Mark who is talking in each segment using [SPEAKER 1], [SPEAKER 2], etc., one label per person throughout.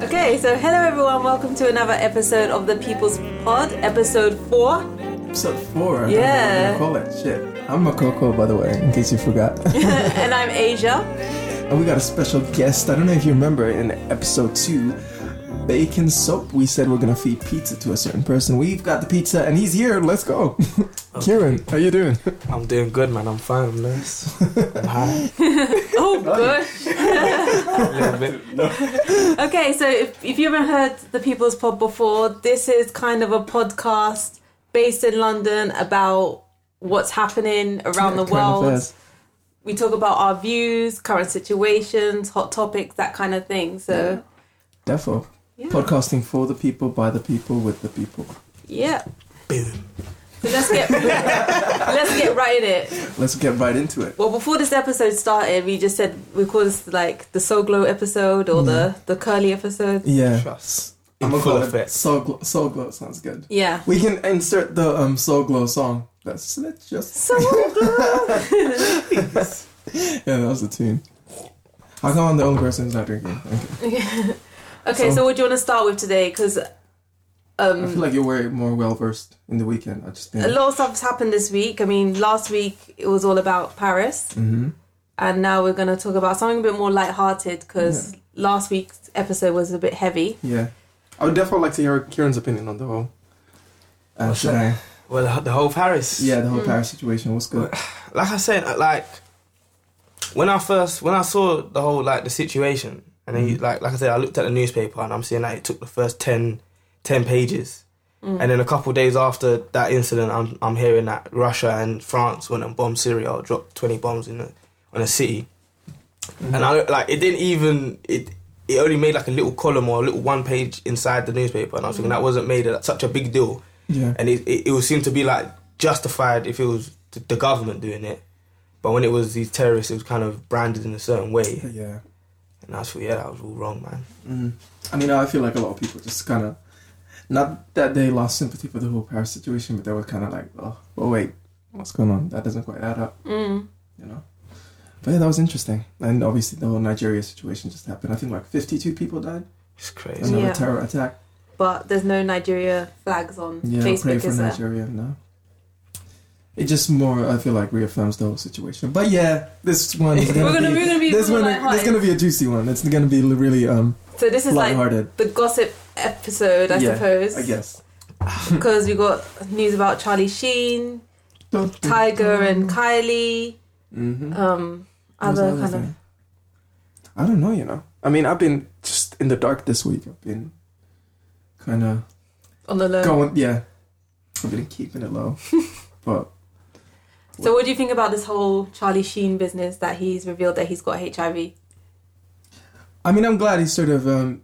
[SPEAKER 1] Okay, so hello everyone, welcome to another episode of the People's Pod, episode four.
[SPEAKER 2] Episode four. I
[SPEAKER 1] Yeah.
[SPEAKER 2] Don't know what to call it. Shit. I'm Makoko, by the way, in case you forgot.
[SPEAKER 1] and I'm Asia.
[SPEAKER 2] and we got a special guest. I don't know if you remember in episode two, Bacon Soap. We said we're gonna feed pizza to a certain person. We've got the pizza, and he's here. Let's go. Kieran, how you doing?
[SPEAKER 3] I'm doing good, man. I'm fine. I'm nice. I'm high.
[SPEAKER 1] Oh, gosh.
[SPEAKER 3] A little bit.
[SPEAKER 1] Okay, so if, if you haven't heard the People's Pod before, this is kind of a podcast based in London about what's happening around the
[SPEAKER 2] Current
[SPEAKER 1] world.
[SPEAKER 2] affairs.
[SPEAKER 1] we talk about our views, current situations, hot topics, that kind of thing. So,
[SPEAKER 2] Defo.
[SPEAKER 1] yeah.
[SPEAKER 2] Podcasting for the people, by the people, with the people.
[SPEAKER 1] Yeah.
[SPEAKER 3] Boom.
[SPEAKER 1] So let's get let's get right in it.
[SPEAKER 2] Let's get right into it.
[SPEAKER 1] Well, before this episode started, we just said we call this like the Soul Glow episode or
[SPEAKER 2] Mm-hmm.
[SPEAKER 1] the the Curly episode.
[SPEAKER 2] Yeah.
[SPEAKER 3] Trust.
[SPEAKER 2] I'm
[SPEAKER 3] In
[SPEAKER 2] gonna
[SPEAKER 3] full
[SPEAKER 2] call it
[SPEAKER 3] effect.
[SPEAKER 2] Soul glow, soul glow sounds good.
[SPEAKER 1] Yeah.
[SPEAKER 2] We can insert the um, Soul Glow song. That's, that's just
[SPEAKER 1] Soul Glow.
[SPEAKER 2] Yeah, that was the tune. How come I'm the only person who's not drinking? Okay.
[SPEAKER 1] okay, so,
[SPEAKER 2] So-
[SPEAKER 1] what do you want to start with today? Because
[SPEAKER 2] I
[SPEAKER 1] um,
[SPEAKER 2] feel like you're way more well versed in the weekend. I just
[SPEAKER 1] a
[SPEAKER 2] been.
[SPEAKER 1] lot of stuff's happened this week. I mean, last week it was all about Paris.
[SPEAKER 2] hmm
[SPEAKER 1] and now we're going to talk about something a bit more light-hearted because last week's episode was a bit heavy
[SPEAKER 2] Yeah, I would definitely like to hear Kieran's opinion on the whole. Uh,
[SPEAKER 3] What's
[SPEAKER 2] should I?
[SPEAKER 3] that? Well, the whole Paris.
[SPEAKER 2] Yeah, the whole
[SPEAKER 1] Mm.
[SPEAKER 2] Paris situation. What's good?
[SPEAKER 3] Like I said, uh, like when I first when I saw the whole like the situation, and then you,
[SPEAKER 2] Mhm.
[SPEAKER 3] like like I said, I looked at the newspaper and I'm seeing that it took the first 10, 10 pages, and then a couple of days after that incident, I'm I'm hearing that Russia and France went and bombed Syria, or dropped twenty bombs in a, on a city.
[SPEAKER 2] Mm-hmm.
[SPEAKER 3] And I don't- like it didn't even it it only made like a little column or a little one page inside the newspaper and I was thinking that wasn't made a, such a big deal
[SPEAKER 2] yeah,
[SPEAKER 3] and it, it, it would seem to be like justified if it was the, the government doing it but when it was these terrorists it was kind of branded in a certain way
[SPEAKER 2] yeah.
[SPEAKER 3] and I was like yeah that was all wrong man
[SPEAKER 2] Mm. I mean, I feel like a lot of people just kind of not that they lost sympathy for the whole Paris situation, but they were kind of like, oh, well, wait, what's going on? That doesn't quite add up.
[SPEAKER 1] mm.
[SPEAKER 2] you know. But yeah, that was interesting. And obviously, the whole Nigeria situation just happened. I think like 52 people died.
[SPEAKER 3] it's crazy
[SPEAKER 2] Another
[SPEAKER 1] Yeah.
[SPEAKER 2] terror attack.
[SPEAKER 1] but there's no nigeria flags on
[SPEAKER 2] Yeah, pray
[SPEAKER 1] facebook
[SPEAKER 2] for
[SPEAKER 1] is there
[SPEAKER 2] Nigeria. No, it just more. I feel like reaffirms the whole situation. But yeah, this one is gonna
[SPEAKER 1] we're gonna
[SPEAKER 2] be.
[SPEAKER 1] we're gonna be
[SPEAKER 2] this
[SPEAKER 1] more
[SPEAKER 2] one, there's
[SPEAKER 1] light-hearted.
[SPEAKER 2] gonna be a juicy one. It's gonna be really um,
[SPEAKER 1] so this is like
[SPEAKER 2] lighthearted,
[SPEAKER 1] the gossip episode i
[SPEAKER 2] Yeah,
[SPEAKER 1] suppose
[SPEAKER 2] I guess.
[SPEAKER 1] because we got news about charlie sheen tiger
[SPEAKER 2] Mm.
[SPEAKER 1] and kylie
[SPEAKER 2] Mm-hmm.
[SPEAKER 1] um other kind of
[SPEAKER 2] I don't know. You know, I mean, I've been just in the dark this week. I've been kind of
[SPEAKER 1] on the low
[SPEAKER 2] going yeah i've been keeping it low but
[SPEAKER 1] so what do you think about this whole charlie sheen business that he's revealed that he's got hiv
[SPEAKER 2] i mean i'm glad he's sort of um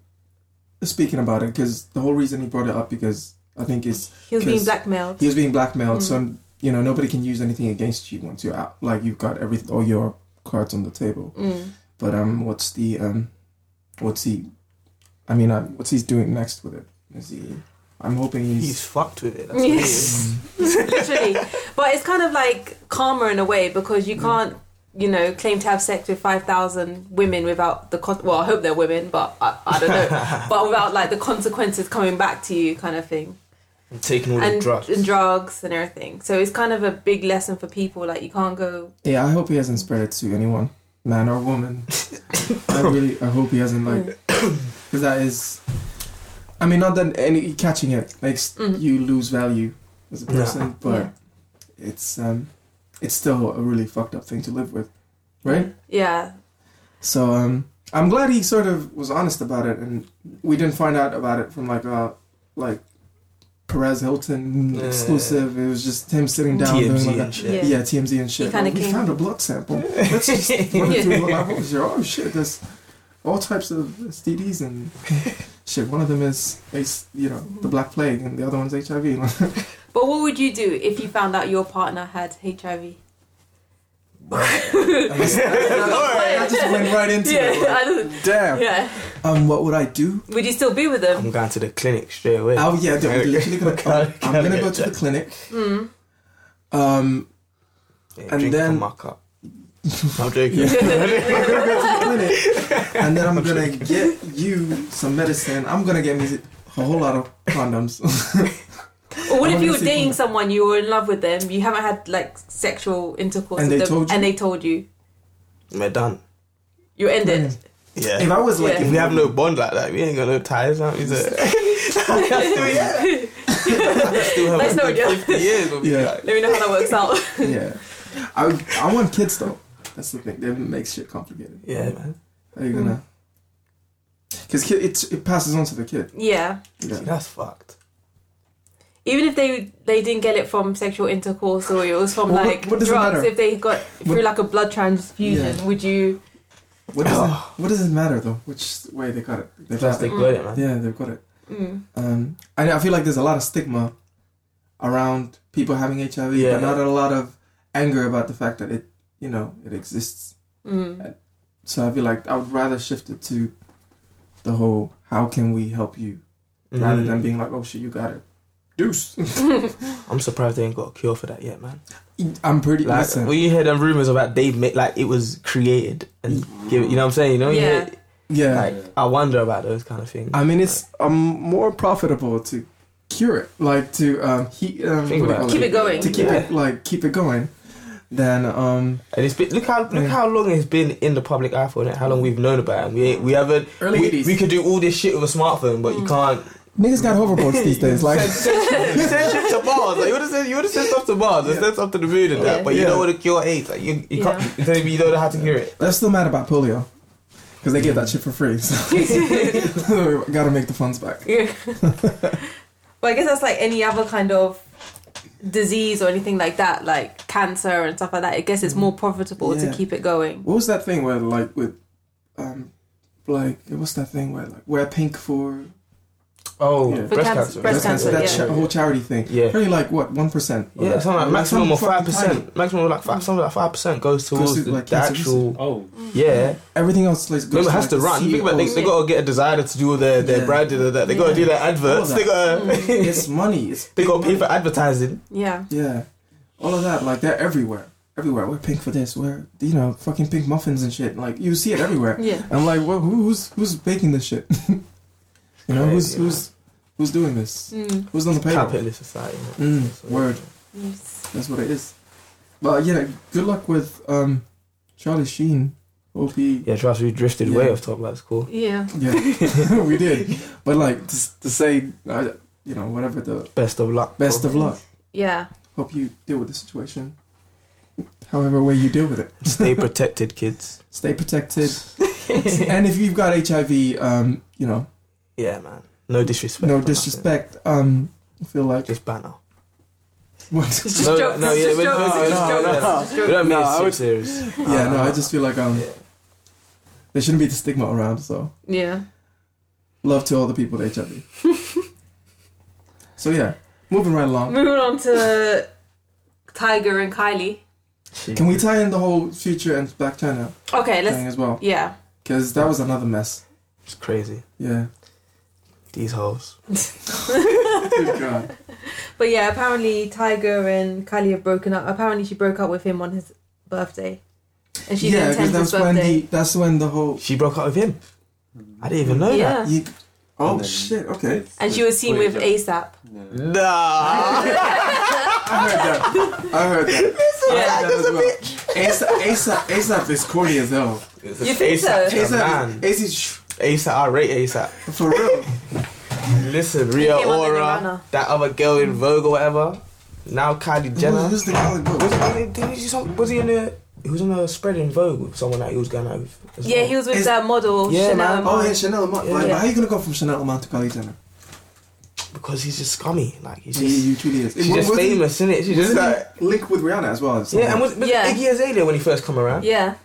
[SPEAKER 2] speaking about it because the whole reason he brought it up because i think is
[SPEAKER 1] he was being
[SPEAKER 2] Because-
[SPEAKER 1] blackmailed
[SPEAKER 2] he was being blackmailed so you know nobody can use anything against you once you're out like you've got every all your cards on the table
[SPEAKER 1] mm.
[SPEAKER 2] but um what's the um what's he i mean uh, what's he's doing next with it is he i'm hoping he's,
[SPEAKER 3] he's fucked with it that's what it
[SPEAKER 1] Yes.
[SPEAKER 3] is
[SPEAKER 1] literally. But it's kind of like karma in a way because
[SPEAKER 2] Mm.
[SPEAKER 1] you can't, you know, claim to have sex with five thousand women without the con- well, I hope they're women, but I, I don't know, but without like the consequences coming back to you, kind of thing,
[SPEAKER 3] and taking all
[SPEAKER 1] and
[SPEAKER 3] the drugs
[SPEAKER 1] and drugs and everything. So it's kind of a big lesson for people. Like you can't go.
[SPEAKER 2] yeah i hope he hasn't spread it to anyone man or woman i really i hope he hasn't like
[SPEAKER 1] Mm.
[SPEAKER 2] Because that is, I mean, not that any catching it makes
[SPEAKER 1] Mhm.
[SPEAKER 2] you lose value as a
[SPEAKER 3] Yeah.
[SPEAKER 2] person, but it's um, it's still a really fucked up thing to live with, right?
[SPEAKER 1] Yeah,
[SPEAKER 2] So um, I'm glad he sort of was honest about it, and we didn't find out about it from like uh, like Perez Hilton
[SPEAKER 3] Yeah.
[SPEAKER 2] exclusive. It was just him sitting down doing like
[SPEAKER 3] TMZ
[SPEAKER 2] a-
[SPEAKER 3] and shit
[SPEAKER 1] Yeah.
[SPEAKER 2] yeah. TMZ and shit.
[SPEAKER 1] kinda
[SPEAKER 2] Like, we
[SPEAKER 1] came-
[SPEAKER 2] found a blood sample. Let's just run it through the levels. You're, oh shit, there's all types of STDs and shit. One of them is, is you know, the Black Plague, and the other one's HIV.
[SPEAKER 1] but what would you do if you found out your partner had HIV?
[SPEAKER 2] I just, I just went right into
[SPEAKER 1] yeah,
[SPEAKER 2] it.
[SPEAKER 1] I
[SPEAKER 2] Like,
[SPEAKER 1] don't-
[SPEAKER 2] damn.
[SPEAKER 1] yeah.
[SPEAKER 2] Um, what would I do?
[SPEAKER 1] Would you still be with them?
[SPEAKER 3] I'm going to the clinic straight away
[SPEAKER 2] Oh yeah, dude, I'm literally gonna.
[SPEAKER 3] Can't-
[SPEAKER 2] I'm
[SPEAKER 3] can't
[SPEAKER 2] gonna
[SPEAKER 3] get
[SPEAKER 2] go to the
[SPEAKER 3] that.
[SPEAKER 2] clinic.
[SPEAKER 1] Mm.
[SPEAKER 2] Um,
[SPEAKER 3] yeah,
[SPEAKER 2] and
[SPEAKER 3] drink from
[SPEAKER 2] then-
[SPEAKER 3] my cup I'm joking
[SPEAKER 2] Yeah. I'm gonna go to the clinic and then I'm gonna get you some medicine. I'm gonna get me a whole lot of condoms.
[SPEAKER 1] Or what
[SPEAKER 2] I
[SPEAKER 1] if you
[SPEAKER 2] wanna
[SPEAKER 1] were
[SPEAKER 2] see
[SPEAKER 1] dating
[SPEAKER 2] people-
[SPEAKER 1] someone, you were in love with them, you haven't had like sexual intercourse
[SPEAKER 2] And
[SPEAKER 1] with
[SPEAKER 2] they
[SPEAKER 1] them,
[SPEAKER 2] told you?
[SPEAKER 1] and they told you
[SPEAKER 3] We're done.
[SPEAKER 1] you ended.
[SPEAKER 3] Yeah.
[SPEAKER 2] if I was like,
[SPEAKER 1] Yeah.
[SPEAKER 3] If we have no bond like that, we ain't got no ties, aren't we? So- still have
[SPEAKER 1] Let's
[SPEAKER 3] a
[SPEAKER 1] know,
[SPEAKER 3] good
[SPEAKER 1] Joe.
[SPEAKER 3] 50 years of
[SPEAKER 2] Yeah.
[SPEAKER 3] like-
[SPEAKER 1] Let me know how that works out.
[SPEAKER 2] yeah, I I want kids though. That's the thing. That makes shit complicated.
[SPEAKER 3] Yeah, Hmm. man.
[SPEAKER 2] Are you gonna? Because it it passes on to the kid.
[SPEAKER 1] yeah,
[SPEAKER 2] Yeah.
[SPEAKER 3] See, that's fucked.
[SPEAKER 1] even if they they didn't get it from sexual intercourse or it was from
[SPEAKER 2] Well, what-
[SPEAKER 1] like
[SPEAKER 2] what does it
[SPEAKER 1] drugs,
[SPEAKER 2] matter?
[SPEAKER 1] if they got through
[SPEAKER 2] What-
[SPEAKER 1] like a blood transfusion,
[SPEAKER 2] Yeah.
[SPEAKER 1] would you?
[SPEAKER 2] What does it,
[SPEAKER 3] Oh.
[SPEAKER 2] what does it matter though? Which way they got it? They've got
[SPEAKER 3] Just they
[SPEAKER 2] it.
[SPEAKER 1] Mm.
[SPEAKER 3] got it, man.
[SPEAKER 2] Yeah, they've got it.
[SPEAKER 1] Mm.
[SPEAKER 2] Um, I I feel like there's a lot of stigma around people having HIV,
[SPEAKER 3] Yeah.
[SPEAKER 2] but not a lot of anger about the fact that it, you know, it exists.
[SPEAKER 1] Mm.
[SPEAKER 2] So I feel like I would rather shift it to the whole "how can we help you" rather
[SPEAKER 3] Mhm.
[SPEAKER 2] than being like, "Oh shit, you got it." Deuce.
[SPEAKER 3] I'm surprised they ain't got a cure for that yet, man.
[SPEAKER 2] I'm pretty.
[SPEAKER 3] Like
[SPEAKER 2] listen,
[SPEAKER 3] when you hear them rumors about Dave, made, like it was created and give, you know what I'm saying? You know, you
[SPEAKER 1] Yeah.
[SPEAKER 3] hear-
[SPEAKER 2] yeah.
[SPEAKER 3] like I wonder about those kind of things.
[SPEAKER 2] I mean, it's um more profitable to cure it, like to um he um, what
[SPEAKER 3] Think
[SPEAKER 2] do you
[SPEAKER 3] about
[SPEAKER 2] call
[SPEAKER 3] it.
[SPEAKER 1] Keep it going.
[SPEAKER 2] to keep
[SPEAKER 3] Yeah.
[SPEAKER 2] it like keep it going, than um
[SPEAKER 3] and it's been, look how look
[SPEAKER 2] Yeah.
[SPEAKER 3] how long it's been in the public eye for it. How long we've known about it? And we ain't- we haven't.
[SPEAKER 2] Early
[SPEAKER 3] we,
[SPEAKER 2] 80s.
[SPEAKER 3] we could do all this shit with a smartphone, but you
[SPEAKER 1] Mm.
[SPEAKER 3] can't.
[SPEAKER 2] niggas got hoverboards these days. Like
[SPEAKER 3] you send shit to Mars. Like, you would have sent you would have sent stuff to Mars. You
[SPEAKER 2] Yeah.
[SPEAKER 3] sent stuff to the moon and that.
[SPEAKER 1] Yeah.
[SPEAKER 3] But you
[SPEAKER 2] Yeah.
[SPEAKER 3] don't want to cure AIDS. Like you, you
[SPEAKER 1] Yeah.
[SPEAKER 3] can't. You tell me you don't know how to cure it.
[SPEAKER 2] They're still mad about polio because they get that shit for free. So we gotta make the funds back.
[SPEAKER 1] Yeah. but I guess that's like any other kind of disease or anything like that, like cancer and stuff like that. I guess it's more profitable
[SPEAKER 2] Yeah.
[SPEAKER 1] to keep it going.
[SPEAKER 2] What was that thing where like with um like what's that thing where like wear pink for
[SPEAKER 3] Oh,
[SPEAKER 1] For
[SPEAKER 2] Yeah.
[SPEAKER 3] breast
[SPEAKER 1] cancer-
[SPEAKER 3] cancer.
[SPEAKER 1] breast cancer,
[SPEAKER 2] that
[SPEAKER 1] yeah.
[SPEAKER 2] cha- whole charity thing?
[SPEAKER 3] Yeah.
[SPEAKER 2] Only like what one percent?
[SPEAKER 3] Yeah, something like maximum of five percent. Maximum of like five, something like five percent goes towards
[SPEAKER 2] to,
[SPEAKER 3] the,
[SPEAKER 2] like,
[SPEAKER 3] the
[SPEAKER 2] cancer
[SPEAKER 3] actual.
[SPEAKER 4] Oh,
[SPEAKER 3] Yeah,
[SPEAKER 2] Everything else like, goes
[SPEAKER 3] remember it has
[SPEAKER 2] to
[SPEAKER 3] to
[SPEAKER 2] like,
[SPEAKER 3] run. Think about it,
[SPEAKER 2] CEOs.
[SPEAKER 3] they, they gotta get a designer to do their their
[SPEAKER 2] Yeah.
[SPEAKER 3] brand and all that. They gotta do their adverts.
[SPEAKER 2] All Mm.
[SPEAKER 3] They gotta
[SPEAKER 2] E It's money. It's
[SPEAKER 3] they
[SPEAKER 2] big
[SPEAKER 3] gotta pay
[SPEAKER 2] money.
[SPEAKER 3] for advertising.
[SPEAKER 1] Yeah.
[SPEAKER 2] Yeah, all of that. Like they're everywhere. Everywhere. We're pink for this. We're you know fucking pink muffins and shit. Like you see it everywhere.
[SPEAKER 1] Yeah.
[SPEAKER 2] I'm like, well, who, who's who's baking this shit? you know, who's
[SPEAKER 3] Crazy,
[SPEAKER 2] who's who's doing this?
[SPEAKER 1] Mm.
[SPEAKER 2] Who's on the paper?
[SPEAKER 3] Capitalist society. man.
[SPEAKER 2] Mm,
[SPEAKER 3] So,
[SPEAKER 2] word.
[SPEAKER 1] Yes.
[SPEAKER 2] That's what it is. But yeah, good luck with um, Charlie Sheen. OP. Yeah,
[SPEAKER 3] Yeah, trust we drifted
[SPEAKER 2] Yeah.
[SPEAKER 3] way off top. That's cool.
[SPEAKER 1] Yeah.
[SPEAKER 2] we did. But like to, s- to say, uh, you know, whatever the
[SPEAKER 3] Best of luck.
[SPEAKER 2] best of luck.
[SPEAKER 1] Yeah.
[SPEAKER 2] Hope you deal with the situation. However way you deal with it,
[SPEAKER 3] Stay protected, kids.
[SPEAKER 2] stay protected. and if you've got HIV, um, you know,
[SPEAKER 3] Yeah, man. No disrespect.
[SPEAKER 2] no
[SPEAKER 3] or nothing.
[SPEAKER 2] disrespect. Um, I feel like
[SPEAKER 3] Just banner.
[SPEAKER 2] what?
[SPEAKER 1] It's just
[SPEAKER 3] No,
[SPEAKER 1] jokes.
[SPEAKER 3] no,
[SPEAKER 1] it's
[SPEAKER 3] yeah,
[SPEAKER 1] just
[SPEAKER 3] but
[SPEAKER 1] jokes.
[SPEAKER 3] no,
[SPEAKER 1] it's just
[SPEAKER 3] no,
[SPEAKER 1] jokes.
[SPEAKER 3] no.
[SPEAKER 1] It's just
[SPEAKER 3] We
[SPEAKER 1] jokes.
[SPEAKER 3] don't
[SPEAKER 2] No,
[SPEAKER 3] mean it's
[SPEAKER 2] I
[SPEAKER 3] too
[SPEAKER 2] would-
[SPEAKER 3] serious.
[SPEAKER 2] Yeah, no, I just feel like um,
[SPEAKER 3] Yeah.
[SPEAKER 2] there shouldn't be the stigma around. So
[SPEAKER 1] Yeah.
[SPEAKER 2] love to all the people with HIV. so yeah, moving right along.
[SPEAKER 1] Moving on to Tiger and Kylie.
[SPEAKER 2] Can we tie in the whole future and Black China
[SPEAKER 1] Okay,
[SPEAKER 2] thing
[SPEAKER 1] let's.
[SPEAKER 2] as well?
[SPEAKER 1] Yeah.
[SPEAKER 2] Because that was another mess.
[SPEAKER 3] It's crazy.
[SPEAKER 2] Yeah.
[SPEAKER 3] These hoes.
[SPEAKER 2] Good God.
[SPEAKER 1] But yeah, apparently Tiger and Kylie have broken up. Apparently she broke up with him on his birthday. And she
[SPEAKER 2] yeah,
[SPEAKER 1] didn't attend his
[SPEAKER 2] that's when the
[SPEAKER 1] birthday.
[SPEAKER 2] that's when the whole
[SPEAKER 3] She broke up with him. I didn't even know
[SPEAKER 1] yeah.
[SPEAKER 2] you, oh
[SPEAKER 4] And then-
[SPEAKER 2] shit okay
[SPEAKER 1] And she was seen with ASAP.
[SPEAKER 4] No.
[SPEAKER 3] that. Nah.
[SPEAKER 2] I heard that I heard that
[SPEAKER 1] Yeah.
[SPEAKER 2] That as well. Asa Asa ASAP is corny as hell
[SPEAKER 1] You think so?
[SPEAKER 3] ASAP,
[SPEAKER 2] ASAP
[SPEAKER 3] man.
[SPEAKER 2] is ASAP sh-
[SPEAKER 3] ASAP, I rate ASAP.
[SPEAKER 2] for real
[SPEAKER 3] Listen, Rhea
[SPEAKER 1] He came under the
[SPEAKER 3] Ora,
[SPEAKER 1] banner.
[SPEAKER 3] that other girl in Vogue or whatever. Now Kylie
[SPEAKER 2] Who-
[SPEAKER 3] Jenner.
[SPEAKER 2] who's the guy
[SPEAKER 3] Was
[SPEAKER 2] that
[SPEAKER 3] he, didn't he, some- was he in a? He was in a spread in Vogue with someone that he was going out with. as
[SPEAKER 1] Yeah,
[SPEAKER 3] well.
[SPEAKER 1] he was with
[SPEAKER 2] Is-
[SPEAKER 1] that model.
[SPEAKER 3] Yeah,
[SPEAKER 1] Chanel
[SPEAKER 3] man.
[SPEAKER 1] Amant.
[SPEAKER 2] oh yeah Chanel Amant like
[SPEAKER 1] Yeah.
[SPEAKER 2] how are you gonna go from Chanel Amant to Kylie Jenner
[SPEAKER 3] because he's just scummy. Like he's
[SPEAKER 2] yeah
[SPEAKER 3] just,
[SPEAKER 2] you truly is
[SPEAKER 3] she's
[SPEAKER 2] Was-
[SPEAKER 3] just
[SPEAKER 2] was he-
[SPEAKER 3] famous, isn't it? She's
[SPEAKER 2] was
[SPEAKER 3] just
[SPEAKER 2] he
[SPEAKER 3] like.
[SPEAKER 2] linked with Rihanna as well so-
[SPEAKER 3] Yeah, and was, was it
[SPEAKER 1] Yeah.
[SPEAKER 3] Iggy Azalea when he first come around?
[SPEAKER 1] Yeah.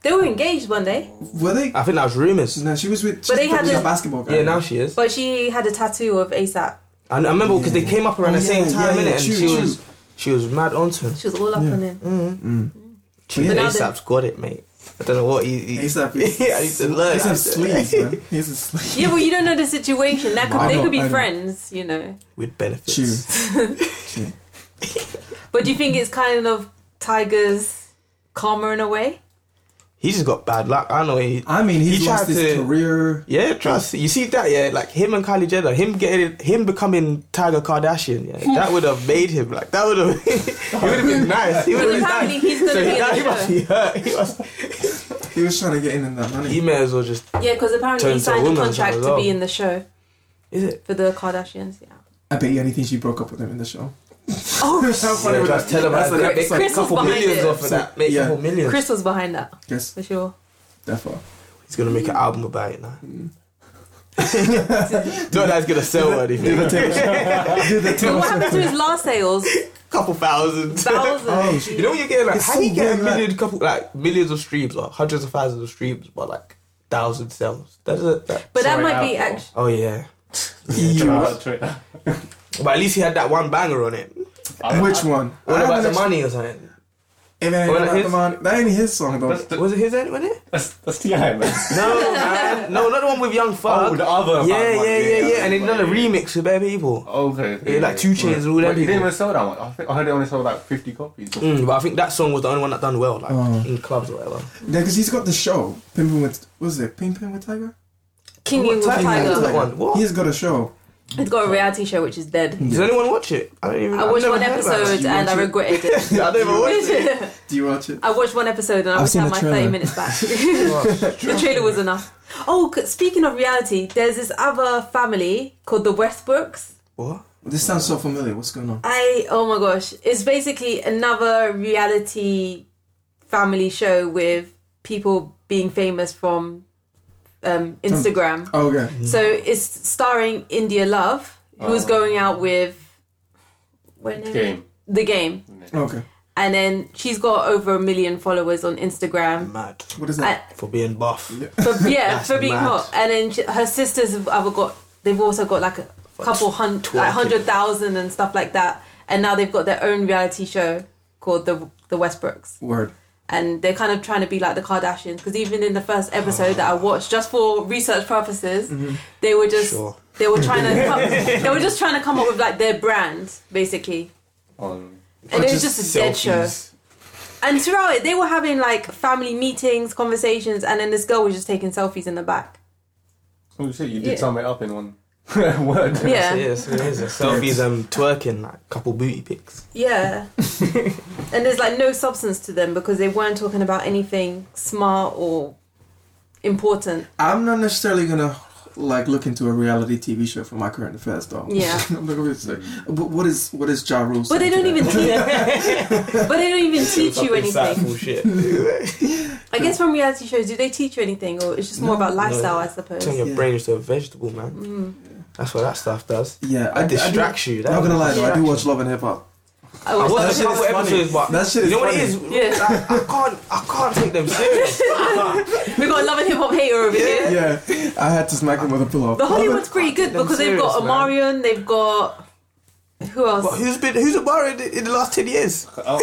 [SPEAKER 1] They were engaged one day.
[SPEAKER 2] were they
[SPEAKER 3] I think that was rumors.
[SPEAKER 2] no she was with
[SPEAKER 1] But they had
[SPEAKER 2] a
[SPEAKER 1] this-
[SPEAKER 2] basketball guy
[SPEAKER 3] Yeah, now she is.
[SPEAKER 1] But she had a tattoo of ASAP.
[SPEAKER 3] I, I remember because they came up around
[SPEAKER 2] Oh,
[SPEAKER 3] the
[SPEAKER 2] yeah,
[SPEAKER 3] same time,
[SPEAKER 2] yeah,
[SPEAKER 3] innit?
[SPEAKER 2] yeah,
[SPEAKER 3] and
[SPEAKER 2] true,
[SPEAKER 3] she
[SPEAKER 2] true.
[SPEAKER 3] was she was mad onto him.
[SPEAKER 1] She was all up
[SPEAKER 2] Yeah.
[SPEAKER 1] on him.
[SPEAKER 2] Mm.
[SPEAKER 3] She
[SPEAKER 1] But now they-
[SPEAKER 3] ASAP's got it, mate. I don't know what he. he
[SPEAKER 2] ASAP
[SPEAKER 3] yeah, I need
[SPEAKER 2] is
[SPEAKER 3] to learn.
[SPEAKER 2] ASAP sleeves man he's a sleeve
[SPEAKER 1] Yeah, well, you don't know the situation. That could,
[SPEAKER 2] I
[SPEAKER 1] they
[SPEAKER 2] know,
[SPEAKER 1] could be
[SPEAKER 2] I know.
[SPEAKER 1] friends, you know.
[SPEAKER 3] with benefits.
[SPEAKER 2] True.
[SPEAKER 1] But do you think it's kind of Tiger's karma in a way?
[SPEAKER 3] He just got bad luck. I know he.
[SPEAKER 2] I mean, he's
[SPEAKER 3] he
[SPEAKER 2] lost his career.
[SPEAKER 3] Yeah, trust. You see that? Yeah, like him and Kylie Jenner, him getting, him becoming Tiger Kardashian. Yeah, that would have made him like that would have. he would have been nice. He would have been
[SPEAKER 1] Apparently
[SPEAKER 3] nice.
[SPEAKER 1] he's gonna
[SPEAKER 3] so
[SPEAKER 1] be in
[SPEAKER 3] he,
[SPEAKER 1] the
[SPEAKER 3] he must
[SPEAKER 1] show.
[SPEAKER 3] be hurt. He must.
[SPEAKER 2] He was trying to get in on that money.
[SPEAKER 3] He may as well just.
[SPEAKER 1] Yeah, because apparently he
[SPEAKER 3] Turns to a
[SPEAKER 1] signed a
[SPEAKER 3] woman as
[SPEAKER 1] contract to
[SPEAKER 3] well.
[SPEAKER 1] be in the show
[SPEAKER 3] Is it?
[SPEAKER 1] for the Kardashians. Yeah.
[SPEAKER 2] I bet you anything she broke up with him in the show.
[SPEAKER 1] Oh,
[SPEAKER 2] How funny
[SPEAKER 3] Yeah,
[SPEAKER 2] would
[SPEAKER 3] just
[SPEAKER 2] that-
[SPEAKER 3] tell him
[SPEAKER 2] that's
[SPEAKER 3] that.
[SPEAKER 2] an
[SPEAKER 3] Make
[SPEAKER 1] Chris
[SPEAKER 3] a
[SPEAKER 1] was
[SPEAKER 2] episode.
[SPEAKER 3] couple
[SPEAKER 1] behind
[SPEAKER 3] millions
[SPEAKER 1] it.
[SPEAKER 3] off of that. Make a
[SPEAKER 2] Yeah.
[SPEAKER 3] couple millions.
[SPEAKER 1] Chris was behind that
[SPEAKER 2] Yes,
[SPEAKER 1] for sure.
[SPEAKER 2] therefore.
[SPEAKER 3] He's gonna make an album about it now. Not that's gonna sell
[SPEAKER 2] Do
[SPEAKER 3] anything.
[SPEAKER 2] the Taylor- do the
[SPEAKER 1] But
[SPEAKER 2] Taylor
[SPEAKER 1] what happened
[SPEAKER 2] Swift
[SPEAKER 1] to
[SPEAKER 2] thing.
[SPEAKER 1] his last sales?
[SPEAKER 3] couple thousands.
[SPEAKER 1] Thousands.
[SPEAKER 2] Oh, shit.
[SPEAKER 3] You know when you get like
[SPEAKER 2] It's
[SPEAKER 3] how
[SPEAKER 2] so
[SPEAKER 3] do you get a
[SPEAKER 2] weird, like-
[SPEAKER 3] million couple like millions of streams or hundreds of thousands of streams but like thousand sales. That's a that,
[SPEAKER 1] but that
[SPEAKER 4] Sorry,
[SPEAKER 1] might be
[SPEAKER 4] Apple.
[SPEAKER 1] actually.
[SPEAKER 3] oh yeah.
[SPEAKER 2] Ew.
[SPEAKER 3] But at least he had that one banger on it.
[SPEAKER 2] Which one?
[SPEAKER 3] What
[SPEAKER 2] I
[SPEAKER 3] about
[SPEAKER 2] haven't
[SPEAKER 3] the
[SPEAKER 2] actually-
[SPEAKER 3] money or something?
[SPEAKER 2] It ain't
[SPEAKER 3] What about
[SPEAKER 2] about the
[SPEAKER 3] his?
[SPEAKER 2] money. That ain't his song though.
[SPEAKER 4] That's, the,
[SPEAKER 3] Was it his end, wasn't it?
[SPEAKER 4] that's, that's Ti, man.
[SPEAKER 3] No, man. No, not the one with Young Thug.
[SPEAKER 4] Oh, the other
[SPEAKER 3] yeah,
[SPEAKER 4] Bad
[SPEAKER 3] yeah,
[SPEAKER 4] Bunny,
[SPEAKER 3] yeah, yeah,
[SPEAKER 4] yeah,
[SPEAKER 3] And then
[SPEAKER 4] yeah.
[SPEAKER 3] another remix with bare people.
[SPEAKER 4] Okay.
[SPEAKER 3] Yeah, like two chains all
[SPEAKER 4] But
[SPEAKER 3] that.
[SPEAKER 4] he didn't
[SPEAKER 3] people.
[SPEAKER 4] even sell that one. I, think, I heard they only sold like 50 copies.
[SPEAKER 3] Mm, but I think that song was the only one that done well, like
[SPEAKER 2] Oh.
[SPEAKER 3] in clubs or whatever.
[SPEAKER 2] Yeah, because he's got the show. Pimpin' with what was it? Pimpin' with Tiger?
[SPEAKER 1] King
[SPEAKER 3] What
[SPEAKER 1] with
[SPEAKER 3] type
[SPEAKER 1] Tiger.
[SPEAKER 3] is that one? What?
[SPEAKER 2] He's got a show.
[SPEAKER 1] It's got a reality show which is dead.
[SPEAKER 3] Does anyone watch it? I don't even.
[SPEAKER 1] I
[SPEAKER 3] Mm. I've
[SPEAKER 1] watched
[SPEAKER 3] never
[SPEAKER 1] one
[SPEAKER 3] heard about it.
[SPEAKER 1] episode
[SPEAKER 2] You
[SPEAKER 1] and I
[SPEAKER 2] watch it?
[SPEAKER 1] regretted it.
[SPEAKER 3] I don't even watch it.
[SPEAKER 2] Do you watch it?
[SPEAKER 1] I watched one episode and I
[SPEAKER 2] I've
[SPEAKER 1] wish I
[SPEAKER 2] seen
[SPEAKER 1] had
[SPEAKER 2] the
[SPEAKER 1] my
[SPEAKER 2] trailer.
[SPEAKER 1] 30 minutes back. the trailer was enough. Oh, c- speaking of reality, there's this other family called the Westbrooks.
[SPEAKER 3] What?
[SPEAKER 2] This sounds so familiar. What's going on?
[SPEAKER 1] I, oh my gosh, it's basically another reality family show with people being famous from um, Instagram.
[SPEAKER 2] Oh, okay.
[SPEAKER 1] So it's starring India Love, who's
[SPEAKER 4] Oh.
[SPEAKER 1] going out with. When
[SPEAKER 4] Game.
[SPEAKER 1] The game.
[SPEAKER 2] Okay.
[SPEAKER 1] And then she's got over a million followers on Instagram.
[SPEAKER 3] Mad
[SPEAKER 2] What is
[SPEAKER 1] And-
[SPEAKER 2] that?
[SPEAKER 3] for being buff.
[SPEAKER 1] for, yeah,
[SPEAKER 3] That's
[SPEAKER 1] for being
[SPEAKER 3] mad.
[SPEAKER 1] hot. And then she, her sisters have have got, they've also got like a couple hundred, like
[SPEAKER 3] twerking.
[SPEAKER 1] hundred thousand and stuff like that. And now they've got their own reality show called the the Westbrooks,
[SPEAKER 2] Word.
[SPEAKER 1] and they're kind of trying to be like the Kardashians. Because even in the first episode that I watched, just for research purposes, they were just
[SPEAKER 3] Mm-hmm. Sure.
[SPEAKER 1] they were trying to come, they were just trying to come up with like their brand basically.
[SPEAKER 3] Mm.
[SPEAKER 4] On
[SPEAKER 1] And it was
[SPEAKER 2] Just
[SPEAKER 1] just a dead show.
[SPEAKER 3] Selfies.
[SPEAKER 1] And throughout it, they were having like family meetings, conversations, and then this girl was just taking selfies in the back.
[SPEAKER 4] Oh shit, you did
[SPEAKER 1] Yeah.
[SPEAKER 4] sum it up in one word.
[SPEAKER 1] Yeah.
[SPEAKER 3] Yeah, so it is. Selfies and twerking, like couple booty pics.
[SPEAKER 1] Yeah. and there's like no substance to them because they weren't talking about anything smart or important.
[SPEAKER 2] I'm not necessarily gonna like look into a reality TV show for my current affairs though.
[SPEAKER 1] Yeah.
[SPEAKER 2] I'm not gonna say. But what is what is Ja Rule?
[SPEAKER 1] But they
[SPEAKER 2] saying
[SPEAKER 1] don't
[SPEAKER 2] to
[SPEAKER 1] even
[SPEAKER 2] that?
[SPEAKER 1] teach But they don't even teach you anything.
[SPEAKER 3] Insightful shit.
[SPEAKER 1] I guess from reality shows, do they teach you anything or it's just more about lifestyle, I suppose. Mm.
[SPEAKER 3] Turn your
[SPEAKER 2] Yeah.
[SPEAKER 3] brain into a vegetable, man. That's what that stuff does.
[SPEAKER 2] Yeah,
[SPEAKER 3] That distracts you.
[SPEAKER 2] I do,
[SPEAKER 3] That
[SPEAKER 2] not gonna lie though, I do
[SPEAKER 3] distracts
[SPEAKER 2] watch Love and Hip Hop.
[SPEAKER 1] I
[SPEAKER 3] I
[SPEAKER 1] was
[SPEAKER 3] watched
[SPEAKER 2] shit
[SPEAKER 3] a
[SPEAKER 2] is
[SPEAKER 3] couple
[SPEAKER 2] funny.
[SPEAKER 3] episodes, but
[SPEAKER 2] That shit
[SPEAKER 3] you
[SPEAKER 2] is
[SPEAKER 3] know what
[SPEAKER 2] funny.
[SPEAKER 3] it is?
[SPEAKER 1] Oh, Yeah.
[SPEAKER 3] Like, I can't, I can't take them serious.
[SPEAKER 1] we got a love and hip hop hater over here.
[SPEAKER 2] Yeah, I had to smack him with a pillow.
[SPEAKER 1] The Hollywood's pretty good
[SPEAKER 3] them
[SPEAKER 1] because they've got
[SPEAKER 3] serious, man.
[SPEAKER 1] Omarion, they've got who else?
[SPEAKER 3] but who's been, who's a bar in the, in the last ten years?
[SPEAKER 4] Oh,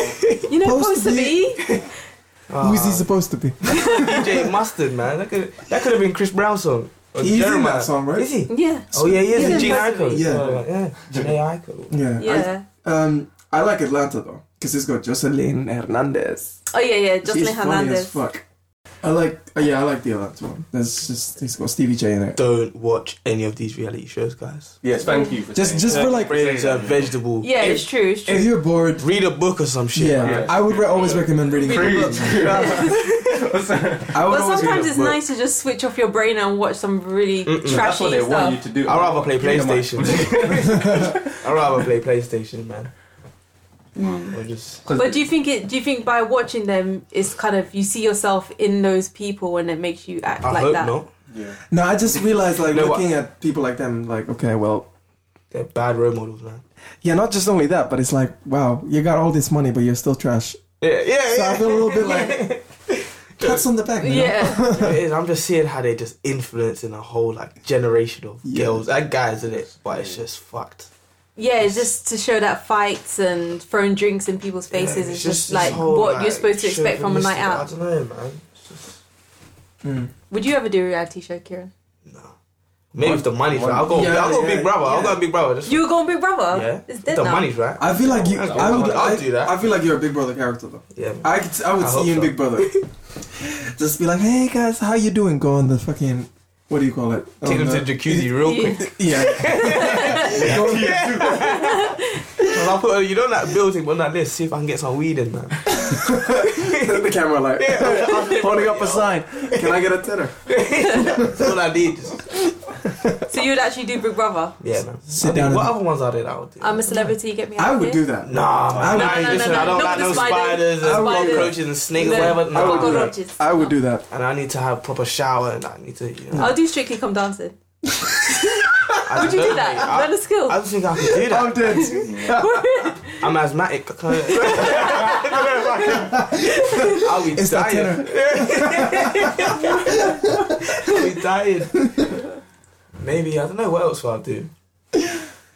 [SPEAKER 1] you know, supposed
[SPEAKER 2] supposed to
[SPEAKER 1] to be.
[SPEAKER 2] Who is he supposed to be?
[SPEAKER 3] DJ Uh, Mustard, man. That could, that could have been Chris Brown's song. Or
[SPEAKER 2] He's in
[SPEAKER 3] Jeremiah.
[SPEAKER 2] that song, right?
[SPEAKER 3] Is he?
[SPEAKER 1] Yeah.
[SPEAKER 3] Oh yeah, he is.
[SPEAKER 1] He's
[SPEAKER 3] in
[SPEAKER 1] in
[SPEAKER 3] Gene
[SPEAKER 1] that
[SPEAKER 3] Ico.
[SPEAKER 1] movie.
[SPEAKER 2] Yeah.
[SPEAKER 3] Oh, yeah. Gene Ico.
[SPEAKER 2] Yeah.
[SPEAKER 1] Yeah.
[SPEAKER 2] I, um, I like Atlanta though, because it's got Jocelyn Hernandez.
[SPEAKER 1] Oh yeah, yeah.
[SPEAKER 2] She's
[SPEAKER 1] Jocelyn
[SPEAKER 2] funny as
[SPEAKER 1] Hernandez.
[SPEAKER 2] fuck. I like, uh, yeah, I like the Atlanta one. There's just he's got Stevie J in it.
[SPEAKER 3] Don't watch any of these reality shows, guys.
[SPEAKER 4] yes, thank you for
[SPEAKER 2] Just,
[SPEAKER 4] saying
[SPEAKER 2] just
[SPEAKER 4] that.
[SPEAKER 2] for like,
[SPEAKER 3] Brain into a vegetable.
[SPEAKER 1] Yeah, it's true. It's true.
[SPEAKER 2] if you're bored,
[SPEAKER 3] Read a book or some shit.
[SPEAKER 2] yeah,
[SPEAKER 4] Yeah.
[SPEAKER 2] I would re- always recommend reading.
[SPEAKER 1] Read a
[SPEAKER 2] I
[SPEAKER 1] book.
[SPEAKER 2] would
[SPEAKER 1] But
[SPEAKER 2] always read
[SPEAKER 1] sometimes
[SPEAKER 2] a
[SPEAKER 1] it's
[SPEAKER 2] book.
[SPEAKER 1] nice to just switch off your brain and watch some really trashy
[SPEAKER 4] That's what they
[SPEAKER 1] stuff.
[SPEAKER 4] want you to do.
[SPEAKER 3] I'd rather play
[SPEAKER 4] Give them a-
[SPEAKER 3] PlayStation. I'd rather play PlayStation, man.
[SPEAKER 1] Mm.
[SPEAKER 3] Or just
[SPEAKER 4] 'Cause
[SPEAKER 1] But do you think it? Do you think by watching them, it's kind of you see yourself in those people, and it makes you act
[SPEAKER 3] I
[SPEAKER 1] like
[SPEAKER 3] hope
[SPEAKER 1] that?
[SPEAKER 3] not.
[SPEAKER 4] Yeah.
[SPEAKER 2] No, I just realized like
[SPEAKER 3] You know what?
[SPEAKER 2] looking at people like them, like okay, well,
[SPEAKER 3] They're bad role models, man.
[SPEAKER 2] yeah, not just only that, but it's like wow, you got all this money, but you're still trash.
[SPEAKER 3] Yeah, yeah,
[SPEAKER 2] So I
[SPEAKER 3] yeah.
[SPEAKER 2] feel a little bit like cuts on the back. you know?
[SPEAKER 1] Yeah,
[SPEAKER 3] It is. I'm just seeing how they just influencing a whole like generation of
[SPEAKER 2] Yeah.
[SPEAKER 3] girls and guys in it, but it's just fucked.
[SPEAKER 1] yeah. It's just to show that fights and throwing drinks in people's faces
[SPEAKER 3] Yeah,
[SPEAKER 1] is
[SPEAKER 3] it's
[SPEAKER 1] just,
[SPEAKER 3] this
[SPEAKER 1] like
[SPEAKER 3] whole,
[SPEAKER 1] what
[SPEAKER 3] like,
[SPEAKER 1] you're supposed to expect from a night
[SPEAKER 3] chauvinistic-
[SPEAKER 1] out.
[SPEAKER 3] I don't know, man. It's just-
[SPEAKER 2] Mm.
[SPEAKER 1] Would you ever do a reality show, Kieran?
[SPEAKER 3] Maybe if the money's right. I'll go.
[SPEAKER 2] Yeah,
[SPEAKER 3] I'll go
[SPEAKER 2] yeah,
[SPEAKER 3] Big Brother. I'll
[SPEAKER 2] yeah.
[SPEAKER 3] go Big Brother. Just
[SPEAKER 1] You were going Big Brother.
[SPEAKER 3] yeah.
[SPEAKER 1] It's
[SPEAKER 3] If
[SPEAKER 1] dead
[SPEAKER 3] the
[SPEAKER 1] now.
[SPEAKER 3] money's right.
[SPEAKER 2] I feel like you.
[SPEAKER 3] I'll-
[SPEAKER 2] I would.
[SPEAKER 3] I'll
[SPEAKER 2] I,
[SPEAKER 3] do that.
[SPEAKER 2] I feel like you're a Big Brother character though.
[SPEAKER 3] Yeah. man.
[SPEAKER 2] I could, I would
[SPEAKER 3] I
[SPEAKER 2] see
[SPEAKER 3] hope
[SPEAKER 2] you in
[SPEAKER 3] so.
[SPEAKER 2] Big Brother. Just be like, hey guys, how you doing? Go on the fucking, what do you call it?
[SPEAKER 3] Take
[SPEAKER 2] On
[SPEAKER 3] them to
[SPEAKER 2] the-
[SPEAKER 3] the jacuzzi real
[SPEAKER 1] Yeah.
[SPEAKER 3] quick.
[SPEAKER 2] Yeah. Go on the-
[SPEAKER 3] Cause I put, uh, you know that building, but not this. See if I can get some weed in, man.
[SPEAKER 2] the camera like holding up a sign. Can I get a tenner?
[SPEAKER 3] That's what I need. Just,
[SPEAKER 1] So you would actually do Big Brother?
[SPEAKER 3] yeah, man.
[SPEAKER 2] Sit
[SPEAKER 3] I mean,
[SPEAKER 2] down
[SPEAKER 3] What
[SPEAKER 2] and-
[SPEAKER 3] other ones are there that I would do?
[SPEAKER 1] I'm a celebrity, get me out
[SPEAKER 2] I
[SPEAKER 1] of
[SPEAKER 2] would
[SPEAKER 1] here.
[SPEAKER 2] do that.
[SPEAKER 3] Nah,
[SPEAKER 2] I
[SPEAKER 3] man.
[SPEAKER 2] would-
[SPEAKER 3] Nah,
[SPEAKER 1] No, no, no,
[SPEAKER 3] listen, I
[SPEAKER 1] no,
[SPEAKER 3] don't
[SPEAKER 1] no,
[SPEAKER 3] like
[SPEAKER 1] with
[SPEAKER 3] no
[SPEAKER 1] the spider.
[SPEAKER 3] spiders and
[SPEAKER 1] I would do
[SPEAKER 3] cockroaches and snakes,
[SPEAKER 1] No,
[SPEAKER 3] whatever.
[SPEAKER 2] I would
[SPEAKER 3] Nah,
[SPEAKER 2] do
[SPEAKER 3] man.
[SPEAKER 1] Cockroaches.
[SPEAKER 2] I would do that.
[SPEAKER 3] And I need to have proper shower, and I need to. You know,
[SPEAKER 1] I'll do Strictly Come Dancing.
[SPEAKER 3] I
[SPEAKER 1] Would you
[SPEAKER 3] don't
[SPEAKER 1] do that?
[SPEAKER 3] think-
[SPEAKER 1] Is that a skill?
[SPEAKER 3] I, I don't think I can do that.
[SPEAKER 2] dead.
[SPEAKER 3] I'm asthmatic. I can't- I'll be
[SPEAKER 2] It's that
[SPEAKER 3] dying.
[SPEAKER 2] tenner.
[SPEAKER 3] I'll be dying. Maybe I don't know what else I'll do.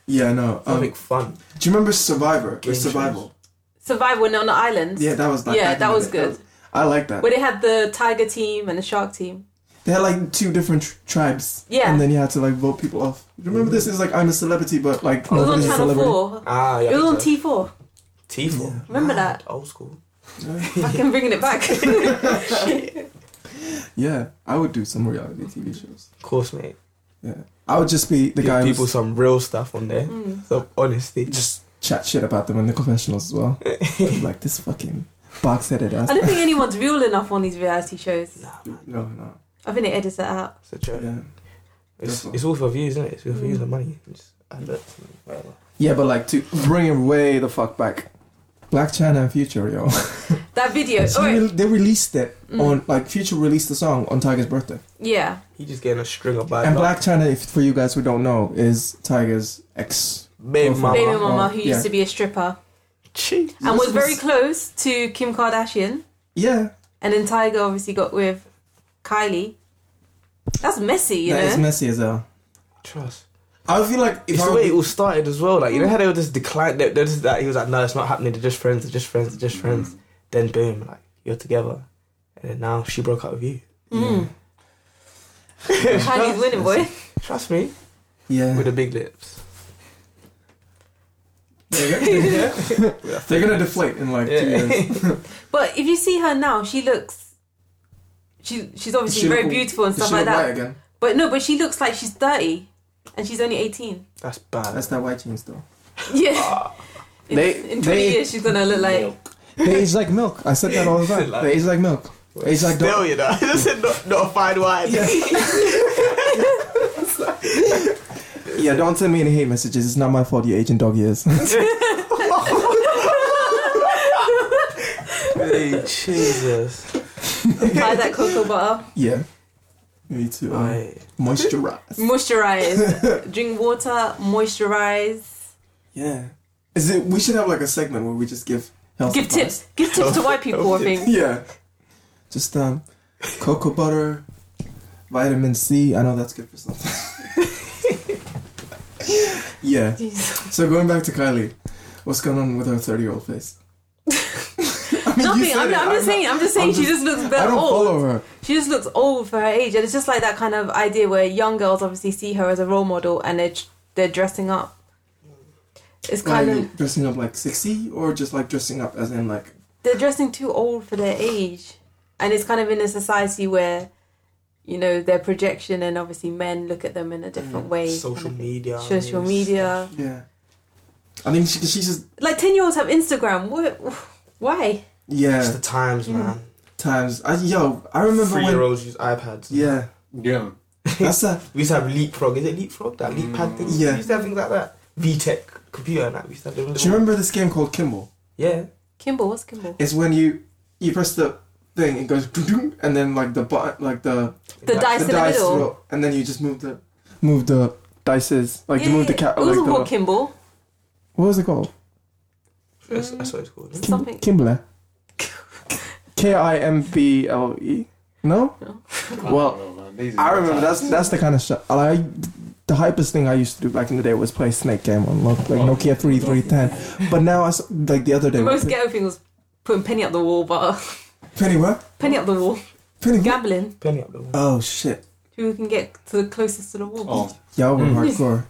[SPEAKER 2] Yeah, no. Um,
[SPEAKER 3] Something fun.
[SPEAKER 2] do you remember Survivor?
[SPEAKER 3] Game
[SPEAKER 2] Or Survival.
[SPEAKER 1] Survival on the islands.
[SPEAKER 2] Yeah, that was like
[SPEAKER 1] Yeah,
[SPEAKER 2] back
[SPEAKER 1] that
[SPEAKER 2] in the
[SPEAKER 1] was
[SPEAKER 2] day.
[SPEAKER 1] good.
[SPEAKER 2] I like that.
[SPEAKER 1] Where they had the tiger team and the shark team.
[SPEAKER 2] They had like two different tr- tribes.
[SPEAKER 1] Yeah.
[SPEAKER 2] And then you had to like vote people off. You remember this is like I'm a celebrity, but like
[SPEAKER 1] It was on
[SPEAKER 2] nobody's a
[SPEAKER 1] Channel
[SPEAKER 2] Oh, celebrity.
[SPEAKER 1] 4.
[SPEAKER 3] Ah, yeah.
[SPEAKER 1] It was on
[SPEAKER 3] so-
[SPEAKER 1] T4.
[SPEAKER 3] T4.
[SPEAKER 1] Remember that?
[SPEAKER 3] Old school.
[SPEAKER 1] Fucking bringing it back.
[SPEAKER 2] Yeah, I would do some reality TV shows.
[SPEAKER 3] Of course, mate.
[SPEAKER 2] Yeah, I would just be the
[SPEAKER 3] Give
[SPEAKER 2] guy who's
[SPEAKER 3] people some real stuff
[SPEAKER 1] Mm.
[SPEAKER 3] on there. Some honesty.
[SPEAKER 2] just chat shit about them in the confessionals as well. Be like this fucking box-headed ass.
[SPEAKER 1] I don't think anyone's real enough on these reality shows.
[SPEAKER 3] Nah, man.
[SPEAKER 2] No, no.
[SPEAKER 1] I think they edit that out.
[SPEAKER 3] It's a joke.
[SPEAKER 2] Yeah.
[SPEAKER 3] It's,
[SPEAKER 2] Definitely.
[SPEAKER 3] it's all for views, isn't it? It's all for views
[SPEAKER 1] Mm.
[SPEAKER 3] and money. Just add that to whatever.
[SPEAKER 2] Yeah, but like to bring it way the fuck back. Black China and Future, yo.
[SPEAKER 1] That video.
[SPEAKER 2] She
[SPEAKER 1] Alright.
[SPEAKER 2] re- they released it
[SPEAKER 1] Mm.
[SPEAKER 2] on like Future released the song on Tiger's birthday.
[SPEAKER 1] Yeah.
[SPEAKER 3] He just getting a string of bad
[SPEAKER 2] And
[SPEAKER 3] luck.
[SPEAKER 2] Black China, if, for you guys who don't know, is Tiger's ex.
[SPEAKER 3] baby mama.
[SPEAKER 1] Baby
[SPEAKER 2] Mama,
[SPEAKER 1] mama who
[SPEAKER 2] Oh, yeah.
[SPEAKER 1] used to be a stripper
[SPEAKER 3] Jeez.
[SPEAKER 1] and
[SPEAKER 2] This
[SPEAKER 1] was very
[SPEAKER 2] was-
[SPEAKER 1] close to Kim Kardashian.
[SPEAKER 2] Yeah,
[SPEAKER 1] And then Tiger obviously got with Kylie. That's messy, you
[SPEAKER 2] that is
[SPEAKER 1] know.
[SPEAKER 2] messy as hell.
[SPEAKER 3] Trust.
[SPEAKER 2] I feel like if
[SPEAKER 3] It's
[SPEAKER 2] I
[SPEAKER 3] the
[SPEAKER 2] were-
[SPEAKER 3] way it all started as well. Like you know
[SPEAKER 1] Mm.
[SPEAKER 3] how they were just decline. They, they're just that he was like, no, it's not happening. They're just friends. They're just friends. They're just friends. Then boom, like you're together, and then now she broke up with you.
[SPEAKER 1] Mm. Kylie's winning, boy.
[SPEAKER 3] Trust me,
[SPEAKER 2] yeah,
[SPEAKER 3] with the big lips.
[SPEAKER 2] There you go. they're gonna deflate in like two
[SPEAKER 3] Yeah.
[SPEAKER 2] years.
[SPEAKER 1] But if you see her now, she looks. She she's obviously
[SPEAKER 2] She
[SPEAKER 1] very
[SPEAKER 2] look-
[SPEAKER 1] beautiful and
[SPEAKER 2] Does
[SPEAKER 1] stuff
[SPEAKER 2] she
[SPEAKER 1] like
[SPEAKER 2] look
[SPEAKER 1] that.
[SPEAKER 2] white again?
[SPEAKER 1] But no, but she looks like she's thirty, and she's only eighteen.
[SPEAKER 3] That's bad. Ah.
[SPEAKER 2] That's that white jeans though.
[SPEAKER 1] Yeah. In,
[SPEAKER 2] They-
[SPEAKER 1] in twenty
[SPEAKER 2] they-
[SPEAKER 1] years, she's gonna look like.
[SPEAKER 2] They age like milk. I said that all the time.
[SPEAKER 3] Like-
[SPEAKER 2] they age like milk. Age like
[SPEAKER 3] Still,
[SPEAKER 2] dog.
[SPEAKER 3] you know, this is not, not a fine wine.
[SPEAKER 2] Yeah. Yeah, don't send me any hate messages. It's not my fault you're aging dog years.
[SPEAKER 3] Hey, Jesus.
[SPEAKER 1] Buy that cocoa butter,
[SPEAKER 2] yeah. Me too.
[SPEAKER 3] Aye.
[SPEAKER 2] Moisturize.
[SPEAKER 1] moisturize, drink water, moisturize,
[SPEAKER 2] Yeah. Is it? We should have like a segment where we just give health
[SPEAKER 1] give
[SPEAKER 2] advice.
[SPEAKER 1] tips, give tips to white people. I think.
[SPEAKER 2] Yeah. Just um, cocoa butter, vitamin C. I know that's good for something. yeah.
[SPEAKER 1] Jeez.
[SPEAKER 2] So going back to Kylie, what's going on with her thirty-year-old face? I mean, you
[SPEAKER 1] Nothing.
[SPEAKER 2] said
[SPEAKER 1] I'm,
[SPEAKER 2] it.
[SPEAKER 1] I'm just
[SPEAKER 2] not-
[SPEAKER 1] saying. I'm just saying.
[SPEAKER 2] I'm
[SPEAKER 1] she
[SPEAKER 2] just-
[SPEAKER 1] just looks
[SPEAKER 2] I
[SPEAKER 1] better
[SPEAKER 2] don't
[SPEAKER 1] old.
[SPEAKER 2] follow her.
[SPEAKER 1] She just looks old for her age, and it's just like that kind of idea where young girls obviously see her as a role model and they're they're dressing up. It's kind
[SPEAKER 2] Like,
[SPEAKER 1] of
[SPEAKER 2] dressing up like sixty, or just like dressing up as in like
[SPEAKER 1] they're dressing too old for their age, and it's kind of in a society where, you know, their projection and obviously men look at them in a different way.
[SPEAKER 3] Mm. Social media.
[SPEAKER 1] Social media.
[SPEAKER 2] yeah. I think she, she's just
[SPEAKER 1] Like ten year olds have Instagram. What? Why?
[SPEAKER 2] yeah.
[SPEAKER 3] It's the times, man.
[SPEAKER 2] times. I, yo, I remember
[SPEAKER 3] Three year
[SPEAKER 2] when.
[SPEAKER 3] olds use iPads.
[SPEAKER 2] Yeah,
[SPEAKER 4] Yeah.
[SPEAKER 2] that's a
[SPEAKER 3] We used to have leapfrog. Is it leapfrog? That leap pad thing?
[SPEAKER 2] Mm, Yeah.
[SPEAKER 3] We used to have things like that. VTech computer and that. We used to have them.
[SPEAKER 2] Do you remember this game called Kimball?
[SPEAKER 3] Yeah.
[SPEAKER 1] Kimball, what's Kimball?
[SPEAKER 2] It's when you you press the thing, it goes doo-doo, and then like the button, like the,
[SPEAKER 1] The
[SPEAKER 3] Like,
[SPEAKER 1] dice in
[SPEAKER 2] the
[SPEAKER 1] the
[SPEAKER 2] dice
[SPEAKER 1] middle.
[SPEAKER 2] roll, and then you just move the move the dices, like you move the cat.
[SPEAKER 1] It
[SPEAKER 2] Like
[SPEAKER 1] wasn't called
[SPEAKER 2] the,
[SPEAKER 1] Kimball.
[SPEAKER 2] what was it called?
[SPEAKER 3] That's, that's what it's called. isn't it?
[SPEAKER 2] Kim,
[SPEAKER 1] Something.
[SPEAKER 2] Kimble. K i m b l e. No, Well, I remember that's that's the kind of shit. I the hypest thing I used to do back in the day was play Snake Game on like Nokia three three ten. But now I s- like the other day.
[SPEAKER 1] The most ghetto thing was putting penny up the wall, but
[SPEAKER 2] Penny what?
[SPEAKER 1] penny up the wall,
[SPEAKER 2] Penny what?
[SPEAKER 1] gambling.
[SPEAKER 3] Penny up the wall.
[SPEAKER 2] Oh shit.
[SPEAKER 1] Who can get to the closest to the wall?
[SPEAKER 4] Oh,
[SPEAKER 2] Y'all were
[SPEAKER 3] Mm.
[SPEAKER 2] hardcore.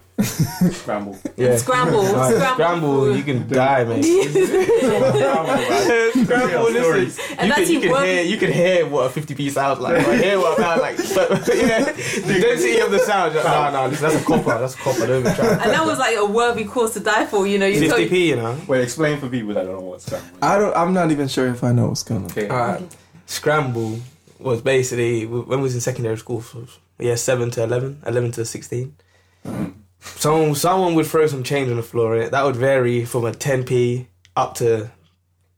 [SPEAKER 4] Scramble.
[SPEAKER 3] Yeah.
[SPEAKER 1] Scramble,
[SPEAKER 3] Right.
[SPEAKER 1] scramble.
[SPEAKER 3] Scramble, you can die, mate. Scramble, listen. You
[SPEAKER 1] And
[SPEAKER 3] can,
[SPEAKER 1] that's
[SPEAKER 3] you,
[SPEAKER 1] in
[SPEAKER 3] can
[SPEAKER 1] one-
[SPEAKER 3] hear, you can hear what a 50 p sounds like. Right? hear what a pound like. But, yeah, the density of the sound. Like, nah, nah, listen, that's a copper. That's a copper. Don't even try.
[SPEAKER 1] And that was like a worthy cause to die for, you know. You told-
[SPEAKER 3] 50p, you know.
[SPEAKER 4] Wait, explain for people that don't know what scramble is.
[SPEAKER 2] I don't. I'm not even sure if I know what's going on.
[SPEAKER 4] okay.
[SPEAKER 3] Uh, scramble was basically when we was in secondary school, so yeah, seven to 11, 11 to sixteen.
[SPEAKER 4] Mm-hmm.
[SPEAKER 3] Someone, someone would throw some change on the floor. Right? That would vary from a ten p up to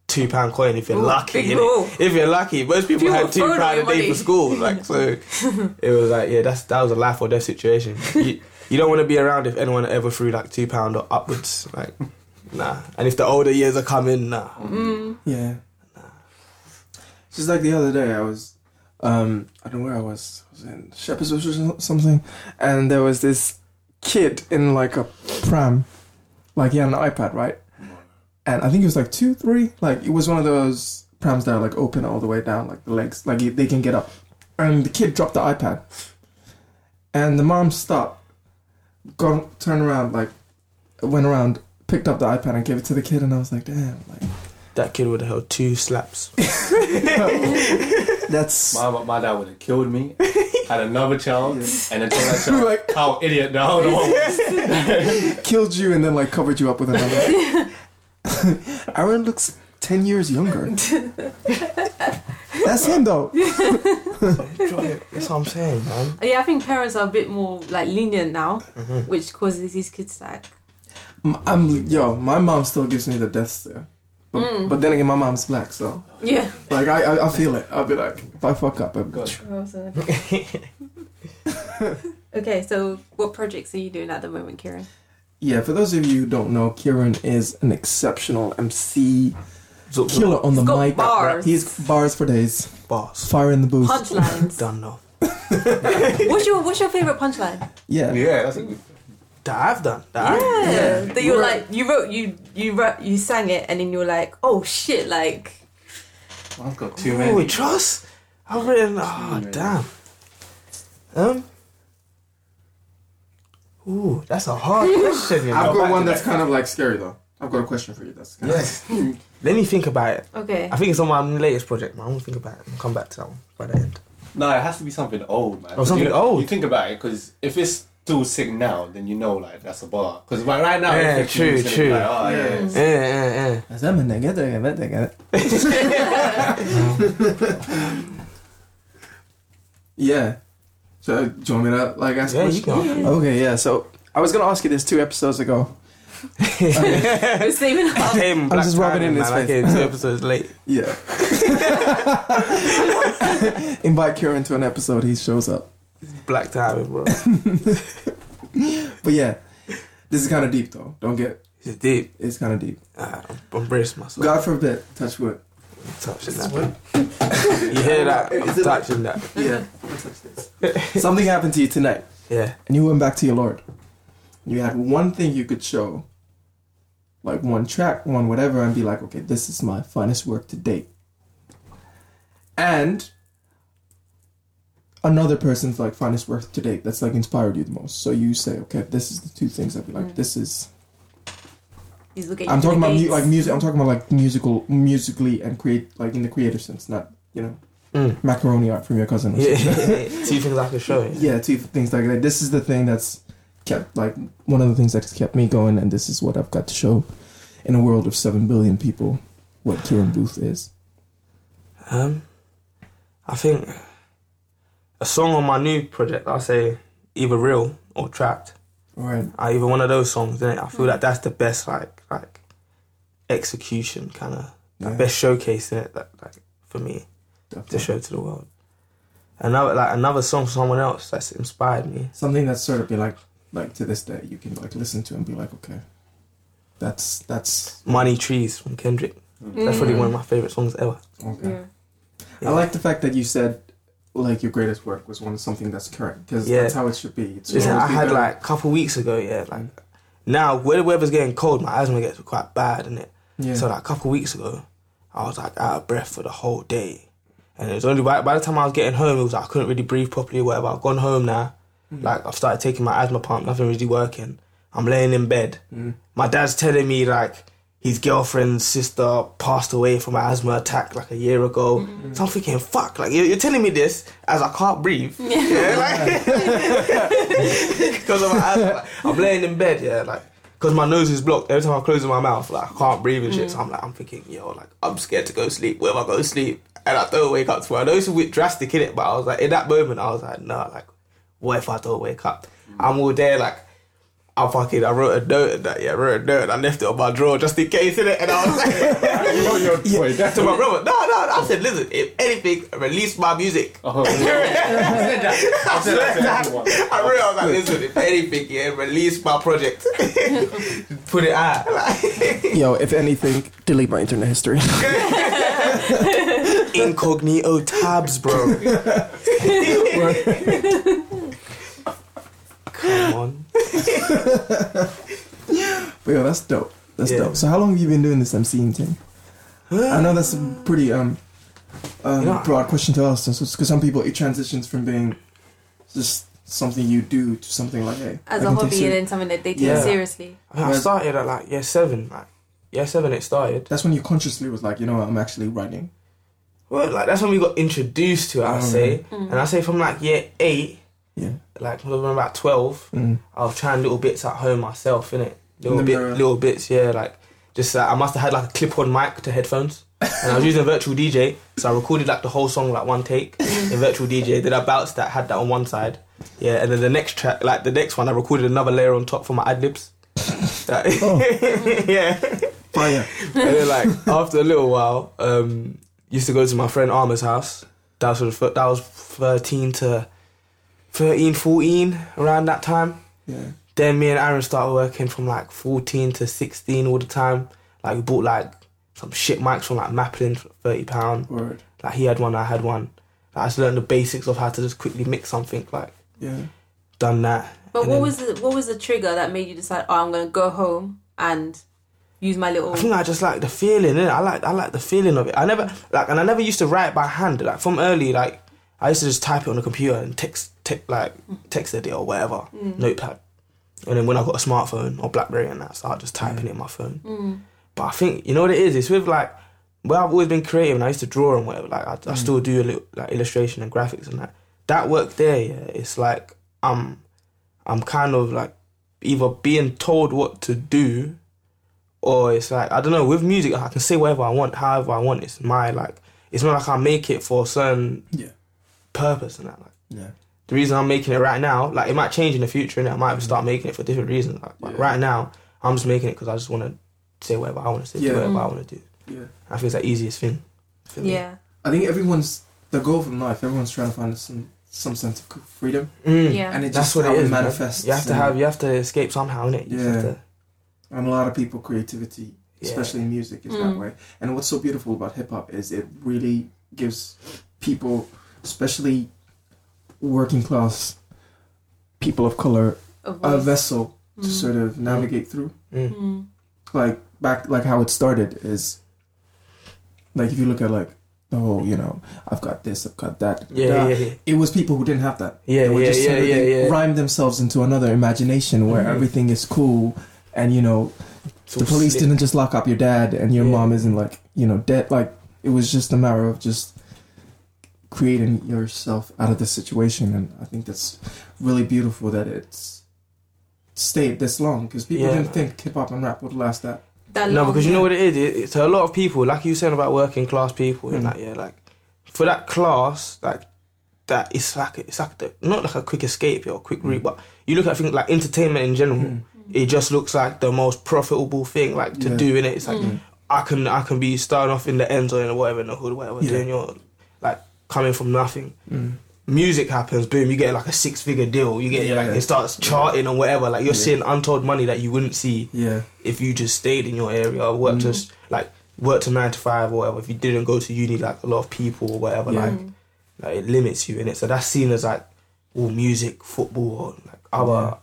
[SPEAKER 3] two pound coin if you're
[SPEAKER 1] Ooh,
[SPEAKER 3] lucky.
[SPEAKER 1] big
[SPEAKER 3] innit?
[SPEAKER 1] roll.
[SPEAKER 3] If you're lucky, most people
[SPEAKER 1] you
[SPEAKER 3] had
[SPEAKER 1] were
[SPEAKER 3] two
[SPEAKER 1] throwing
[SPEAKER 3] pound a
[SPEAKER 1] away
[SPEAKER 3] day
[SPEAKER 1] money.
[SPEAKER 3] for school. Like so, it was like yeah, that's that was a life or death situation. You, you don't want to be around if anyone ever threw like two pound or upwards. Like nah. And if the older years are coming, nah.
[SPEAKER 1] Mm.
[SPEAKER 2] Yeah. Just like the other day, I was, um, I don't know where I was. I was in Shepherd's Bush or so- something, and there was this kid in like a pram, like he had an iPad, right? And I think he was like two, three. Like it was one of those prams that are like open all the way down, like the legs, like you- they can get up. And the kid dropped the iPad, and the mom stopped, got turned around, like went around, picked up the iPad and gave it to the kid, and I was like, damn, like.
[SPEAKER 3] That kid would have held two slaps.
[SPEAKER 2] That's
[SPEAKER 4] My, my dad would have killed me, had another child, and then told that child,
[SPEAKER 2] Like-
[SPEAKER 4] oh, idiot, no, no.
[SPEAKER 2] killed you and then like covered you up with another. Aaron looks ten years younger. That's him though.
[SPEAKER 3] That's what I'm saying, man. Mm-hmm.
[SPEAKER 1] Yeah, I think parents are a bit more like lenient now, which causes these kids to like.
[SPEAKER 2] M- I'm yo. My mom still gives me the death stare, but,
[SPEAKER 1] Hmm.
[SPEAKER 2] but then again, my mom's black, so
[SPEAKER 1] Yeah.
[SPEAKER 2] like I, I I feel it. I'll be like, if I fuck up, I'm
[SPEAKER 4] Good.
[SPEAKER 1] okay, so what projects are you doing at the moment, Kieran?
[SPEAKER 2] Yeah, for those of you who don't know, Kieran is an exceptional MC, killer on the
[SPEAKER 1] He's got
[SPEAKER 2] mic.
[SPEAKER 1] bars.
[SPEAKER 2] He's bars for days,
[SPEAKER 3] boss.
[SPEAKER 2] fire in the booth.
[SPEAKER 1] Punchlines.
[SPEAKER 3] Done now.
[SPEAKER 1] what's your What's your favorite punchline?
[SPEAKER 2] Yeah,
[SPEAKER 4] Yeah, that's a good.
[SPEAKER 3] That I've done. That I've
[SPEAKER 1] Yeah,
[SPEAKER 2] Yeah.
[SPEAKER 1] that you're like you wrote you you wrote you sang it and then you're like oh shit like
[SPEAKER 4] I've got too
[SPEAKER 3] done. Oh,
[SPEAKER 4] many.
[SPEAKER 3] trust. I've written. Oh,
[SPEAKER 4] Too many.
[SPEAKER 3] damn. Um. Ooh, that's a hard question. You know?
[SPEAKER 2] I've got
[SPEAKER 4] back
[SPEAKER 2] one
[SPEAKER 4] to
[SPEAKER 2] that's kind of like scary though. I've got a question for you. That's kind
[SPEAKER 4] Yes.
[SPEAKER 3] Let me think about it.
[SPEAKER 1] okay
[SPEAKER 3] I think it's on my latest project, man. I'm gonna think about it and come back to that one by the end.
[SPEAKER 4] No, it has to be something old, man.
[SPEAKER 3] Oh, something
[SPEAKER 4] you,
[SPEAKER 3] old.
[SPEAKER 4] You think about it, because if it's still sick now, then you know, like, that's a bar. Because right, right now,
[SPEAKER 3] Yeah,
[SPEAKER 4] it's
[SPEAKER 3] true,
[SPEAKER 4] 15,
[SPEAKER 3] true.
[SPEAKER 4] Like, oh, yeah.
[SPEAKER 2] Yeah.
[SPEAKER 3] Yeah, yeah, yeah.
[SPEAKER 2] Is that my nigga? That nigga, that nigga. Yeah. So do you want me to like ask?
[SPEAKER 3] Yeah, you
[SPEAKER 2] questions? Okay, yeah. So I was gonna ask you this two episodes ago.
[SPEAKER 1] We're saving up.
[SPEAKER 3] Damn, Black
[SPEAKER 2] just rubbing
[SPEAKER 3] Friday,
[SPEAKER 2] it in his
[SPEAKER 3] man. I
[SPEAKER 2] face.
[SPEAKER 3] came two episodes late.
[SPEAKER 2] Yeah. Invite Kieran to an episode. He shows up.
[SPEAKER 3] Black timing, bro.
[SPEAKER 2] But yeah, this is kind of deep though. Don't get.
[SPEAKER 3] It's deep.
[SPEAKER 2] It's kind of deep.
[SPEAKER 3] Ah, I'm- I'm bracing myself.
[SPEAKER 2] God forbid. Touch wood.
[SPEAKER 3] touching that. You hear that? I'm
[SPEAKER 2] Is it-
[SPEAKER 3] touching that.
[SPEAKER 2] Yeah. Something happened to you tonight,
[SPEAKER 3] Yeah.
[SPEAKER 2] and you went back to your Lord. You had one thing you could show, like one track, one whatever, and be like, okay, this is my finest work to date. And another person's like finest work to date that's like inspired you the most. So you say, okay, this is the two things I'd be like, this is.
[SPEAKER 1] He's looking.
[SPEAKER 2] I'm
[SPEAKER 1] into
[SPEAKER 2] talking
[SPEAKER 1] the
[SPEAKER 2] about mu-
[SPEAKER 1] gates.
[SPEAKER 2] like music. I'm talking about like musical, musically, and create like in the creative sense, not you know
[SPEAKER 3] Mm.
[SPEAKER 2] macaroni art from your cousin. Or
[SPEAKER 3] Yeah.
[SPEAKER 2] something.
[SPEAKER 3] Two things I can show you.
[SPEAKER 2] yeah two things like that this is the thing that's kept like one of the things that's kept me going and this is what i've got to show in a world of 7 billion people what kieran booth is
[SPEAKER 3] Um, I think a song on my new project, I'll say either real or trapped.
[SPEAKER 2] right
[SPEAKER 3] Uh, either one of those songs, innit? I feel like that's the best, like, like execution, kind of
[SPEAKER 2] Yeah.
[SPEAKER 3] best showcase in it, like, like for me to
[SPEAKER 2] Definitely.
[SPEAKER 3] show to the world. Another like another song from someone else that's inspired me.
[SPEAKER 2] something that's sort of be like like to this day you can like listen to and be like okay that's that's
[SPEAKER 3] Money Trees from Kendrick.
[SPEAKER 4] Mm.
[SPEAKER 3] That's probably one of my favorite songs ever.
[SPEAKER 2] okay
[SPEAKER 1] Yeah.
[SPEAKER 2] i like the fact that you said like your greatest work was one something that's current because
[SPEAKER 3] Yeah.
[SPEAKER 2] that's how it should be It should
[SPEAKER 3] Listen,
[SPEAKER 2] always
[SPEAKER 3] I
[SPEAKER 2] be
[SPEAKER 3] had
[SPEAKER 2] better.
[SPEAKER 3] like a couple weeks ago, yeah. Like now, where the weather's getting cold, my asthma gets quite bad, and it.
[SPEAKER 2] yeah
[SPEAKER 3] So like a couple weeks ago, I was like out of breath for the whole day, and it was only by, by the time I was getting home, it was like I couldn't really breathe properly or whatever. I've gone home now, like I've started taking my asthma pump, nothing really working, I'm laying in bed.
[SPEAKER 2] Mm.
[SPEAKER 3] My dad's telling me like his girlfriend's sister passed away from an asthma attack like a year ago. So I'm thinking, fuck, like you're, you're telling me this as I can't breathe. Yeah, like because of my asthma. Like, I'm laying in bed, yeah, like because my nose is blocked. Every time I close my mouth, like I can't breathe and shit. So I'm like, I'm thinking, yo, like I'm scared to go sleep. Where am I going to sleep? And I don't wake up tomorrow. I know it's a bit drastic in it, but I was like, in that moment, I was like, nah, like what if I don't wake up? I'm all there, like I fucking I wrote a note and that yeah, I wrote a note and I left it on my drawer just in case in it and I was like
[SPEAKER 4] You know your boy, that's
[SPEAKER 3] to my brother, no, no, no. I said, listen, if anything, release my music.
[SPEAKER 4] Oh, yeah. I said that. I said that to everyone.
[SPEAKER 3] I really was like, listen, if anything, yeah, release my project. Put it out. Like,
[SPEAKER 2] Yo, if anything, delete my internet history.
[SPEAKER 3] incognito tabs, bro. Come on.
[SPEAKER 2] But yo, that's dope. That's
[SPEAKER 3] Yeah.
[SPEAKER 2] dope. So how long have you been doing this MCing thing? I know that's a pretty um, um
[SPEAKER 3] You know,
[SPEAKER 2] broad question to ask, because some people it transitions from being just something you do to something like hey,
[SPEAKER 1] As
[SPEAKER 2] I
[SPEAKER 1] a
[SPEAKER 2] can take
[SPEAKER 1] hobby
[SPEAKER 2] ser-
[SPEAKER 1] and then something that they take
[SPEAKER 3] Yeah.
[SPEAKER 1] seriously.
[SPEAKER 3] I started at like year seven, like year seven it started.
[SPEAKER 2] That's when you consciously was like, you know, what, I'm actually writing.
[SPEAKER 3] Well, like that's when we got introduced to it, I
[SPEAKER 2] Mm.
[SPEAKER 3] say. And I say from like year eight,
[SPEAKER 2] Yeah.
[SPEAKER 3] like when I was about twelve,
[SPEAKER 2] Mm.
[SPEAKER 3] I was trying little bits at home myself, innit? Little
[SPEAKER 2] the
[SPEAKER 3] bit,
[SPEAKER 2] mirror.
[SPEAKER 3] little bits, yeah. Like just uh, I must have had like a clip-on mic to headphones, and I was using a virtual DJ, so I recorded like the whole song like one take in virtual DJ. Then I bounced that, had that on one side, yeah, and then the next track, like the next one, I recorded another layer on top for my ad libs. That-
[SPEAKER 2] Oh.
[SPEAKER 3] yeah,
[SPEAKER 2] Fire.
[SPEAKER 3] and then like after a little while, um, used to go to my friend Armour's house. That was sort of, that was thirteen to 13, 14, around that time.
[SPEAKER 2] Yeah.
[SPEAKER 3] Then me and Aaron started working from like 14 to 16 all the time. Like we bought like some shit mics from like Maplin for 30 pound.
[SPEAKER 2] Word.
[SPEAKER 3] Like he had one, I had one. Like, I just learned the basics of how to just quickly mix something. Like
[SPEAKER 2] Yeah.
[SPEAKER 3] done that.
[SPEAKER 1] But
[SPEAKER 3] And
[SPEAKER 1] what
[SPEAKER 3] then-
[SPEAKER 1] was the, what was the trigger that made you decide? Oh, I'm gonna go home and use my little.
[SPEAKER 3] I think I just like the feeling. Innit? I like I like the feeling of it. I never like and I never used to write by hand. Like from early, like I used to just type it on the computer and text, te- like text it or whatever, notepad. And then when I got a smartphone or BlackBerry and that, I started just typing it in my phone.
[SPEAKER 1] Mm,
[SPEAKER 3] But I think you know what it is. It's with like where I've always been creative and I used to draw and whatever. Like I, I still do a little like illustration and graphics and that. That work there, yeah. It's like I'm, I'm kind of like either being told what to do, or it's like I don't know. With music, I can say whatever I want, however I want. It's my like. It's not like I make it for a certain
[SPEAKER 2] Yeah.
[SPEAKER 3] purpose and that. Like
[SPEAKER 2] Yeah.
[SPEAKER 3] the reason I'm making it right now, like it might change in the future, and I might start making it for different reasons. Like, but
[SPEAKER 2] Mm. Yeah.
[SPEAKER 3] right now, I'm just making it because I just want to say whatever I want to say,
[SPEAKER 2] Yeah.
[SPEAKER 3] do whatever
[SPEAKER 1] Mm.
[SPEAKER 3] I want to do.
[SPEAKER 2] Yeah.
[SPEAKER 3] I think it's the easiest thing. For me.
[SPEAKER 1] yeah,
[SPEAKER 2] I think everyone's the goal from life. Everyone's trying to find some some sense of freedom,
[SPEAKER 3] Mm.
[SPEAKER 1] yeah.
[SPEAKER 2] and it
[SPEAKER 3] That's
[SPEAKER 2] just
[SPEAKER 3] what
[SPEAKER 2] how
[SPEAKER 3] it is. man.
[SPEAKER 2] manifests.
[SPEAKER 3] You have to
[SPEAKER 2] and-
[SPEAKER 3] have. You have to escape somehow, innit? You just
[SPEAKER 2] Yeah.
[SPEAKER 3] have to,
[SPEAKER 2] And a lot of people, creativity, especially in music, is that
[SPEAKER 1] Mm.
[SPEAKER 2] way. And what's so beautiful about hip hop is it really gives people, especially working class people of color,
[SPEAKER 1] A
[SPEAKER 2] a
[SPEAKER 1] voice.
[SPEAKER 2] vessel to
[SPEAKER 1] Mm.
[SPEAKER 2] sort of navigate through.
[SPEAKER 3] Mm.
[SPEAKER 1] Mm.
[SPEAKER 2] Like back, like how it started is, like if you look at like, oh, you know, I've got this, I've got that.
[SPEAKER 3] Yeah, yeah,
[SPEAKER 2] that.
[SPEAKER 3] yeah,
[SPEAKER 2] It was people who didn't have that.
[SPEAKER 3] yeah,
[SPEAKER 2] They would
[SPEAKER 3] yeah,
[SPEAKER 2] just
[SPEAKER 3] yeah,
[SPEAKER 2] sort of
[SPEAKER 3] yeah, yeah.
[SPEAKER 2] rhyme themselves into another imagination where
[SPEAKER 3] Mhm.
[SPEAKER 2] everything is cool and you know
[SPEAKER 3] It's
[SPEAKER 2] the
[SPEAKER 3] all
[SPEAKER 2] police
[SPEAKER 3] slick.
[SPEAKER 2] didn't just lock up your dad and your
[SPEAKER 3] Yeah.
[SPEAKER 2] mom isn't like you know dead like it was just a matter of just creating yourself out of the situation and i think that's really beautiful that it's stayed this long because people
[SPEAKER 3] Yeah.
[SPEAKER 2] didn't think hip-hop and rap would last that
[SPEAKER 1] That
[SPEAKER 3] No,
[SPEAKER 1] long-
[SPEAKER 3] because you know what it is. It, it's a lot of people, like you were saying about working class people, and
[SPEAKER 2] Mm.
[SPEAKER 3] that yeah, like for that class, like that it's like it's like the, not like a quick escape or a quick
[SPEAKER 2] Hmm.
[SPEAKER 3] route, but you look at things like entertainment in general.
[SPEAKER 2] Mm.
[SPEAKER 3] It just looks like the most profitable thing, like to
[SPEAKER 2] Yeah.
[SPEAKER 3] do in it. It's like
[SPEAKER 1] Mm.
[SPEAKER 3] I can I can be starting off in the end zone or whatever in the hood, whatever,
[SPEAKER 2] Yeah.
[SPEAKER 3] doing your like coming from nothing.
[SPEAKER 2] Mm.
[SPEAKER 3] Music happens, boom, you get like a six figure deal. You get
[SPEAKER 2] Yeah.
[SPEAKER 3] like it starts charting or whatever. Like you're
[SPEAKER 2] Yeah.
[SPEAKER 3] seeing untold money that you wouldn't see
[SPEAKER 2] yeah
[SPEAKER 3] if you just stayed in your area or worked
[SPEAKER 2] Mm.
[SPEAKER 3] just like worked to nine to five or whatever, if you didn't go to uni like a lot of people or whatever,
[SPEAKER 2] Yeah.
[SPEAKER 1] Mm.
[SPEAKER 3] like, like it limits you in it. So that's seen as like all music, football, or like other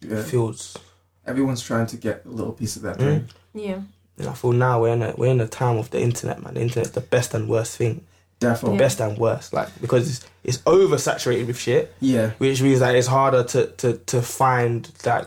[SPEAKER 2] yeah
[SPEAKER 3] fields.
[SPEAKER 2] everyone's trying to get a little piece of that
[SPEAKER 3] Mm.
[SPEAKER 2] right?
[SPEAKER 1] Yeah,
[SPEAKER 3] And I feel now we're in a we're in a time of the internet, man. The internet's the best and worst thing.
[SPEAKER 2] Therefore,
[SPEAKER 1] Yeah.
[SPEAKER 3] Best and worst. Like because it's it's oversaturated with shit,
[SPEAKER 2] yeah
[SPEAKER 3] which means that it's harder to, to, to find like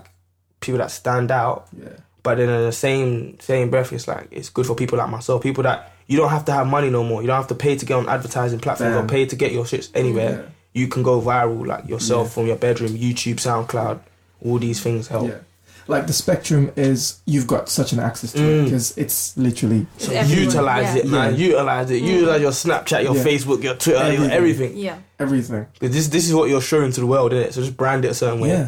[SPEAKER 3] people that stand out.
[SPEAKER 2] Yeah.
[SPEAKER 3] But then in the same same breath, it's like it's good for people like myself, people that you don't have to have money no more. You don't have to pay to get on advertising platforms
[SPEAKER 2] Damn.
[SPEAKER 3] or pay to get your shits anywhere.
[SPEAKER 2] Yeah.
[SPEAKER 3] You can go viral like yourself
[SPEAKER 2] Yeah.
[SPEAKER 3] from your bedroom, YouTube, SoundCloud. All these things help.
[SPEAKER 2] Yeah. Like the spectrum is you've got such an access to it
[SPEAKER 3] Mm.
[SPEAKER 2] because it's literally
[SPEAKER 1] It's
[SPEAKER 3] So
[SPEAKER 1] everywhere.
[SPEAKER 3] utilize
[SPEAKER 1] Yeah.
[SPEAKER 3] it, man.
[SPEAKER 2] Yeah.
[SPEAKER 3] Utilize it.
[SPEAKER 1] Mm.
[SPEAKER 3] Utilize your Snapchat, your
[SPEAKER 2] Yeah.
[SPEAKER 3] Facebook, your Twitter,
[SPEAKER 2] Everything.
[SPEAKER 3] your everything.
[SPEAKER 1] Yeah.
[SPEAKER 2] everything.
[SPEAKER 3] 'Cause This this is what you're showing to the world, isn't it? So just brand it a certain way.
[SPEAKER 2] Yeah.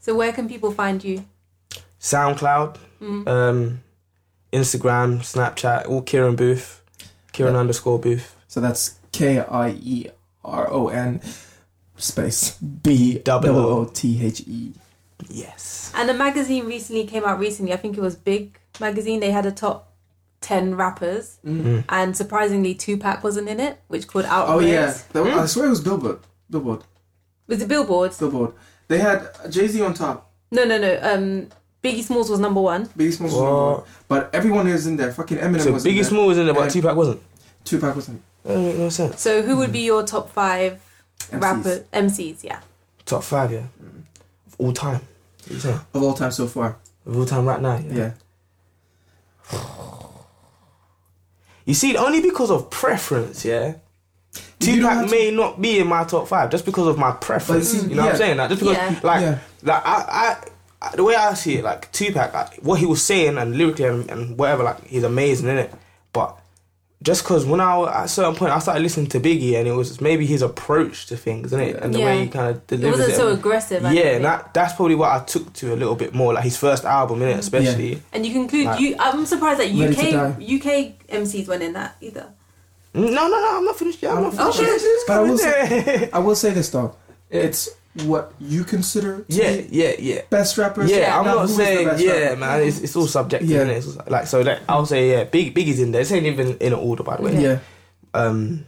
[SPEAKER 1] So where can people find you?
[SPEAKER 3] SoundCloud,
[SPEAKER 1] Mm.
[SPEAKER 3] um, Instagram, Snapchat, all Kieran Booth, Kieran
[SPEAKER 2] Yeah.
[SPEAKER 3] underscore Booth,
[SPEAKER 2] So that's K I E R O N space B
[SPEAKER 3] Double
[SPEAKER 2] double
[SPEAKER 3] O.
[SPEAKER 2] O T H E.
[SPEAKER 3] Yes.
[SPEAKER 1] And a magazine recently came out recently. I think it was Big Magazine. They had a top ten rappers,
[SPEAKER 3] Mm.
[SPEAKER 1] and surprisingly, Tupac wasn't in it, which called out.
[SPEAKER 2] Oh yeah, that was, I swear it was Billboard. Billboard.
[SPEAKER 1] was it Billboard?
[SPEAKER 2] Billboard. They had Jay Z on top.
[SPEAKER 1] No, no, no. Um, Biggie Smalls was number one.
[SPEAKER 2] Biggie Smalls was
[SPEAKER 3] Whoa.
[SPEAKER 2] number one. But everyone who was in there, fucking Eminem
[SPEAKER 3] So
[SPEAKER 2] was
[SPEAKER 3] Biggie
[SPEAKER 2] in there.
[SPEAKER 3] Small was in there, but
[SPEAKER 2] Yeah.
[SPEAKER 3] Tupac wasn't.
[SPEAKER 2] Tupac was in
[SPEAKER 3] That doesn't make no sense.
[SPEAKER 1] So who
[SPEAKER 2] Mm.
[SPEAKER 1] would be your top five
[SPEAKER 2] MCs.
[SPEAKER 1] rapper MCs? Yeah.
[SPEAKER 3] Top five, yeah. Of all time. What you saying?
[SPEAKER 2] of all time so far.
[SPEAKER 3] Of all time right now, yeah.
[SPEAKER 2] Yeah.
[SPEAKER 3] You see, only because of preference, yeah.
[SPEAKER 2] You don't have to-
[SPEAKER 3] Tupac may not be in my top five just because of my preference.
[SPEAKER 2] But you see-
[SPEAKER 3] you know what
[SPEAKER 2] yeah.
[SPEAKER 3] I'm saying? Like, just because,
[SPEAKER 1] Yeah.
[SPEAKER 3] like,
[SPEAKER 2] Yeah.
[SPEAKER 3] like I, I, I, the way I see it, like Tupac, like, what he was saying and lyrically and, and whatever, like, he's amazing in it. But just because when I at a certain point I started listening to Biggie and it was just maybe his approach to things, isn't it? And the
[SPEAKER 1] Yeah.
[SPEAKER 3] way he kind of
[SPEAKER 1] It
[SPEAKER 3] delivers
[SPEAKER 1] wasn't
[SPEAKER 3] it.
[SPEAKER 1] so aggressive. I don't
[SPEAKER 3] yeah,
[SPEAKER 1] think.
[SPEAKER 3] and that, that's probably what I took to a little bit more, like his first album,
[SPEAKER 2] Mm,
[SPEAKER 3] innit, especially.
[SPEAKER 1] And you conclude
[SPEAKER 3] Like-
[SPEAKER 1] you. I'm surprised that
[SPEAKER 2] Ready to
[SPEAKER 1] UK
[SPEAKER 2] Die.
[SPEAKER 1] UK MCs weren't in that either.
[SPEAKER 3] Mm, No, no, no, I'm not finished yet. I'm not
[SPEAKER 1] Oh,
[SPEAKER 3] finished. yet.
[SPEAKER 1] okay.
[SPEAKER 3] It's
[SPEAKER 2] But I
[SPEAKER 3] coming
[SPEAKER 2] will
[SPEAKER 3] there.
[SPEAKER 2] I will say this though. It's what you consider to
[SPEAKER 3] yeah,
[SPEAKER 2] be
[SPEAKER 3] yeah, yeah.
[SPEAKER 2] best rappers.
[SPEAKER 3] Yeah, I'm
[SPEAKER 2] Now, who
[SPEAKER 3] not
[SPEAKER 2] is the
[SPEAKER 3] saying
[SPEAKER 2] best
[SPEAKER 3] yeah,
[SPEAKER 2] rapper?
[SPEAKER 3] man. It's, it's all subjective.
[SPEAKER 2] Yeah.
[SPEAKER 3] Yeah. It's all- like so, like I'll say yeah. Big Biggie's in there. This ain't even in an order, by the way.
[SPEAKER 2] Yeah.
[SPEAKER 3] Um,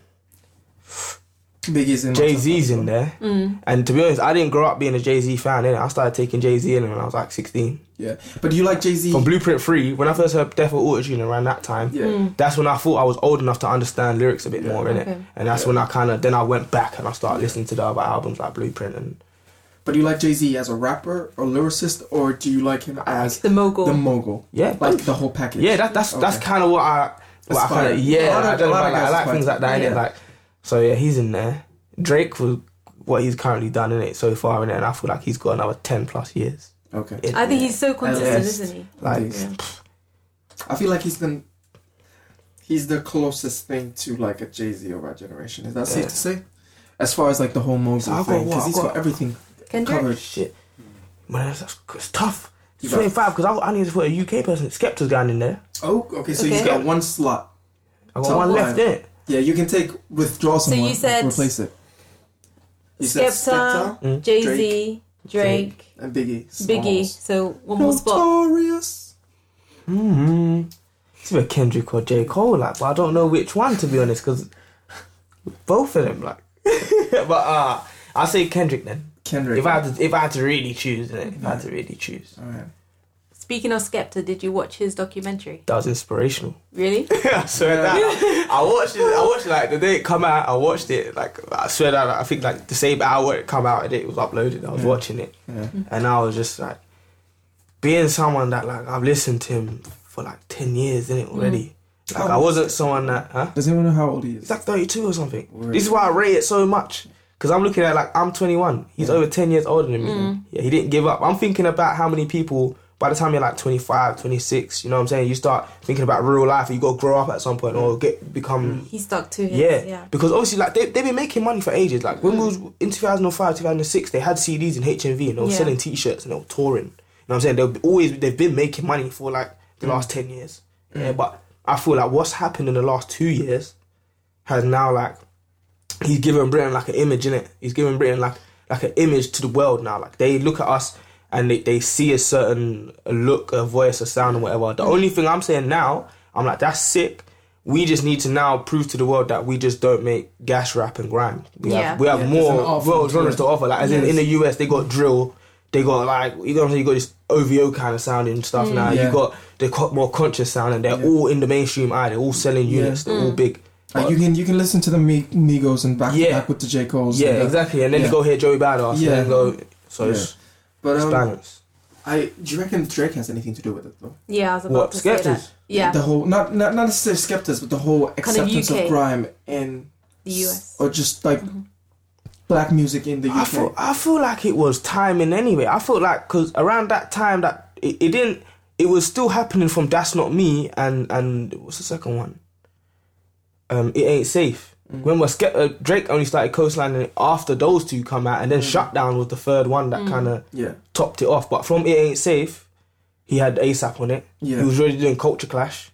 [SPEAKER 2] Biggie's in.
[SPEAKER 3] Jay Z's in there,
[SPEAKER 1] Mm.
[SPEAKER 3] and to be honest, I didn't grow up being a Jay Z fan. Innit? I started taking Jay Z in when I was like 16.
[SPEAKER 2] Yeah. But do you like Jay Z?
[SPEAKER 3] From Blueprint Three, when I first heard Death of Autotune around that time,
[SPEAKER 2] Yeah.
[SPEAKER 1] Mm.
[SPEAKER 3] that's when I thought I was old enough to understand lyrics a bit
[SPEAKER 2] Yeah.
[SPEAKER 3] more in
[SPEAKER 1] Okay.
[SPEAKER 3] and that's
[SPEAKER 2] Yeah.
[SPEAKER 3] when I kind of then I went back and I started listening to the other albums like Blueprint and
[SPEAKER 2] But do you like Jay Z as a rapper or lyricist, or do you like him as
[SPEAKER 1] The mogul.
[SPEAKER 2] the mogul?
[SPEAKER 3] yeah,
[SPEAKER 2] Like the whole package.
[SPEAKER 3] Yeah, that, that's that's
[SPEAKER 2] Okay.
[SPEAKER 3] kind of what I what I
[SPEAKER 2] Aspire.
[SPEAKER 3] kind of
[SPEAKER 2] A
[SPEAKER 3] yeah.
[SPEAKER 2] lot of-
[SPEAKER 3] I,
[SPEAKER 2] a
[SPEAKER 3] don't know,
[SPEAKER 2] lot of
[SPEAKER 3] like, I
[SPEAKER 2] guys
[SPEAKER 3] like
[SPEAKER 2] aspire.
[SPEAKER 3] things like that.
[SPEAKER 1] Yeah.
[SPEAKER 3] Innit? Like so, yeah, he's in there. Drake was what he's currently done in it so far, innit? and I feel like he's got another ten plus years.
[SPEAKER 2] Okay.
[SPEAKER 3] in
[SPEAKER 1] I think
[SPEAKER 3] there.
[SPEAKER 1] he's so consistent,
[SPEAKER 2] least.
[SPEAKER 1] isn't he?
[SPEAKER 3] like
[SPEAKER 2] Yeah. I feel like he's been. He's the closest thing to like a Jay Z of our generation. Is that safe
[SPEAKER 3] Yeah.
[SPEAKER 2] to say? As far as like the whole mogul
[SPEAKER 3] So I've got
[SPEAKER 2] thing,
[SPEAKER 3] what?
[SPEAKER 2] because
[SPEAKER 3] I've
[SPEAKER 2] he's
[SPEAKER 3] got-
[SPEAKER 2] got everything
[SPEAKER 1] Kendrick.
[SPEAKER 2] covered.
[SPEAKER 3] shit, man, that's, that's, it's tough.
[SPEAKER 2] You got-
[SPEAKER 3] Twenty five because I, I need to put a UK person. Skepta's going in there.
[SPEAKER 2] Oh, okay. So he's
[SPEAKER 1] Okay.
[SPEAKER 2] got one slot.
[SPEAKER 3] I got
[SPEAKER 2] Top
[SPEAKER 3] one
[SPEAKER 2] five.
[SPEAKER 3] left in it.
[SPEAKER 2] Yeah, you can take withdraw
[SPEAKER 1] So you
[SPEAKER 2] someone.
[SPEAKER 1] said-
[SPEAKER 2] replace it. You said
[SPEAKER 1] Skepta,
[SPEAKER 2] Skepta
[SPEAKER 1] Jay Z, Drake,
[SPEAKER 2] and Biggie.
[SPEAKER 1] Biggie.
[SPEAKER 2] Smalls.
[SPEAKER 1] So one more spot.
[SPEAKER 2] Notorious.
[SPEAKER 3] hmm It's either Kendrick or J Cole, like, but I don't know which one to be honest because both of them, like, but uh, I say Kendrick then.
[SPEAKER 2] Kendrick.
[SPEAKER 3] If I had to, if I had to really choose, innit? if I had to really choose,
[SPEAKER 2] All right.
[SPEAKER 1] Speaking of Skepta, did you watch his documentary?
[SPEAKER 3] that was inspirational.
[SPEAKER 1] Really?
[SPEAKER 3] I swear that I watched it. I watched it, like the day it come out. I watched it like I swear that I think like the same hour it come out and it was uploaded. I was
[SPEAKER 2] Yeah.
[SPEAKER 3] watching it
[SPEAKER 2] Yeah.
[SPEAKER 3] and I was just like being someone that like I've listened to him for like ten years in it already. Like I wasn't someone that huh?
[SPEAKER 2] Does anyone know how old he
[SPEAKER 3] He's
[SPEAKER 2] is?
[SPEAKER 3] like 32 or something.
[SPEAKER 2] Right.
[SPEAKER 3] This is why I rate it so much. Because I'm looking at it like I'm 21. He's
[SPEAKER 2] Yeah.
[SPEAKER 3] over 10 years older than me.
[SPEAKER 1] Mm.
[SPEAKER 3] Yeah, he didn't give up. I'm thinking about how many people, by the time you're like 25, 26, you know what I'm saying? You start thinking about real life. You got to grow up at some point or get become.
[SPEAKER 1] He stuck to his.
[SPEAKER 3] Yeah.
[SPEAKER 1] yeah. Mm.
[SPEAKER 3] because obviously, like they they've been making money for ages. Like when we was in 2005, 2006, they had CDs in HMV and they were
[SPEAKER 1] Yeah.
[SPEAKER 3] selling T-shirts and they were touring. You know what I'm saying? They've always they've been making money for like the
[SPEAKER 2] Mm.
[SPEAKER 3] last 10 years.
[SPEAKER 1] Mm.
[SPEAKER 3] Yeah, but I feel like what's happened in the last two years has now like he's given Britain like an image in it. He's given Britain like like an image to the world now. Like they look at us and they, they see a certain look, a voice, a sound, or whatever. The only thing I'm saying now, I'm like that's sick. We just need to now prove to the world that we just don't make gas rap and grime. We
[SPEAKER 1] Yeah.
[SPEAKER 3] have we have
[SPEAKER 2] Yeah, there's an
[SPEAKER 3] more
[SPEAKER 2] art form
[SPEAKER 3] world
[SPEAKER 2] to
[SPEAKER 3] genres
[SPEAKER 2] it.
[SPEAKER 3] to offer. Like as in
[SPEAKER 2] Yes.
[SPEAKER 3] in the US they got drill, they got like you know what I'm saying, you got this OVO kind of sounding stuff now.
[SPEAKER 2] Yeah.
[SPEAKER 3] You got the co- more conscious sound and they're
[SPEAKER 2] Yeah.
[SPEAKER 3] all in the mainstream eye, they're all selling
[SPEAKER 2] Yeah.
[SPEAKER 3] units, they're all big.
[SPEAKER 2] Like you can you can listen to the Mi- Migos and back
[SPEAKER 3] Yeah.
[SPEAKER 2] back with the J Cole's.
[SPEAKER 3] Yeah,
[SPEAKER 2] and the-
[SPEAKER 3] exactly. And then
[SPEAKER 2] yeah.
[SPEAKER 3] you go hear Joey Badass.
[SPEAKER 2] Yeah.
[SPEAKER 3] And then go. So it's,
[SPEAKER 2] But
[SPEAKER 3] it's
[SPEAKER 2] um,
[SPEAKER 3] balance.
[SPEAKER 2] I do you reckon Drake has anything to do with it though?
[SPEAKER 1] Yeah, I was about
[SPEAKER 3] What,
[SPEAKER 1] to say
[SPEAKER 3] Skeptics?
[SPEAKER 1] that. Yeah,
[SPEAKER 2] The whole not not, not necessarily skeptics, but the whole acceptance
[SPEAKER 1] UK.
[SPEAKER 2] of grime in
[SPEAKER 1] the Mm-hmm. US.
[SPEAKER 2] or just like black music in the UK.
[SPEAKER 3] I feel I feel like it was timing anyway. I felt like because around that time that it, it didn't, it was still happening from That's Not Me and and what's the second one? Um, it ain't safe.
[SPEAKER 2] Mm.
[SPEAKER 3] When was Ske- uh, Drake only started coastlining after those two come out, and then
[SPEAKER 2] Mm.
[SPEAKER 3] Shutdown was the third one that kind of
[SPEAKER 2] yeah,
[SPEAKER 3] topped it off. But from It Ain't Safe, he had ASAP on it.
[SPEAKER 2] Yeah.
[SPEAKER 3] He was already doing Culture Clash.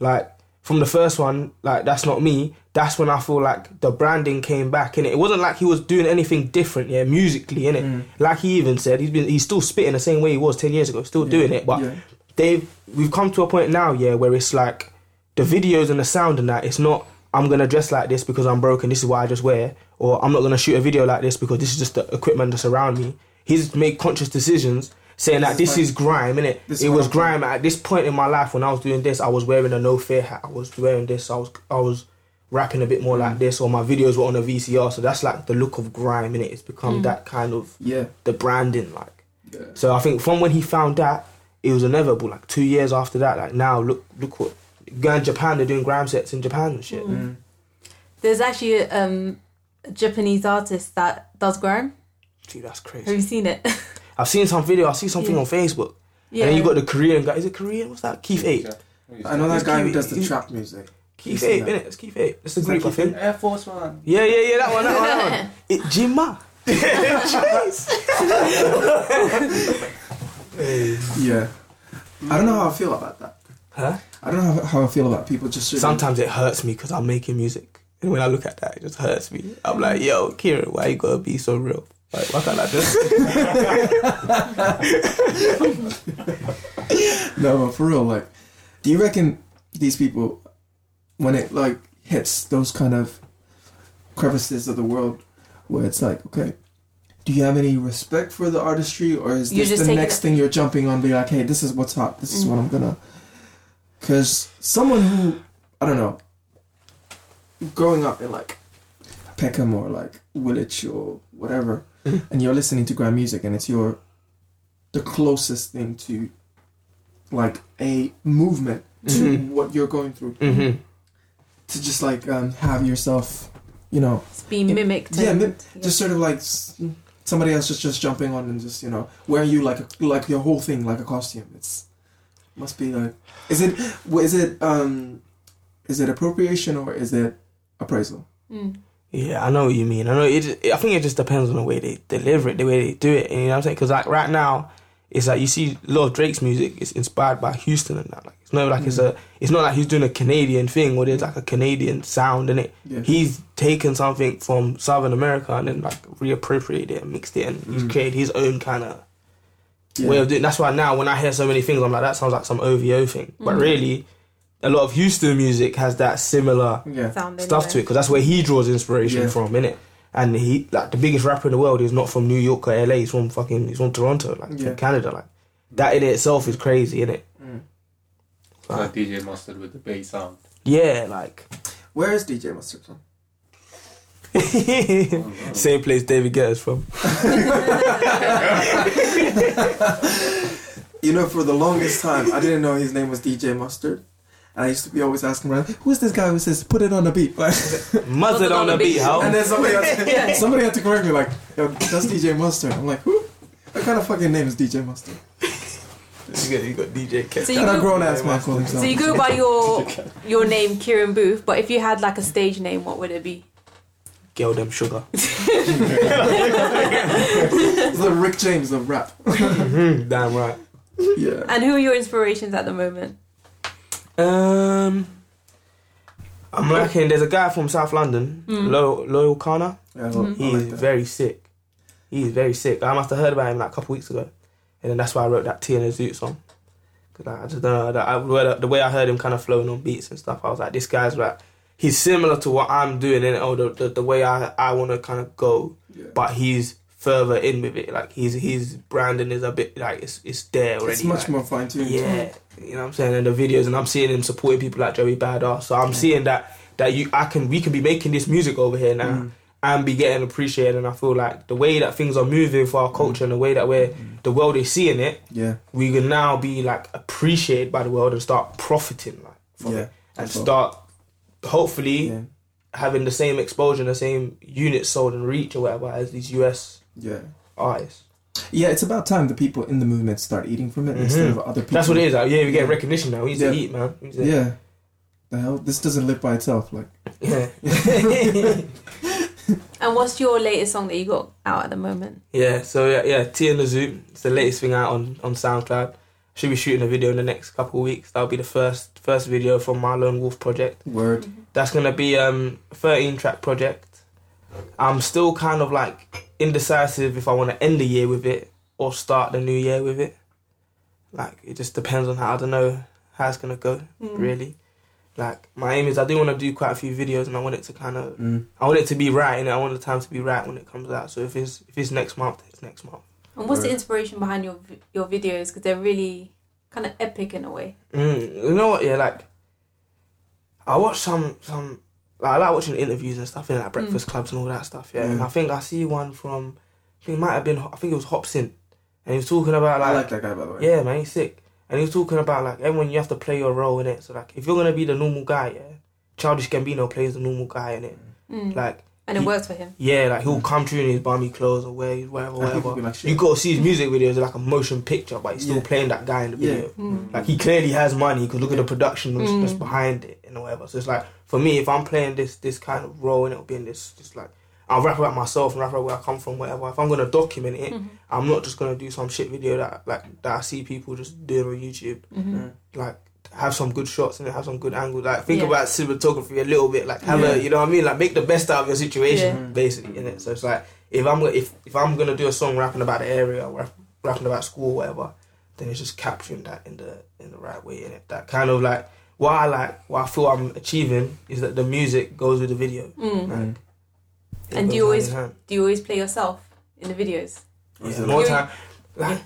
[SPEAKER 3] Like, from the first one, like, that's not me. That's when I feel like the branding came back in it. It wasn't like he was doing anything different, yeah, musically in it.
[SPEAKER 2] Mm.
[SPEAKER 3] Like he even said, he's been he's still spitting the same way he was ten years ago, still doing it. But
[SPEAKER 2] Yeah.
[SPEAKER 3] they've we've come to a point now, yeah, where it's like the videos and the sound and that. It's not I'm gonna dress like this because I'm broken. This is what I just wear, or I'm not gonna shoot a video like this because this is just the equipment that's around me. He's made conscious decisions saying that
[SPEAKER 2] This is
[SPEAKER 3] this
[SPEAKER 2] my-
[SPEAKER 3] is grime, innit?
[SPEAKER 2] this is
[SPEAKER 3] it
[SPEAKER 2] what
[SPEAKER 3] was
[SPEAKER 2] I'm
[SPEAKER 3] grime at this point in my life when I was doing this. I was wearing a no fear hat. I was wearing this. I was I was rapping a bit more
[SPEAKER 2] Mm.
[SPEAKER 3] like this, or my videos were on a VCR. So that's like the look of grime, innit? It's
[SPEAKER 2] Mm.
[SPEAKER 3] become that kind of
[SPEAKER 2] yeah,
[SPEAKER 3] the branding, like.
[SPEAKER 2] yeah.
[SPEAKER 3] So I think from when he found that, it was inevitable. Like two years after that, like now look look what go in Japan they're doing grime sets in Japan and shit.
[SPEAKER 1] Mm. There's actually um, a Japanese artist that does grime.
[SPEAKER 3] Dude, that's
[SPEAKER 1] Have
[SPEAKER 3] crazy.
[SPEAKER 1] you seen it?
[SPEAKER 3] I've seen some video. I see something
[SPEAKER 1] Yeah.
[SPEAKER 3] on Facebook.
[SPEAKER 1] yeah.
[SPEAKER 3] And then you got the Korean guy. Is it Korean? What's that? Keith Ape.
[SPEAKER 2] I know that
[SPEAKER 3] He's
[SPEAKER 2] guy who
[SPEAKER 3] cute.
[SPEAKER 2] does the
[SPEAKER 3] He's-
[SPEAKER 2] trap music.
[SPEAKER 3] Keith
[SPEAKER 2] He's-
[SPEAKER 3] Ape, innit? It's Keith Ape. It's the group, I think.
[SPEAKER 4] Air Force One.
[SPEAKER 3] Yeah, yeah, yeah. That one. That one. That one. It Jima.
[SPEAKER 2] Yeah, I don't know how I feel about that.
[SPEAKER 3] Huh?
[SPEAKER 2] I don't know how, how I feel about people just shooting.
[SPEAKER 3] Sometimes it hurts me because I'm making music, and when I look at that, it just hurts me. I'm like, yo, Kieran, why you gotta be so real? Like, why can't I just?
[SPEAKER 2] No, but for real, like, do you reckon these people, when it like hits those kind of crevices of the world, where it's like, okay, do you have any respect for the artistry, or is
[SPEAKER 1] You're
[SPEAKER 2] this
[SPEAKER 1] just
[SPEAKER 2] the
[SPEAKER 1] taking
[SPEAKER 2] next
[SPEAKER 1] it- Mm.
[SPEAKER 2] thing you're jumping on, be like, hey, this is what's hot, this is what I'm gonna? Because someone who I don't know, growing up in like Peckham or like Woolwich or whatever, and you're listening to grime music, and it's your the closest thing to like a movement to
[SPEAKER 3] Mhm.
[SPEAKER 2] what you're going through
[SPEAKER 3] Mm-hmm.
[SPEAKER 2] to just like um, have yourself you know
[SPEAKER 1] It's being mimicked.
[SPEAKER 2] yeah,
[SPEAKER 1] and-
[SPEAKER 2] mi- just sort of like s- somebody else just just jumping on and just you know wearing you like a, like your whole thing like a costume it's must be like is it wha- is it um is it appropriation or is it appraisal
[SPEAKER 1] Mm.
[SPEAKER 3] Yeah, I know what you mean. I know it, just- it. I think it just depends on the way they deliver it, the way they do it. And you know what I'm saying? Because like right now, it's like you see a lot of Drake's music. It's inspired by Houston and that. Like it's not like it's a. It's not like he's doing a Canadian thing or there's like a Canadian sound in it.
[SPEAKER 2] Yeah.
[SPEAKER 3] He's taken something from Southern America and then like reappropriated it and mixed it and he's created his own kind of
[SPEAKER 2] Mm. yeah.
[SPEAKER 3] way of doing. That's why now when I hear so many things, I'm like that sounds like some OVO thing. But
[SPEAKER 2] Mm.
[SPEAKER 3] really, a lot of Houston music has that similar
[SPEAKER 2] yeah
[SPEAKER 1] Sound
[SPEAKER 3] stuff to it because that's where he draws inspiration
[SPEAKER 2] Yeah.
[SPEAKER 3] from, innit? And he like the biggest rapper in the world is not from New York or LA. He's from fucking he's from Toronto, like
[SPEAKER 2] Yeah.
[SPEAKER 3] from Canada. Like that in itself is crazy, innit?
[SPEAKER 2] Mm.
[SPEAKER 4] Like DJ Mustard with the bass sound.
[SPEAKER 3] Yeah, like
[SPEAKER 2] where is dj mustard from Oh,
[SPEAKER 3] same place David Guetta's from.
[SPEAKER 2] You know, for the longest time, I didn't know his name was DJ Mustard. And I used to be always asking around, who's this guy who says, put it on the beat? Like,
[SPEAKER 3] Muzzled on the beat,
[SPEAKER 2] and
[SPEAKER 3] how?
[SPEAKER 2] then somebody had, somebody had to correct me, like, Yo, that's DJ Mustard. I'm like, who? What kind of fucking name is DJ Mustard?
[SPEAKER 3] You got, you got DJ Khaled.
[SPEAKER 1] So you
[SPEAKER 2] And a
[SPEAKER 1] go,
[SPEAKER 2] grown ass man calling
[SPEAKER 1] so you go
[SPEAKER 2] himself.
[SPEAKER 1] by your your name, Kieran Booth. But if you had like a stage name, what would it be?
[SPEAKER 3] Girl, them sugar.
[SPEAKER 2] It's the Rick James of rap.
[SPEAKER 3] Mhm, Damn right.
[SPEAKER 2] yeah.
[SPEAKER 1] And who are your inspirations at the moment?
[SPEAKER 3] Um, I'm liking. There's a guy from South London, Loyal Loyal Kana.
[SPEAKER 2] yeah I like- I
[SPEAKER 3] He's
[SPEAKER 2] like that.
[SPEAKER 3] very sick. He's very sick. I must have heard about him like a couple weeks ago, and then that's why I wrote that T and the Zoot song. Cause like, I just don't know. That I, well, the way I heard him kind of flowing on beats and stuff, I was like, this guy's like, he's similar to what I'm doing, and oh, the, the the way I I want to kind of go,
[SPEAKER 2] Yeah.
[SPEAKER 3] but he's further in with it. Like he's his branding is a bit like it's it's there already.
[SPEAKER 2] It's much
[SPEAKER 3] like,
[SPEAKER 2] more fine tuned.
[SPEAKER 3] yeah, you know what I'm saying, and the videos, and I'm seeing him supporting people like Joey Badass. So I'm seeing that that you, I can, we can be making this music over here now, and be getting appreciated. And I feel like the way that things are moving for our culture and the way that we're the world is seeing it,
[SPEAKER 2] Yeah.
[SPEAKER 3] we can now be like appreciated by the world and start profiting like from
[SPEAKER 2] Yeah,
[SPEAKER 3] it and
[SPEAKER 2] as well.
[SPEAKER 3] start hopefully
[SPEAKER 2] Yeah.
[SPEAKER 3] having the same exposure and the same units sold and reach or whatever as these US
[SPEAKER 2] Yeah.
[SPEAKER 3] artists.
[SPEAKER 2] Yeah, it's about time the people in the movement start eating from it instead of other people.
[SPEAKER 3] Mm-hmm. That's what it is. Like, yeah, we get recognition now. We need
[SPEAKER 2] Yeah.
[SPEAKER 3] to eat, man. We need to-
[SPEAKER 2] Yeah. The hell? This doesn't live by itself. Like,
[SPEAKER 3] yeah.
[SPEAKER 1] And what's your latest song that you got out at the moment?
[SPEAKER 3] Yeah, so yeah, yeah, Tea and the Zoo. It's the latest thing out on, on SoundCloud. Should be shooting a video in the next couple of weeks. That'll be the first first video from my Lone Wolf project.
[SPEAKER 2] word.
[SPEAKER 1] Mm-hmm.
[SPEAKER 3] That's gonna be um a thirteen track project. I'm still kind of like indecisive if I want to end the year with it or start the new year with it. Like it just depends on how I don't know how it's gonna go Mm-hmm. really. Like my aim is I do want to do quite a few videos and I want it to kind of
[SPEAKER 2] Mm.
[SPEAKER 3] I want it to be right and I want the time to be right when it comes out. So if it's if it's next month, it's next month.
[SPEAKER 1] And what's the
[SPEAKER 2] Right.
[SPEAKER 1] inspiration behind your vi- your videos? Because they're really kind of epic in a way.
[SPEAKER 3] Mm, you know what? Yeah, like I watch some some. Like, I like watching interviews and stuff in like breakfast clubs and all that stuff. Yeah, and
[SPEAKER 2] Mm.
[SPEAKER 3] I think I see one from. I think it might have been. I think it was Hobson, and he was talking about
[SPEAKER 2] I like that guy, by the way.
[SPEAKER 3] yeah, man, he's sick. And he was talking about like everyone you have to play your role in it. So like if you're gonna be the normal guy, yeah, Childish Gambino plays the normal guy in it.
[SPEAKER 1] Mm.
[SPEAKER 3] Like
[SPEAKER 1] and it
[SPEAKER 3] he-
[SPEAKER 1] works for him.
[SPEAKER 3] yeah, like he'll come through in his bummy clothes or wear his whatever,
[SPEAKER 2] I think he'd
[SPEAKER 3] whatever.
[SPEAKER 2] be Mm. like, shit.
[SPEAKER 3] You gotta see his music videos are like a motion picture, but he's still
[SPEAKER 2] Yeah.
[SPEAKER 3] playing that guy in the
[SPEAKER 2] Yeah.
[SPEAKER 3] video.
[SPEAKER 1] Mm.
[SPEAKER 3] Like he clearly has money because look at the production that's, that's
[SPEAKER 1] Mm.
[SPEAKER 3] behind it and whatever. So it's like for me, if I'm playing this this kind of role and it'll be in this, just like I'll rap about myself and rap about where I come from, whatever. If I'm gonna document
[SPEAKER 1] Mm.
[SPEAKER 3] it,
[SPEAKER 1] Mm-hmm.
[SPEAKER 3] I'm not just gonna do some shit video that like that I see people just doing on YouTube.
[SPEAKER 2] Mm.
[SPEAKER 1] Mhm.
[SPEAKER 3] Like have some good shots and have some good angles. Like think
[SPEAKER 1] Yeah.
[SPEAKER 3] about cinematography a little bit. Like have
[SPEAKER 2] Yeah.
[SPEAKER 3] a you know what I mean. Like make the best out of your situation
[SPEAKER 2] Yeah.
[SPEAKER 3] basically in it. So it's like if I'm gonna- if if I'm gonna do a song rapping about the area, or rap, rapping about school, whatever, then it's just capturing that in the in the right way in it. That kind of like what I like, what I feel I'm achieving is that the music goes with the video.
[SPEAKER 1] Mm.
[SPEAKER 2] Mm.
[SPEAKER 3] It
[SPEAKER 1] And do you
[SPEAKER 3] goes
[SPEAKER 1] always-
[SPEAKER 3] hand in hand.
[SPEAKER 1] Do you always play yourself in the videos?
[SPEAKER 2] Or is
[SPEAKER 3] Yeah,
[SPEAKER 2] it
[SPEAKER 3] more
[SPEAKER 1] like-
[SPEAKER 3] time. Like,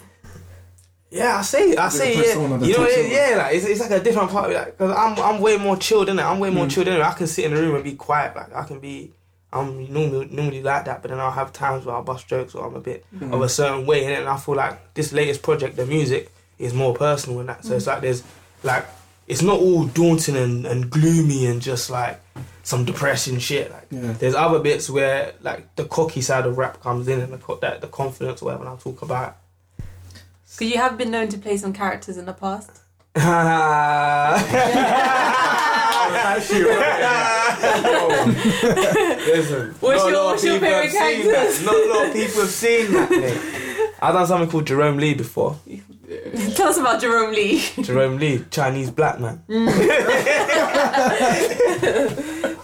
[SPEAKER 3] yeah, I say, I
[SPEAKER 2] Is it
[SPEAKER 3] say,
[SPEAKER 2] a persona
[SPEAKER 3] yeah.
[SPEAKER 2] that
[SPEAKER 3] You know, what
[SPEAKER 2] takes
[SPEAKER 3] it-
[SPEAKER 2] over?
[SPEAKER 3] yeah, like it's, it's like a different part. Of it, like, cause I'm, I'm way more chilled in it. I'm way more chilled in it. I can sit in the room and be quiet. Like, I can be. I'm normally normally like that, but then I'll have times where I bust jokes or I'm a bit
[SPEAKER 2] Mm.
[SPEAKER 3] of
[SPEAKER 2] Hmm.
[SPEAKER 3] a certain way in it. And I feel like this latest project, the music, is more personal in that. So it's like there's like it's not all daunting and, and gloomy and just like some depressing shit. Like
[SPEAKER 2] Yeah.
[SPEAKER 3] there's other bits where like the cocky side of rap comes in and the co- that the confidence or whatever and I talk about.
[SPEAKER 1] Because you have been known to play some characters in the past.
[SPEAKER 3] Listen,
[SPEAKER 1] What's
[SPEAKER 3] not a
[SPEAKER 1] your-
[SPEAKER 3] lot of
[SPEAKER 1] what's your
[SPEAKER 3] people have
[SPEAKER 1] favourite
[SPEAKER 3] seen that. Not a lot of people have seen that. mate. I've done something called Jerome Lee before.
[SPEAKER 1] Tell us about Jerome Lee.
[SPEAKER 3] Jerome Lee, Chinese black man. I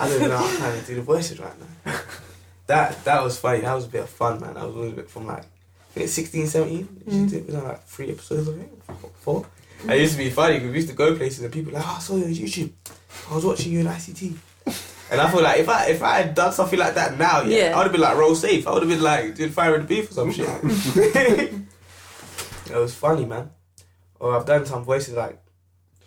[SPEAKER 3] don't know how I'm trying to do the voices right now. That that was funny. That was a bit of fun, man. That was a little bit from like I think 16, 17. Mm. It was on like three episodes, I think, four. And it used to be funny because we used to go places and people were like, oh, I saw you on YouTube. I was watching you in ICT. And I feel like if I if I had done something like that now, yeah,
[SPEAKER 1] Yeah.
[SPEAKER 3] I would have been like roll safe. I would have been like doing fire and the beef or some shit. it was funny, man. Or I've done some voices like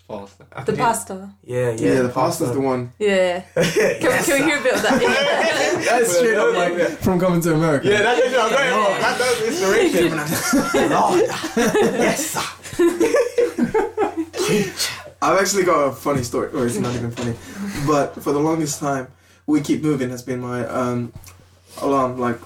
[SPEAKER 4] Faster.
[SPEAKER 3] I
[SPEAKER 1] The
[SPEAKER 3] can do-
[SPEAKER 1] pasta.
[SPEAKER 3] Yeah, yeah.
[SPEAKER 2] Yeah, the pasta's the one.
[SPEAKER 1] Yeah. Can,
[SPEAKER 3] Yes,
[SPEAKER 1] we, can we hear a bit of that?
[SPEAKER 2] That's straight up like from coming to America.
[SPEAKER 3] Yeah, that's what I'm going for. That, that's inspiration. Lord, yes, sir.
[SPEAKER 2] I've actually got a funny story, or it's not even funny, but for the longest time, we keep moving has been my um, alarm, like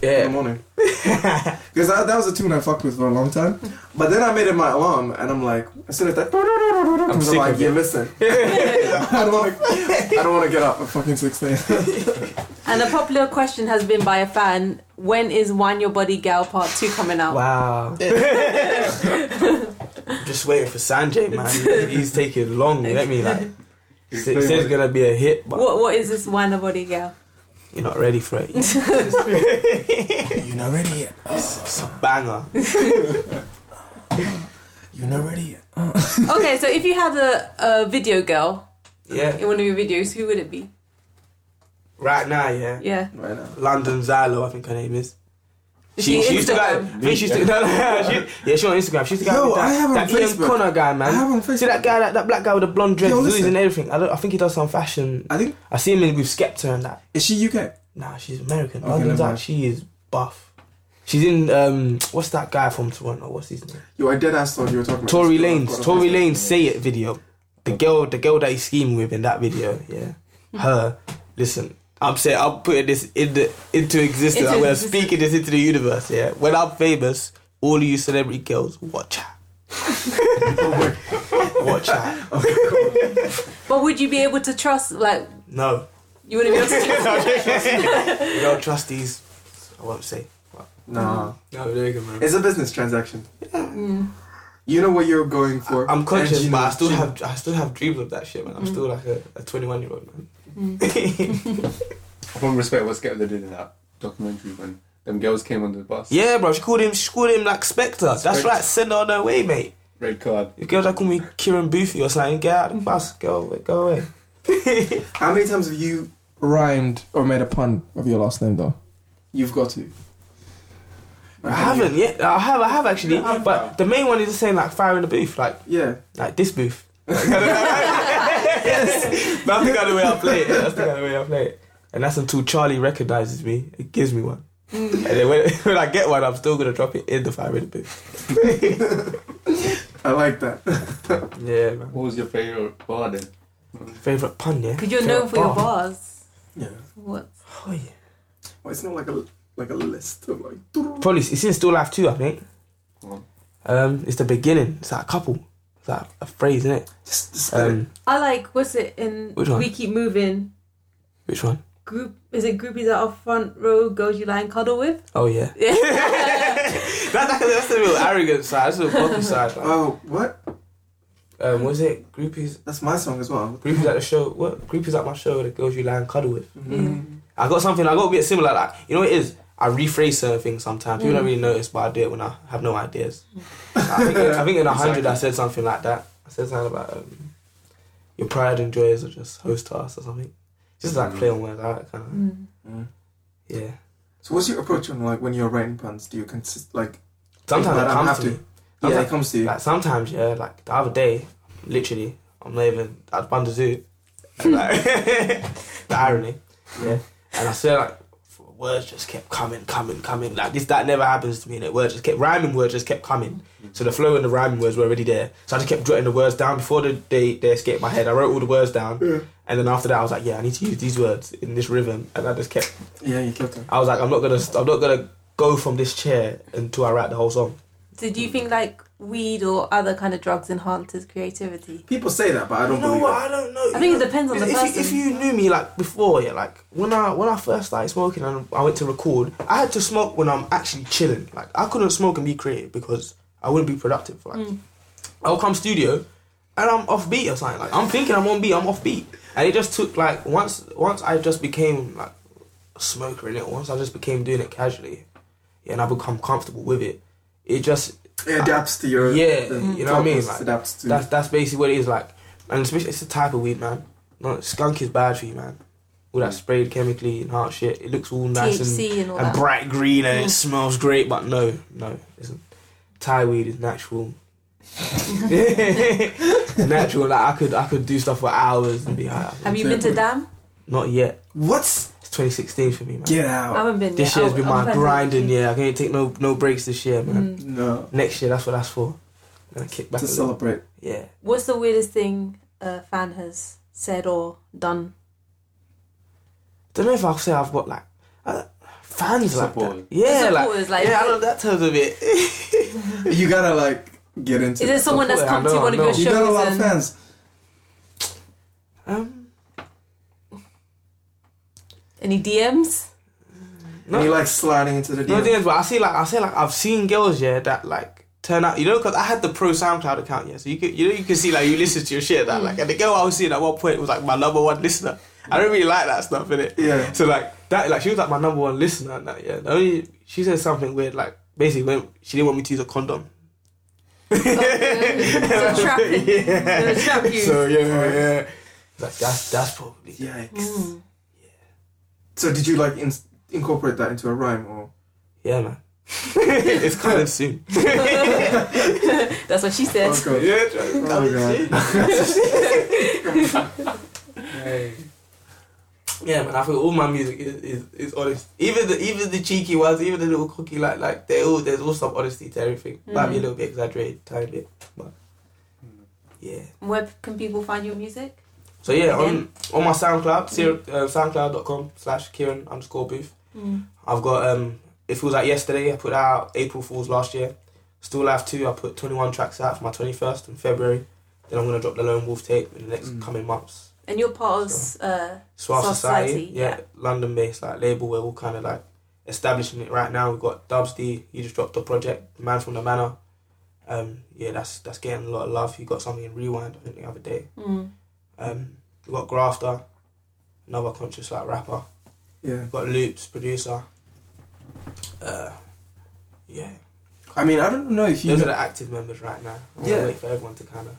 [SPEAKER 2] in the
[SPEAKER 3] Yeah.
[SPEAKER 2] morning, because that, that was a tune I fucked with for a long time. But then I made it my alarm, and I'm like, as soon as that, I'm,
[SPEAKER 3] sick
[SPEAKER 2] like,
[SPEAKER 3] of
[SPEAKER 2] yeah,
[SPEAKER 3] it."
[SPEAKER 2] listen, I don't want to, I don't want to get up at fucking six a.m.
[SPEAKER 1] and a popular question has been by a fan when is Wine Your Body Gal Part 2 coming out?
[SPEAKER 3] Wow. I'm just waiting for Sanjay, man. He's taking long. You know what I mean? Like,
[SPEAKER 4] He's
[SPEAKER 3] this
[SPEAKER 4] doing
[SPEAKER 3] is
[SPEAKER 4] like-
[SPEAKER 3] gonna be a hit, but
[SPEAKER 1] What, what is this Wine Your Body Gal?
[SPEAKER 3] you're not ready for it. it's
[SPEAKER 2] You're not ready yet.
[SPEAKER 3] a banger.
[SPEAKER 2] You're not ready yet.
[SPEAKER 1] Okay, so if you had a, a video girl
[SPEAKER 3] Yeah.
[SPEAKER 1] in one of your videos, who would it be?
[SPEAKER 3] Right now, yeah.
[SPEAKER 1] Yeah.
[SPEAKER 2] Right now.
[SPEAKER 3] London Zylo, I think her name is.
[SPEAKER 1] Is
[SPEAKER 3] She,
[SPEAKER 1] on
[SPEAKER 3] she used to go.
[SPEAKER 1] Instagram?
[SPEAKER 3] I think she used to. No, no, she, yeah, she on Instagram. She used to go. out
[SPEAKER 2] Yo,
[SPEAKER 3] with that,
[SPEAKER 2] I have her on
[SPEAKER 3] that Ian
[SPEAKER 2] Facebook.
[SPEAKER 3] Connor guy, man.
[SPEAKER 2] I have her on
[SPEAKER 3] See that
[SPEAKER 2] Facebook.
[SPEAKER 3] guy, that, that black guy with the blonde dress,
[SPEAKER 2] Yo,
[SPEAKER 3] Louis
[SPEAKER 2] listen.
[SPEAKER 3] and everything. I, don't, I think he does some fashion.
[SPEAKER 2] I think
[SPEAKER 3] I see him in, with Skepta and that.
[SPEAKER 2] is she UK?
[SPEAKER 3] Nah, she's American.
[SPEAKER 2] Okay,
[SPEAKER 3] London's
[SPEAKER 2] never
[SPEAKER 3] out.
[SPEAKER 2] mind.
[SPEAKER 3] She is buff. She's in um, what's that guy from Toronto? What's his name?
[SPEAKER 2] Yo, I dead ass thought you were talking about
[SPEAKER 3] Tory
[SPEAKER 2] this.
[SPEAKER 3] Lane's Tory Lane's say it video. The girl, the girl that he's scheming with in that video, yeah, her. Listen, I'm saying I'm putting this in the, into existence.
[SPEAKER 1] Into
[SPEAKER 3] I'm gonna
[SPEAKER 1] existence.
[SPEAKER 3] speak this into the universe. Yeah, when I'm famous, all of you celebrity girls, watch out. watch out.
[SPEAKER 1] But would you be able to trust? Like
[SPEAKER 3] No,
[SPEAKER 1] you wouldn't be able to. Trust?
[SPEAKER 3] you don't trust these. I won't say.
[SPEAKER 2] Nah,
[SPEAKER 3] No, there you go, man.
[SPEAKER 2] it's a business transaction. You know what you're going for.
[SPEAKER 3] I'm conscious,
[SPEAKER 2] and you
[SPEAKER 3] but
[SPEAKER 2] know-
[SPEAKER 3] I still have I still have dreams of that shit, man. I'm still like a, a 21 year old man.
[SPEAKER 4] I don't respect what Skepta did in that documentary when them girls came on the bus.
[SPEAKER 3] yeah, bro. She called him. She called him like Spectre. That's
[SPEAKER 4] Spectre.
[SPEAKER 3] right. Send her on her way, mate.
[SPEAKER 4] Red card.
[SPEAKER 3] The girl that called me Kieran Boothie or something, get out of the bus, go away, go away.
[SPEAKER 2] How many times have you rhymed or made a pun of your last name though? You've got to.
[SPEAKER 3] I haven't yet. I have, I have actually. but the main one is the same, like fire in the booth, like
[SPEAKER 2] Yeah.
[SPEAKER 3] like this booth. yes, that's the kind of way I play it. That's the kind of way I play it. And that's until Charlie recognizes me, it gives me one.
[SPEAKER 1] Mm.
[SPEAKER 3] And then when, when I get one, I'm still gonna drop it in the fire in the booth.
[SPEAKER 2] I like that.
[SPEAKER 3] Yeah, man.
[SPEAKER 4] What was your favorite bar then?
[SPEAKER 3] Favorite pun, yeah.
[SPEAKER 1] Because you're known for your
[SPEAKER 3] Favorite bar.
[SPEAKER 1] bars.
[SPEAKER 2] Yeah.
[SPEAKER 1] What?
[SPEAKER 3] Oh, yeah.
[SPEAKER 2] Well, it's not like a like a list of like.
[SPEAKER 3] Probably it's in Still Life too, I think.
[SPEAKER 4] Well,
[SPEAKER 3] Um, it's the beginning. It's like a couple. It's like a phrase, isn't it?
[SPEAKER 2] Just, just
[SPEAKER 3] Um,
[SPEAKER 1] I like. What's it in?
[SPEAKER 3] Which one?
[SPEAKER 1] We keep moving.
[SPEAKER 3] which one?
[SPEAKER 1] Group is it groupies that are front row girls you lie and cuddle with?
[SPEAKER 3] Oh yeah. that's, like, that's the real arrogant side. That's the cocky side. Like.
[SPEAKER 2] oh, what?
[SPEAKER 3] Um, was it groupies?
[SPEAKER 2] That's my song as well.
[SPEAKER 3] Groupies at the show. What groupies at my show? were The girls you lie and cuddle with.
[SPEAKER 2] Mhm.
[SPEAKER 3] I got something. I got a bit similar. Like you know what it is. I rephrase certain things sometimes.
[SPEAKER 2] Mm.
[SPEAKER 3] People don't really notice, but I do it when I have no ideas. I think, I think in a hundred I said something like that. I said something about um, your pride and joys are just host to us or something. Just
[SPEAKER 4] Mm.
[SPEAKER 2] Mm.
[SPEAKER 3] like play on words, that kind of.
[SPEAKER 1] Mm.
[SPEAKER 3] Mm-hmm. Yeah.
[SPEAKER 2] So, what's your approach on like when you're writing puns? Do you consist like?
[SPEAKER 3] Sometimes
[SPEAKER 2] But
[SPEAKER 3] it
[SPEAKER 2] I
[SPEAKER 3] comes
[SPEAKER 2] have
[SPEAKER 3] to
[SPEAKER 2] to.
[SPEAKER 3] me.
[SPEAKER 2] Yeah,
[SPEAKER 3] Sometimes-
[SPEAKER 2] it comes to you.
[SPEAKER 3] Like sometimes, yeah, like the other day, literally, I'm not even at Banda Zoo. And, like, the irony. Yeah. And I swear like f- words just kept coming, coming, coming. Like this that never happens to me and it words just kept rhyming words just kept coming. So the flow and the rhyming words were already there. So I just kept jotting the words down before the, they, they escaped my head. I wrote all the words down. And then after that I was like, yeah, I need to use these words in this rhythm and I just kept
[SPEAKER 2] Yeah, you kept it.
[SPEAKER 3] I was like, I'm not gonna I'm not gonna go from this chair until I write the whole song.
[SPEAKER 1] Did you think like weed or other kind of drugs enhances creativity?
[SPEAKER 2] People say that, but I don't
[SPEAKER 3] You know
[SPEAKER 2] believe
[SPEAKER 3] what?
[SPEAKER 2] it.
[SPEAKER 3] I don't know.
[SPEAKER 1] I think it depends on
[SPEAKER 3] if,
[SPEAKER 1] the
[SPEAKER 3] if
[SPEAKER 1] person.
[SPEAKER 3] You, if you knew me like before, yeah, like when I when I first started smoking and I went to record, I had to smoke when I'm actually chilling. Like I couldn't smoke and be creative because I wouldn't be productive. Like
[SPEAKER 1] Mm.
[SPEAKER 3] I'll come studio and I'm off beat or something. Like I'm thinking I'm on beat, I'm off beat, and it just took like once once I just became like a smoker in it. Once I just became doing it casually, yeah, and I become comfortable with it. It just
[SPEAKER 2] It adapts to your.
[SPEAKER 3] Yeah,
[SPEAKER 2] the
[SPEAKER 3] you know what I mean,
[SPEAKER 2] purpose,
[SPEAKER 3] like,
[SPEAKER 2] adapts to.
[SPEAKER 3] that's that's basically what it is like, and especially it's the type of weed, man. No, skunk is bad for you, man. All
[SPEAKER 2] Mm.
[SPEAKER 3] that sprayed chemically and hard shit. It looks all nice and,
[SPEAKER 1] THC and all
[SPEAKER 3] and
[SPEAKER 1] that. Mm.
[SPEAKER 3] bright green and it smells great, but no, no, it isn't. Thai weed is natural. natural. Like I could I could do stuff for hours and be high.
[SPEAKER 1] Have you been to Dam?
[SPEAKER 3] Not yet.
[SPEAKER 2] What?
[SPEAKER 3] It's 2016 for me, man.
[SPEAKER 2] Get
[SPEAKER 1] I
[SPEAKER 2] out!
[SPEAKER 1] haven't been.
[SPEAKER 3] This
[SPEAKER 1] yet.
[SPEAKER 3] year's been
[SPEAKER 1] I'm
[SPEAKER 3] my
[SPEAKER 1] planning to-
[SPEAKER 3] grinding year. I can't take no no breaks this year, man.
[SPEAKER 1] Mm.
[SPEAKER 2] No.
[SPEAKER 3] Next year, that's what that's for. gonna kick back.
[SPEAKER 2] To
[SPEAKER 3] a little.
[SPEAKER 2] celebrate.
[SPEAKER 3] Yeah.
[SPEAKER 1] What's the weirdest thing a fan has said or done?
[SPEAKER 3] don't know if I'll say I've got like uh, fans like
[SPEAKER 4] Support.
[SPEAKER 3] that. Yeah,
[SPEAKER 1] Supporters, like-
[SPEAKER 3] yeah, I love that terms of it.
[SPEAKER 2] You gotta like get into.
[SPEAKER 1] Is there
[SPEAKER 2] it.
[SPEAKER 1] someone that's
[SPEAKER 3] Support,
[SPEAKER 1] come
[SPEAKER 3] I
[SPEAKER 1] to
[SPEAKER 3] know,
[SPEAKER 1] one
[SPEAKER 3] I
[SPEAKER 1] of your shows?
[SPEAKER 3] know.
[SPEAKER 2] You got a lot of
[SPEAKER 1] and-
[SPEAKER 2] fans.
[SPEAKER 3] um,
[SPEAKER 1] Any DMs?
[SPEAKER 2] And you
[SPEAKER 3] no,
[SPEAKER 2] like sliding into the.
[SPEAKER 3] no
[SPEAKER 2] DM.
[SPEAKER 3] things, but I see like I say like I've seen girls yeah that like turn out you know because I had the pro SoundCloud account yeah so you could you know you can see like you listen to your shit that like and the girl I was seeing at one point was like my number one listener. I don't really like that stuff in it.
[SPEAKER 1] Mm.
[SPEAKER 2] Yeah.
[SPEAKER 3] So like that like she was like my number one listener and that yeah. The only she said something weird like basically when she didn't want me to use a condom.
[SPEAKER 1] They'll trap it. They'll trap you.
[SPEAKER 3] So yeah, yeah, yeah. Like that's that's probably
[SPEAKER 2] Yikes. So did you like in- incorporate that into a rhyme or?
[SPEAKER 3] Yeah, man. it's coming soon. Mm.
[SPEAKER 1] That's what she said.
[SPEAKER 2] Oh god.
[SPEAKER 3] Yeah,
[SPEAKER 2] Oh god.
[SPEAKER 3] Yeah, man. I think all my music is, is, is honest. Even the even the cheeky ones, even the little cookie, like like they all there's all some honesty to everything.
[SPEAKER 1] Mm-hmm.
[SPEAKER 3] Might be a little bit exaggerated, tiny bit, but yeah.
[SPEAKER 1] Where can people find your music?
[SPEAKER 3] So yeah,
[SPEAKER 1] Yeah.
[SPEAKER 3] on on my SoundCloud, mm. uh, soundcloud.com slash Kieran underscore Booth. I've got um, it feels like yesterday. I put out April Fools last year. Still Life two. I put twenty one tracks out for my twenty first in February. Then I'm gonna drop the Lone Wolf tape in the next
[SPEAKER 2] Mm.
[SPEAKER 3] coming months.
[SPEAKER 1] And you're part of uh,
[SPEAKER 3] Suave
[SPEAKER 1] Suave
[SPEAKER 3] Society,
[SPEAKER 1] Society,
[SPEAKER 3] yeah,
[SPEAKER 1] yeah.
[SPEAKER 3] London based like label. We're all kind of like establishing it right now. We've got Dubs D. He just dropped a project, The Man from the Manor. Um, yeah, that's that's getting a lot of love. He got something in Rewind I think the other day.
[SPEAKER 1] mm,
[SPEAKER 3] Um, we got Grafter, another conscious like rapper.
[SPEAKER 2] Yeah.
[SPEAKER 3] We've got Loops, producer. Uh, yeah,
[SPEAKER 2] I mean, I don't know if you.
[SPEAKER 3] those
[SPEAKER 2] Know,
[SPEAKER 3] are the active members right now. I'm
[SPEAKER 2] Yeah.
[SPEAKER 3] gonna wait for everyone to kind of.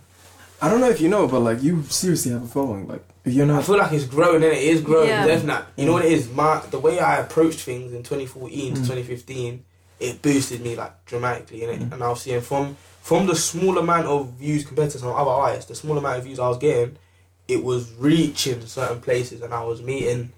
[SPEAKER 2] I don't know if you know, but like you seriously have a following. Like if you're
[SPEAKER 3] I
[SPEAKER 2] not.
[SPEAKER 3] feel like it's growing and it is growing.
[SPEAKER 1] Yeah.
[SPEAKER 3] Definitely, you know
[SPEAKER 2] Mm.
[SPEAKER 3] what it is. My the way I approached things in 2014 to
[SPEAKER 2] Mm.
[SPEAKER 3] 2015, it boosted me like dramatically, and
[SPEAKER 2] Mm.
[SPEAKER 3] and I was seeing from from the small amount of views compared to some other artists, the small amount of views I was getting, it was reaching certain places, and I was meeting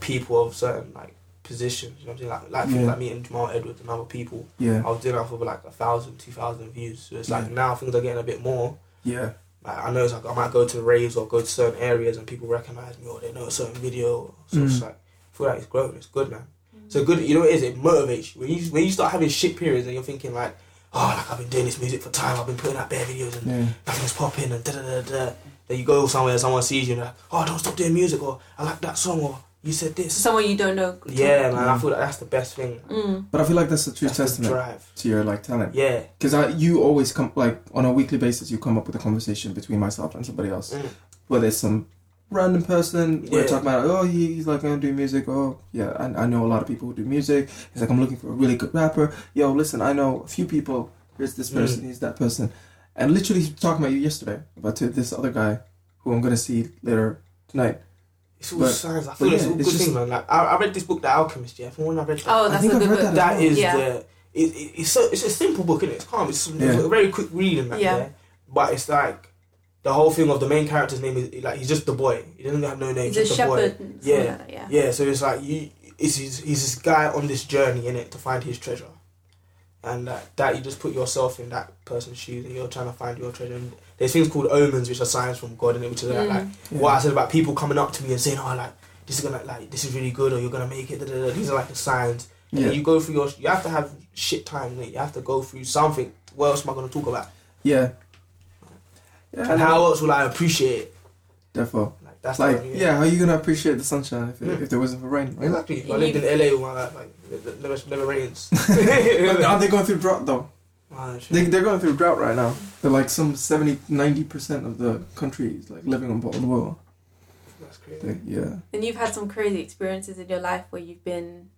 [SPEAKER 3] people of certain like positions. You know what I'm saying? Like like things
[SPEAKER 2] Yeah.
[SPEAKER 3] like meeting Jamal Edwards and other people.
[SPEAKER 2] Yeah.
[SPEAKER 3] I was doing that for like a thousand, two thousand views. So it's like
[SPEAKER 2] Yeah.
[SPEAKER 3] now things are getting a bit more.
[SPEAKER 2] Yeah.
[SPEAKER 3] Like, I know it's like I might go to raves or go to certain areas and people recognize me or they know a certain video. So it's
[SPEAKER 2] Mm.
[SPEAKER 3] like I feel like it's growing. It's good, man. So good. You know what it is? It motivates you. When you when you start having shit periods and you're thinking like, oh, like I've been doing this music for time. I've been putting out bare videos and
[SPEAKER 2] Yeah.
[SPEAKER 3] nothing's popping and da da da da. Then you go somewhere and someone sees you and they're like, oh, don't stop doing music or I like that song or you said this.
[SPEAKER 1] someone you don't know.
[SPEAKER 3] Yeah, man. I feel like that's the best thing.
[SPEAKER 1] Mm,
[SPEAKER 2] But I feel like that's a true
[SPEAKER 3] That's the
[SPEAKER 2] Mm. testament
[SPEAKER 3] drive.
[SPEAKER 2] to your like talent.
[SPEAKER 3] Yeah.
[SPEAKER 2] Because I, you always come like on a weekly basis, you come up with a conversation between myself and somebody else,
[SPEAKER 3] Mm.
[SPEAKER 2] whether it's some random person we're
[SPEAKER 3] Yeah.
[SPEAKER 2] talking about. Oh, he, he's like I'm doing music. Oh, yeah, I, I know a lot of people who do music. He's like I'm looking for a really good rapper. Yo, listen, I know a few people. Here's this person.
[SPEAKER 3] Mm.
[SPEAKER 2] He's that person. And literally he was talking about you yesterday about to this other guy who I'm gonna see later tonight.
[SPEAKER 3] It's all
[SPEAKER 2] But-
[SPEAKER 3] signs. I feel
[SPEAKER 2] yeah,
[SPEAKER 3] it's all
[SPEAKER 2] it's
[SPEAKER 3] good
[SPEAKER 2] just-
[SPEAKER 3] things, man. Like I, I read this book, The Alchemist. Yeah, from when I read that.
[SPEAKER 1] Oh,
[SPEAKER 2] I
[SPEAKER 1] that's
[SPEAKER 2] think
[SPEAKER 1] a
[SPEAKER 2] I've
[SPEAKER 1] good
[SPEAKER 2] read
[SPEAKER 1] book.
[SPEAKER 2] that.
[SPEAKER 3] that is
[SPEAKER 1] Yeah.
[SPEAKER 3] the it, it, it's so it's a simple book isn't it? it's calm it's, it's
[SPEAKER 2] Yeah.
[SPEAKER 3] a very quick read and that
[SPEAKER 1] Yeah.
[SPEAKER 3] yeah. but it's like the whole thing of the main character's name is like he's just the boy he doesn't have no name
[SPEAKER 1] He's a
[SPEAKER 3] just the boy
[SPEAKER 1] shepherd. and something
[SPEAKER 3] Yeah.
[SPEAKER 1] like that, yeah.
[SPEAKER 3] yeah so it's like you it's he's, he's this guy on this journey in it to find his treasure and that, that you just put yourself in that person's shoes and you're trying to find your treasure and there's things called omens which are signs from God and which is like, like
[SPEAKER 1] Mm.
[SPEAKER 2] Yeah.
[SPEAKER 3] what I said about people coming up to me and saying oh like this is gonna like this is really good or you're gonna make it da, da, da. these are like the signs and
[SPEAKER 2] Yeah,
[SPEAKER 3] You go through your. You have to have shit time. innit? You have to go through something. What else am I gonna talk about?
[SPEAKER 2] yeah, yeah.
[SPEAKER 3] And how else will I appreciate it?
[SPEAKER 2] Therefore,
[SPEAKER 3] Like that's
[SPEAKER 2] like,
[SPEAKER 3] the-
[SPEAKER 2] yeah, how are you gonna appreciate the sunshine if,
[SPEAKER 3] Mm.
[SPEAKER 2] if there wasn't for rain? Like,
[SPEAKER 3] Exactly. If I
[SPEAKER 1] You-
[SPEAKER 3] lived in LA all my life. Like it- it never, never rains.
[SPEAKER 2] But are they going through drought though?
[SPEAKER 3] Ah, shit.
[SPEAKER 2] They, they're going through drought right now. They're like some 70, 90% of the country is like living on bottled water.
[SPEAKER 3] That's crazy.
[SPEAKER 2] They, yeah.
[SPEAKER 1] And you've had some crazy experiences in your life where you've been.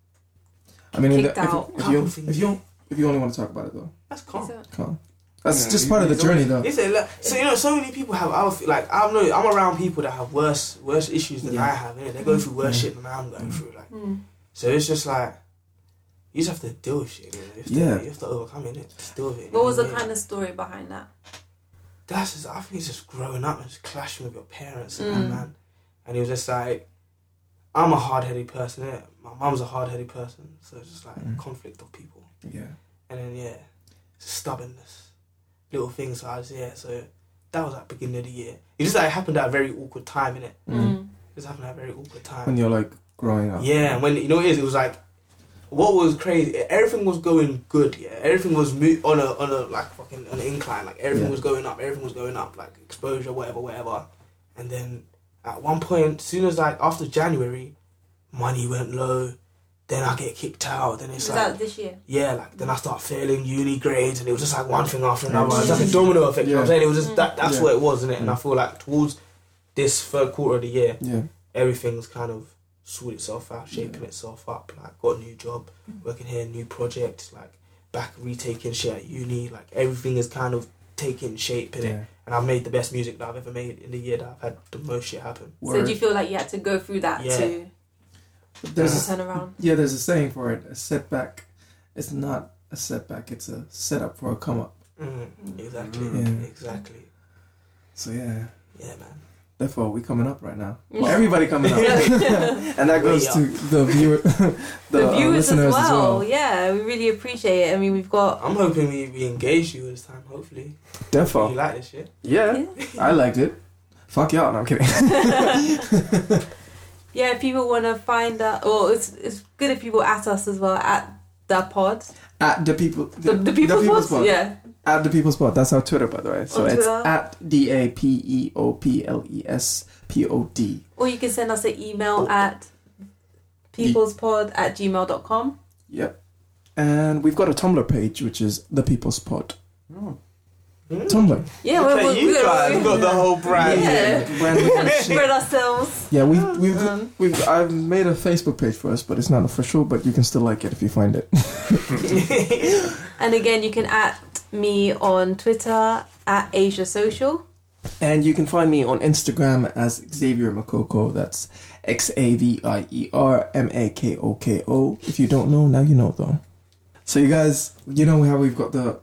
[SPEAKER 2] I mean,
[SPEAKER 1] Kicked
[SPEAKER 2] if,
[SPEAKER 1] out.
[SPEAKER 2] if, you, if, you, if, you, if you only want to talk about it though,
[SPEAKER 3] That's calm.
[SPEAKER 2] can't. That's
[SPEAKER 4] Yeah,
[SPEAKER 2] just
[SPEAKER 4] you-
[SPEAKER 2] part of the
[SPEAKER 4] you don't-
[SPEAKER 2] journey though.
[SPEAKER 3] It's a lot. So you know, so many people have. I'll, like I'm no, I'm around people that have worse, worse issues than
[SPEAKER 2] Yeah.
[SPEAKER 3] I have. Innit? They go through worse
[SPEAKER 2] Yeah.
[SPEAKER 3] shit than I'm going through. Like
[SPEAKER 1] Mm.
[SPEAKER 3] so, it's just like. You just have to deal with shit. innit? You have to,
[SPEAKER 2] Yeah.
[SPEAKER 3] You have to overcome it. innit? Just deal with it.
[SPEAKER 1] What was the
[SPEAKER 3] Yeah.
[SPEAKER 1] kind of story behind that?
[SPEAKER 3] that's just, I think it's just growing up and just clashing with your parents and
[SPEAKER 1] Mm.
[SPEAKER 3] that, man. And it was just like, I'm a hard headed person, innit? My mum's a hard headed person. So it's just like
[SPEAKER 2] Mm.
[SPEAKER 3] conflict of people.
[SPEAKER 2] Yeah.
[SPEAKER 3] And then, yeah, stubbornness. Little things. So I was, yeah, so that was like beginning of the year. It just like happened at a very awkward time, innit? It
[SPEAKER 2] Mm.
[SPEAKER 1] Mm.
[SPEAKER 3] just happened at a very awkward time.
[SPEAKER 2] When you're like growing up.
[SPEAKER 3] Yeah, and when you know what it is, it was like what was crazy. Everything was going good. Yeah, everything was mo- on a on a like fucking on an incline. Like everything
[SPEAKER 2] Yeah.
[SPEAKER 3] was going up. Everything was going up. Like exposure, whatever, whatever. And then at one point, soon as like after January, money went low. Then I get kicked out. Then it's
[SPEAKER 1] Was
[SPEAKER 3] like
[SPEAKER 1] that this year?
[SPEAKER 3] yeah, like then I start failing uni grades, and it was just like one thing after another.
[SPEAKER 2] Yeah.
[SPEAKER 3] It was like a domino effect. You know what I'm saying it was
[SPEAKER 1] Mm.
[SPEAKER 3] just that. That's
[SPEAKER 2] Yeah.
[SPEAKER 3] what it was, isn't it? And I
[SPEAKER 2] Mm.
[SPEAKER 3] feel like towards this third quarter of the year,
[SPEAKER 2] Yeah.
[SPEAKER 3] everything's kind of sorted itself out, shaping
[SPEAKER 2] Yeah. Mm-hmm.
[SPEAKER 3] itself up. Like got a new job, working here, new project, like back retaking shit at uni. Like everything is kind of taking shape in it.
[SPEAKER 2] yeah.
[SPEAKER 3] And I've made the best music that I've ever made in the year that I've had the most shit happen.
[SPEAKER 1] So
[SPEAKER 2] Word.
[SPEAKER 1] do you feel like you had to go through that
[SPEAKER 3] Yeah.
[SPEAKER 1] to,
[SPEAKER 2] But
[SPEAKER 1] to
[SPEAKER 2] There's a,
[SPEAKER 1] turn around?
[SPEAKER 2] yeah, there's a saying for it. A setback it's not a setback, it's a setup for a come up.
[SPEAKER 3] Mm, exactly.
[SPEAKER 2] Mm.
[SPEAKER 3] Exactly.
[SPEAKER 2] So yeah.
[SPEAKER 3] Yeah, man.
[SPEAKER 2] Therefore, we coming up right now. Everybody coming up, and that goes to the viewer, the,
[SPEAKER 1] the
[SPEAKER 2] uh,
[SPEAKER 1] viewers as,
[SPEAKER 2] listeners
[SPEAKER 1] well. Yeah, we really appreciate it. I mean, we've got.
[SPEAKER 3] I'm hoping we, we engage you this time. Hopefully, you
[SPEAKER 2] Therefore,
[SPEAKER 3] like this shit.
[SPEAKER 2] yeah, I liked it. Fuck y'all. No, I'm kidding.
[SPEAKER 1] Yeah, if people want to find us, well, it's it's good if people at us as well at the pod,
[SPEAKER 2] At the people,
[SPEAKER 1] the, the people's, pod.
[SPEAKER 2] pod.
[SPEAKER 1] Yeah,
[SPEAKER 2] At the people's pod. That's our Twitter, by the way. So
[SPEAKER 1] On
[SPEAKER 2] it's
[SPEAKER 1] Twitter.
[SPEAKER 2] at d a p e o p l e s p o d.
[SPEAKER 1] or you can send us an email at peoplespod at gmail.com.
[SPEAKER 2] Yep. And we've got a Tumblr page, which is the people's pod.
[SPEAKER 3] Mm.
[SPEAKER 2] Tumblr.
[SPEAKER 1] Yeah,
[SPEAKER 3] Look
[SPEAKER 1] we're,
[SPEAKER 3] at
[SPEAKER 1] we're,
[SPEAKER 3] you
[SPEAKER 1] we're,
[SPEAKER 3] guys
[SPEAKER 1] we're,
[SPEAKER 3] got the whole brand.
[SPEAKER 1] Yeah.
[SPEAKER 2] Brand new
[SPEAKER 1] gonna
[SPEAKER 2] shit.
[SPEAKER 1] spread ourselves.
[SPEAKER 2] Yeah, we've we've,
[SPEAKER 1] Um,
[SPEAKER 2] we've I've made a Facebook page for us, but it's not official. But you can still like it if you find it.
[SPEAKER 1] And again, you can at me on Twitter at Asia Social.
[SPEAKER 2] And you can find me on Instagram as Xavier Makoko. That's X A V I E R M A K O K O. If you don't know, now you know though. So you guys, you know how we've got the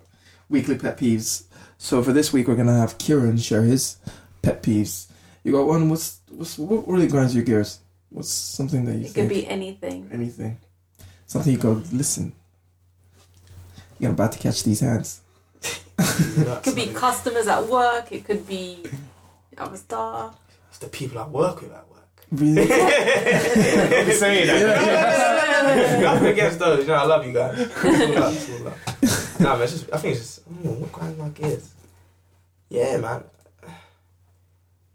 [SPEAKER 2] weekly pet peeves. So for this week, we're gonna have Kieran share his pet peeves. You got one? What's what's what really grinds your gears? What's something that you
[SPEAKER 1] It could be
[SPEAKER 2] think
[SPEAKER 1] anything.
[SPEAKER 2] anything? Something you go listen. You're about to catch these hands.
[SPEAKER 1] It could be customers at work. It could be I'm a star.
[SPEAKER 3] It's the people I work with at work.
[SPEAKER 2] Really?
[SPEAKER 4] Don't be saying that.
[SPEAKER 3] Nothing against those. You know, I love you guys. It's all love, it's all love. Nah, man, it's just, I think it's just, I don't know, what grinds my gears? Yeah, man.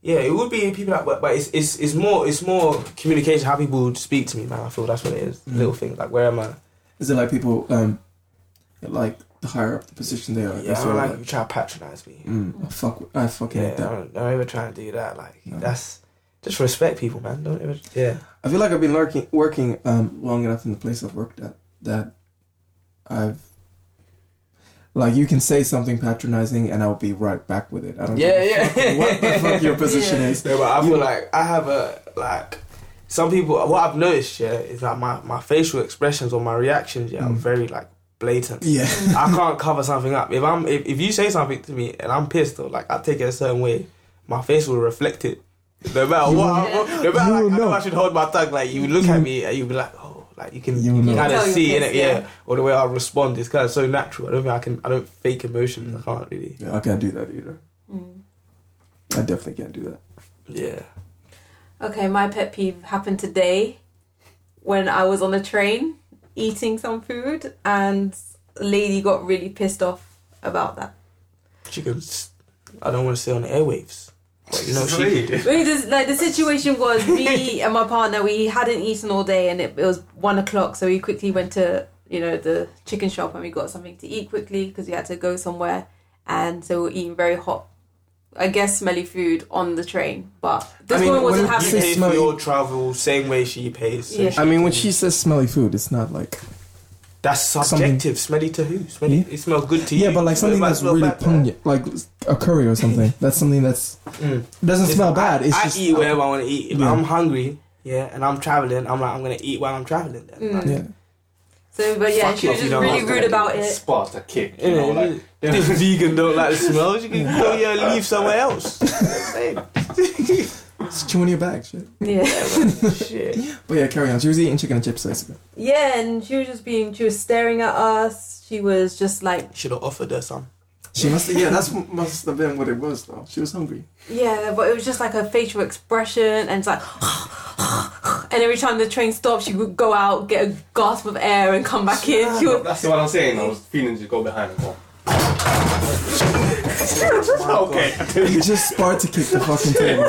[SPEAKER 3] Yeah, it would be people that work, but it's, it's, it's more it's more communication, how people would speak to me, man. I feel that's what it is.
[SPEAKER 2] Mm.
[SPEAKER 3] Little things, like where am I?
[SPEAKER 2] Is it like people um like the higher up the position they are?
[SPEAKER 3] Yeah,
[SPEAKER 2] they
[SPEAKER 3] I
[SPEAKER 2] feel
[SPEAKER 3] don't like
[SPEAKER 2] like,
[SPEAKER 3] you try to patronise me.
[SPEAKER 2] mm, I fuck with- I fucking
[SPEAKER 3] Yeah,
[SPEAKER 2] hate
[SPEAKER 3] I
[SPEAKER 2] that.
[SPEAKER 3] don't, don't ever try and do that. Like,
[SPEAKER 2] No.
[SPEAKER 3] that's just respect people, man. Don't ever, yeah.
[SPEAKER 2] I feel like I've been lurking, working um long enough in the place I've worked at that I've like you can say something patronizing and I'll be right back with it. I don't give
[SPEAKER 3] Yeah,
[SPEAKER 2] a
[SPEAKER 3] yeah.
[SPEAKER 2] fuck what the fuck your position
[SPEAKER 1] Yeah.
[SPEAKER 2] is.
[SPEAKER 3] No, but I feel
[SPEAKER 2] You-
[SPEAKER 3] like I have a like some people. What I've noticed, yeah, is that my my facial expressions or my reactions, yeah, are
[SPEAKER 2] Mm.
[SPEAKER 3] very like blatant.
[SPEAKER 2] Yeah.
[SPEAKER 3] I can't cover something up. If I'm if, if you say something to me and I'm pissed or like I take it a certain way, my face will reflect it. No matter
[SPEAKER 2] You
[SPEAKER 3] what,
[SPEAKER 1] will-
[SPEAKER 3] I-
[SPEAKER 2] you
[SPEAKER 3] no matter like,
[SPEAKER 2] will
[SPEAKER 3] I know
[SPEAKER 2] know.
[SPEAKER 3] I should hold my tongue. Like you look at
[SPEAKER 2] You-
[SPEAKER 3] me and you'll be like, oh, like you can
[SPEAKER 2] You will know.
[SPEAKER 3] kind of
[SPEAKER 1] Tell you're
[SPEAKER 3] see in
[SPEAKER 1] pissed,
[SPEAKER 3] it, yeah.
[SPEAKER 1] yeah.
[SPEAKER 3] Or the way I respond is kind of so natural. I don't think I can. I don't fake emotions. I can't really.
[SPEAKER 2] yeah, I can't do that either.
[SPEAKER 1] Mm.
[SPEAKER 2] I definitely can't do that.
[SPEAKER 3] Yeah.
[SPEAKER 1] Okay, my pet peeve happened today when I was on a train eating some food and a lady got really pissed off about that.
[SPEAKER 3] She can. s- I don't want to say on the airwaves. But you know she
[SPEAKER 4] Sorry.
[SPEAKER 3] can do.
[SPEAKER 1] Really, this, like the situation was me and my partner. We hadn't eaten all day, and it, it was one o'clock. So we quickly went to you know the chicken shop, and we got something to eat quickly because we had to go somewhere. And so we were eating very hot, I guess, smelly food on the train. But this
[SPEAKER 2] I mean,
[SPEAKER 1] woman wasn't
[SPEAKER 2] when
[SPEAKER 1] having
[SPEAKER 3] You
[SPEAKER 2] say
[SPEAKER 1] it.
[SPEAKER 3] pay for
[SPEAKER 2] smelly-
[SPEAKER 3] your travel same way she pays. so
[SPEAKER 1] Yeah.
[SPEAKER 3] she
[SPEAKER 2] I mean, when
[SPEAKER 3] can-
[SPEAKER 2] she says smelly food, it's not like
[SPEAKER 3] that's
[SPEAKER 2] something-
[SPEAKER 3] subjective. Smelly to who? Smelly.
[SPEAKER 2] Yeah.
[SPEAKER 3] It smells good to you.
[SPEAKER 2] yeah, but like
[SPEAKER 3] It
[SPEAKER 2] something
[SPEAKER 3] might
[SPEAKER 2] that's
[SPEAKER 3] smell
[SPEAKER 2] really
[SPEAKER 3] bad, man.
[SPEAKER 2] pungent, like a curry or something. That's something that's
[SPEAKER 3] Mm.
[SPEAKER 2] doesn't
[SPEAKER 3] It's-
[SPEAKER 2] smell bad. It's
[SPEAKER 3] I
[SPEAKER 2] just
[SPEAKER 3] eat wherever I want to eat. If
[SPEAKER 2] Yeah.
[SPEAKER 3] I'm hungry, yeah, and I'm traveling, I'm like I'm gonna eat while I'm traveling. Then.
[SPEAKER 1] Mm.
[SPEAKER 3] Like,
[SPEAKER 2] yeah.
[SPEAKER 1] So, but yeah,
[SPEAKER 3] Fuck
[SPEAKER 1] she
[SPEAKER 3] you
[SPEAKER 1] was
[SPEAKER 3] if
[SPEAKER 1] just
[SPEAKER 3] you don't
[SPEAKER 1] really
[SPEAKER 3] like
[SPEAKER 1] rude
[SPEAKER 3] that.
[SPEAKER 1] about it.
[SPEAKER 4] Sparta kick. You
[SPEAKER 3] you
[SPEAKER 4] know,
[SPEAKER 3] know,
[SPEAKER 4] like
[SPEAKER 3] This vegan don't like the smells. You can go yeah, leave somewhere else. Same.
[SPEAKER 2] It's chewing your bag, shit.
[SPEAKER 1] Yeah.
[SPEAKER 3] Shit.
[SPEAKER 2] But yeah, carry on. She was eating chicken and chips. Basically.
[SPEAKER 1] Yeah, and she was just being, she was staring at us. She was just like,
[SPEAKER 3] Should have offered her some.
[SPEAKER 2] She must. Yeah, that's must have been what it was though. She was hungry.
[SPEAKER 1] yeah, but it was just like her facial expression, and it's like, and every time the train stopped, she would go out, get a gasp of air, and come back in. She would,
[SPEAKER 4] That's what I'm saying. I was feeling to go behind and go. okay,
[SPEAKER 2] You just sparred to kick the fucking table.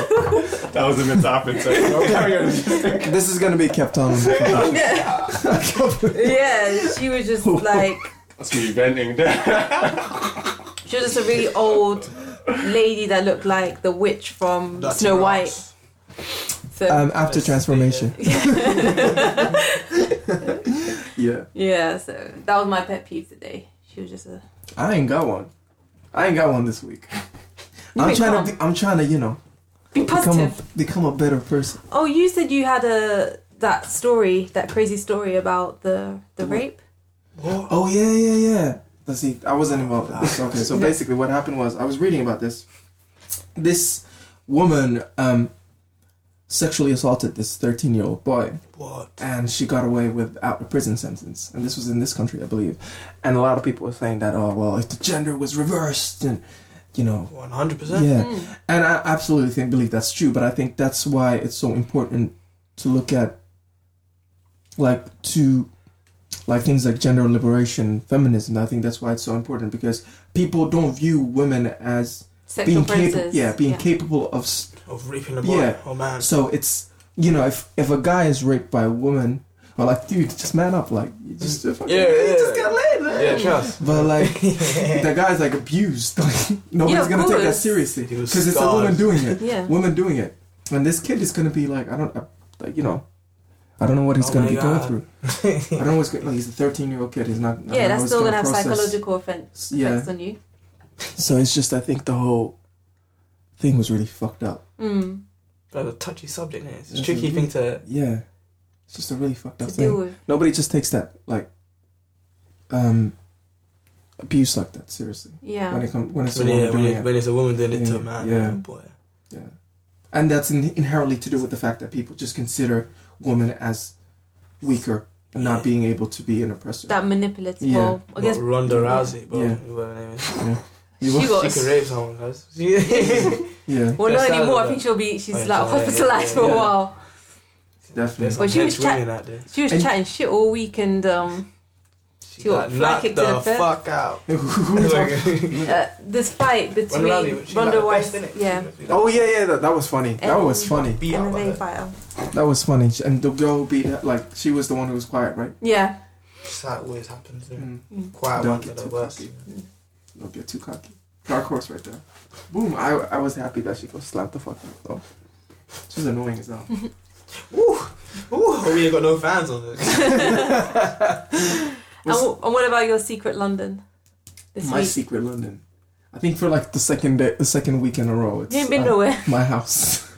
[SPEAKER 4] that was a mishap. So no, carry on.
[SPEAKER 2] This is gonna be kept on.
[SPEAKER 1] yeah, she was just like,
[SPEAKER 4] That's me venting there.
[SPEAKER 1] she was just a really old lady that looked like the witch from
[SPEAKER 3] Dirty
[SPEAKER 1] Snow White.
[SPEAKER 3] rats.
[SPEAKER 1] So,
[SPEAKER 2] Um, after transformation. yeah,
[SPEAKER 1] yeah, so that was my pet peeve today. She was just a.
[SPEAKER 2] I ain't got one. I ain't got one this week. I'm
[SPEAKER 1] Wait,
[SPEAKER 2] trying to.
[SPEAKER 1] come
[SPEAKER 2] Be, I'm trying to. You know,
[SPEAKER 1] Be
[SPEAKER 2] become a,
[SPEAKER 1] positive.
[SPEAKER 2] become a better person.
[SPEAKER 1] Oh, you said you had a that story, that crazy story about the the rape.
[SPEAKER 2] Oh yeah, yeah, yeah. Let's see. I wasn't involved. In this. Okay, so basically, what happened was I was reading about this. This woman um, sexually assaulted this 13 year old boy
[SPEAKER 3] What?
[SPEAKER 2] and she got away without a prison sentence. And this was in this country, I believe. And a lot of people were saying that, oh, well, if the gender was reversed and, you know,
[SPEAKER 3] One hundred percent.
[SPEAKER 2] yeah.
[SPEAKER 1] Hmm.
[SPEAKER 2] And I absolutely think, believe that's true, but I think that's why it's so important to look at, like, to, like things like gender liberation, feminism. I think that's why it's so important because people don't view women as
[SPEAKER 1] Sexual
[SPEAKER 2] being capable,
[SPEAKER 1] preferences.
[SPEAKER 2] yeah, being capable of s-
[SPEAKER 3] Of reaping the boy.
[SPEAKER 2] Yeah.
[SPEAKER 3] Oh man.
[SPEAKER 2] so it's you know if if a guy is raped by a woman, well like dude, just man up, like you just fucking-
[SPEAKER 3] Mm. Yeah,
[SPEAKER 2] you
[SPEAKER 3] yeah.
[SPEAKER 2] just got laid. man.
[SPEAKER 3] Yeah, trust.
[SPEAKER 2] But like the guy's like abused, like
[SPEAKER 1] Yeah,
[SPEAKER 2] nobody's
[SPEAKER 1] of
[SPEAKER 2] gonna take that
[SPEAKER 1] course.
[SPEAKER 2] seriously
[SPEAKER 3] He was
[SPEAKER 2] because it's a
[SPEAKER 3] scarred.
[SPEAKER 2] woman doing it,
[SPEAKER 1] Yeah.
[SPEAKER 2] woman doing it, and this kid is gonna be like I don't, uh, like you know. I don't know what he's
[SPEAKER 3] Oh
[SPEAKER 2] gonna
[SPEAKER 3] my
[SPEAKER 2] be
[SPEAKER 3] God.
[SPEAKER 2] going through. I don't know what's going. Like, he's a thirteen-year-old kid. He's not. I don't
[SPEAKER 1] yeah,
[SPEAKER 2] know
[SPEAKER 1] that's
[SPEAKER 2] what's
[SPEAKER 1] still gonna have
[SPEAKER 2] process.
[SPEAKER 1] psychological offense
[SPEAKER 2] Yeah.
[SPEAKER 1] effects on you.
[SPEAKER 2] So it's just, I think the whole thing was really fucked up.
[SPEAKER 1] Mm,
[SPEAKER 3] That's a touchy subject. Innit? It's a
[SPEAKER 2] Yes,
[SPEAKER 3] tricky
[SPEAKER 2] indeed.
[SPEAKER 3] thing to.
[SPEAKER 2] Yeah, it's just a really fucked up
[SPEAKER 1] to
[SPEAKER 2] thing.
[SPEAKER 1] deal with.
[SPEAKER 2] nobody just takes that like um abuse like that seriously when
[SPEAKER 1] Yeah.
[SPEAKER 2] it comes when it's
[SPEAKER 3] When,
[SPEAKER 2] a woman
[SPEAKER 3] yeah, when,
[SPEAKER 2] doing
[SPEAKER 3] it,
[SPEAKER 2] it
[SPEAKER 3] when it's a woman doing it to
[SPEAKER 2] Yeah,
[SPEAKER 3] a man.
[SPEAKER 2] yeah.
[SPEAKER 3] Yeah. Boy.
[SPEAKER 2] yeah and that's in, inherently to do with the fact that people just consider women as weaker and not
[SPEAKER 3] Yeah.
[SPEAKER 2] being able to be an oppressor
[SPEAKER 1] That manipulative.
[SPEAKER 2] Yeah.
[SPEAKER 1] Well, I
[SPEAKER 3] But
[SPEAKER 1] guess
[SPEAKER 3] Ronda Rousey, bro.
[SPEAKER 2] Yeah.
[SPEAKER 3] Whatever her name is.
[SPEAKER 2] You
[SPEAKER 1] she
[SPEAKER 2] wa-
[SPEAKER 1] got.
[SPEAKER 3] She can rape someone, guys. She-
[SPEAKER 2] yeah
[SPEAKER 1] Well,
[SPEAKER 3] That's
[SPEAKER 1] not
[SPEAKER 3] sad,
[SPEAKER 1] anymore. I
[SPEAKER 3] though.
[SPEAKER 1] think she'll be. She's
[SPEAKER 3] Oh, yeah,
[SPEAKER 1] like
[SPEAKER 3] yeah, yeah,
[SPEAKER 1] hospitalized
[SPEAKER 3] yeah,
[SPEAKER 1] for a
[SPEAKER 3] yeah.
[SPEAKER 1] while.
[SPEAKER 2] definitely
[SPEAKER 1] Well, she
[SPEAKER 3] Intense
[SPEAKER 1] was chat-
[SPEAKER 3] women out there.
[SPEAKER 1] She was
[SPEAKER 2] And-
[SPEAKER 1] chatting shit all week, and um,
[SPEAKER 3] She
[SPEAKER 1] She got
[SPEAKER 3] got
[SPEAKER 1] fly
[SPEAKER 3] knocked
[SPEAKER 1] kicked in
[SPEAKER 3] the
[SPEAKER 1] the face.
[SPEAKER 3] fuck out.
[SPEAKER 1] uh, this fight between Ronda Rousey, yeah,
[SPEAKER 2] oh yeah yeah that, that was funny that
[SPEAKER 1] And-
[SPEAKER 2] was funny
[SPEAKER 3] Beat out by
[SPEAKER 1] MMA
[SPEAKER 3] her.
[SPEAKER 1] fighter.
[SPEAKER 2] that was funny and the girl beat her, like she was the one who was quiet right
[SPEAKER 1] Yeah.
[SPEAKER 3] Just how it always happens. innit?
[SPEAKER 2] Mm.
[SPEAKER 3] Quiet
[SPEAKER 2] Don't
[SPEAKER 3] ones are
[SPEAKER 2] get
[SPEAKER 3] the
[SPEAKER 2] too
[SPEAKER 3] worst.
[SPEAKER 2] cocky. don't get too cocky dark horse right there boom I, I was happy that she go slap the fuck out though she was annoying as hell
[SPEAKER 3] Ooh, we ain't got no fans on this.
[SPEAKER 1] And, wh- and what about your secret London? This
[SPEAKER 2] my
[SPEAKER 1] week,
[SPEAKER 2] secret London. I think for like the second day, the second week in a row, it's
[SPEAKER 1] you ain't been
[SPEAKER 2] uh,
[SPEAKER 1] nowhere.
[SPEAKER 2] my house.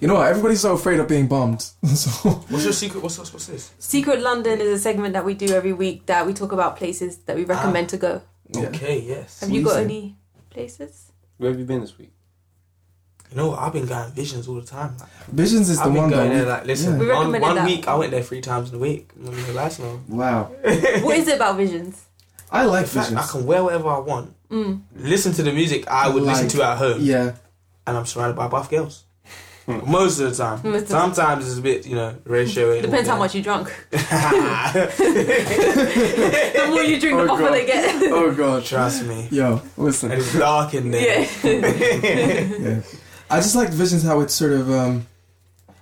[SPEAKER 2] you know, what? everybody's so afraid of being bombed. so
[SPEAKER 3] What's your secret? What's, what's, what's this?
[SPEAKER 1] Secret London is a segment that we do every week that we talk about places that we recommend
[SPEAKER 2] Ah.
[SPEAKER 1] to go.
[SPEAKER 2] yeah.
[SPEAKER 3] Okay, yes.
[SPEAKER 1] Have you got
[SPEAKER 2] Amazing.
[SPEAKER 1] any places?
[SPEAKER 4] Where have you been this week?
[SPEAKER 3] You know, what? I've been getting visions all the time. Like,
[SPEAKER 2] Visions is
[SPEAKER 3] I've
[SPEAKER 2] the
[SPEAKER 3] been
[SPEAKER 2] one
[SPEAKER 3] going there,
[SPEAKER 2] that.
[SPEAKER 3] like, listen,
[SPEAKER 2] yeah.
[SPEAKER 1] We
[SPEAKER 3] one,
[SPEAKER 1] recommended
[SPEAKER 3] one
[SPEAKER 1] that.
[SPEAKER 3] week I went there three times in a week. I'm not gonna lie to you.
[SPEAKER 2] We, wow,
[SPEAKER 1] what is it about visions?
[SPEAKER 2] I like
[SPEAKER 3] In fact, I
[SPEAKER 2] visions.
[SPEAKER 3] can wear whatever I want,
[SPEAKER 1] Mm.
[SPEAKER 3] listen to the music I would
[SPEAKER 2] Like-
[SPEAKER 3] listen to at home,
[SPEAKER 2] Yeah, Hmm.
[SPEAKER 3] and I'm surrounded by buff girls. Most of the
[SPEAKER 1] Most
[SPEAKER 3] time.
[SPEAKER 1] of the time.
[SPEAKER 3] Sometimes it's a bit, you know, ratio. ain't
[SPEAKER 1] Depends
[SPEAKER 3] all
[SPEAKER 1] how much you drunk.
[SPEAKER 3] there.
[SPEAKER 1] The more you drink, the
[SPEAKER 2] Oh,
[SPEAKER 1] hotter
[SPEAKER 2] God.
[SPEAKER 1] they get.
[SPEAKER 2] Oh god.
[SPEAKER 3] Trust me.
[SPEAKER 2] Yo, listen.
[SPEAKER 3] And it's dark in there.
[SPEAKER 1] yeah.
[SPEAKER 2] Yeah. I just like visions how it's sort of um,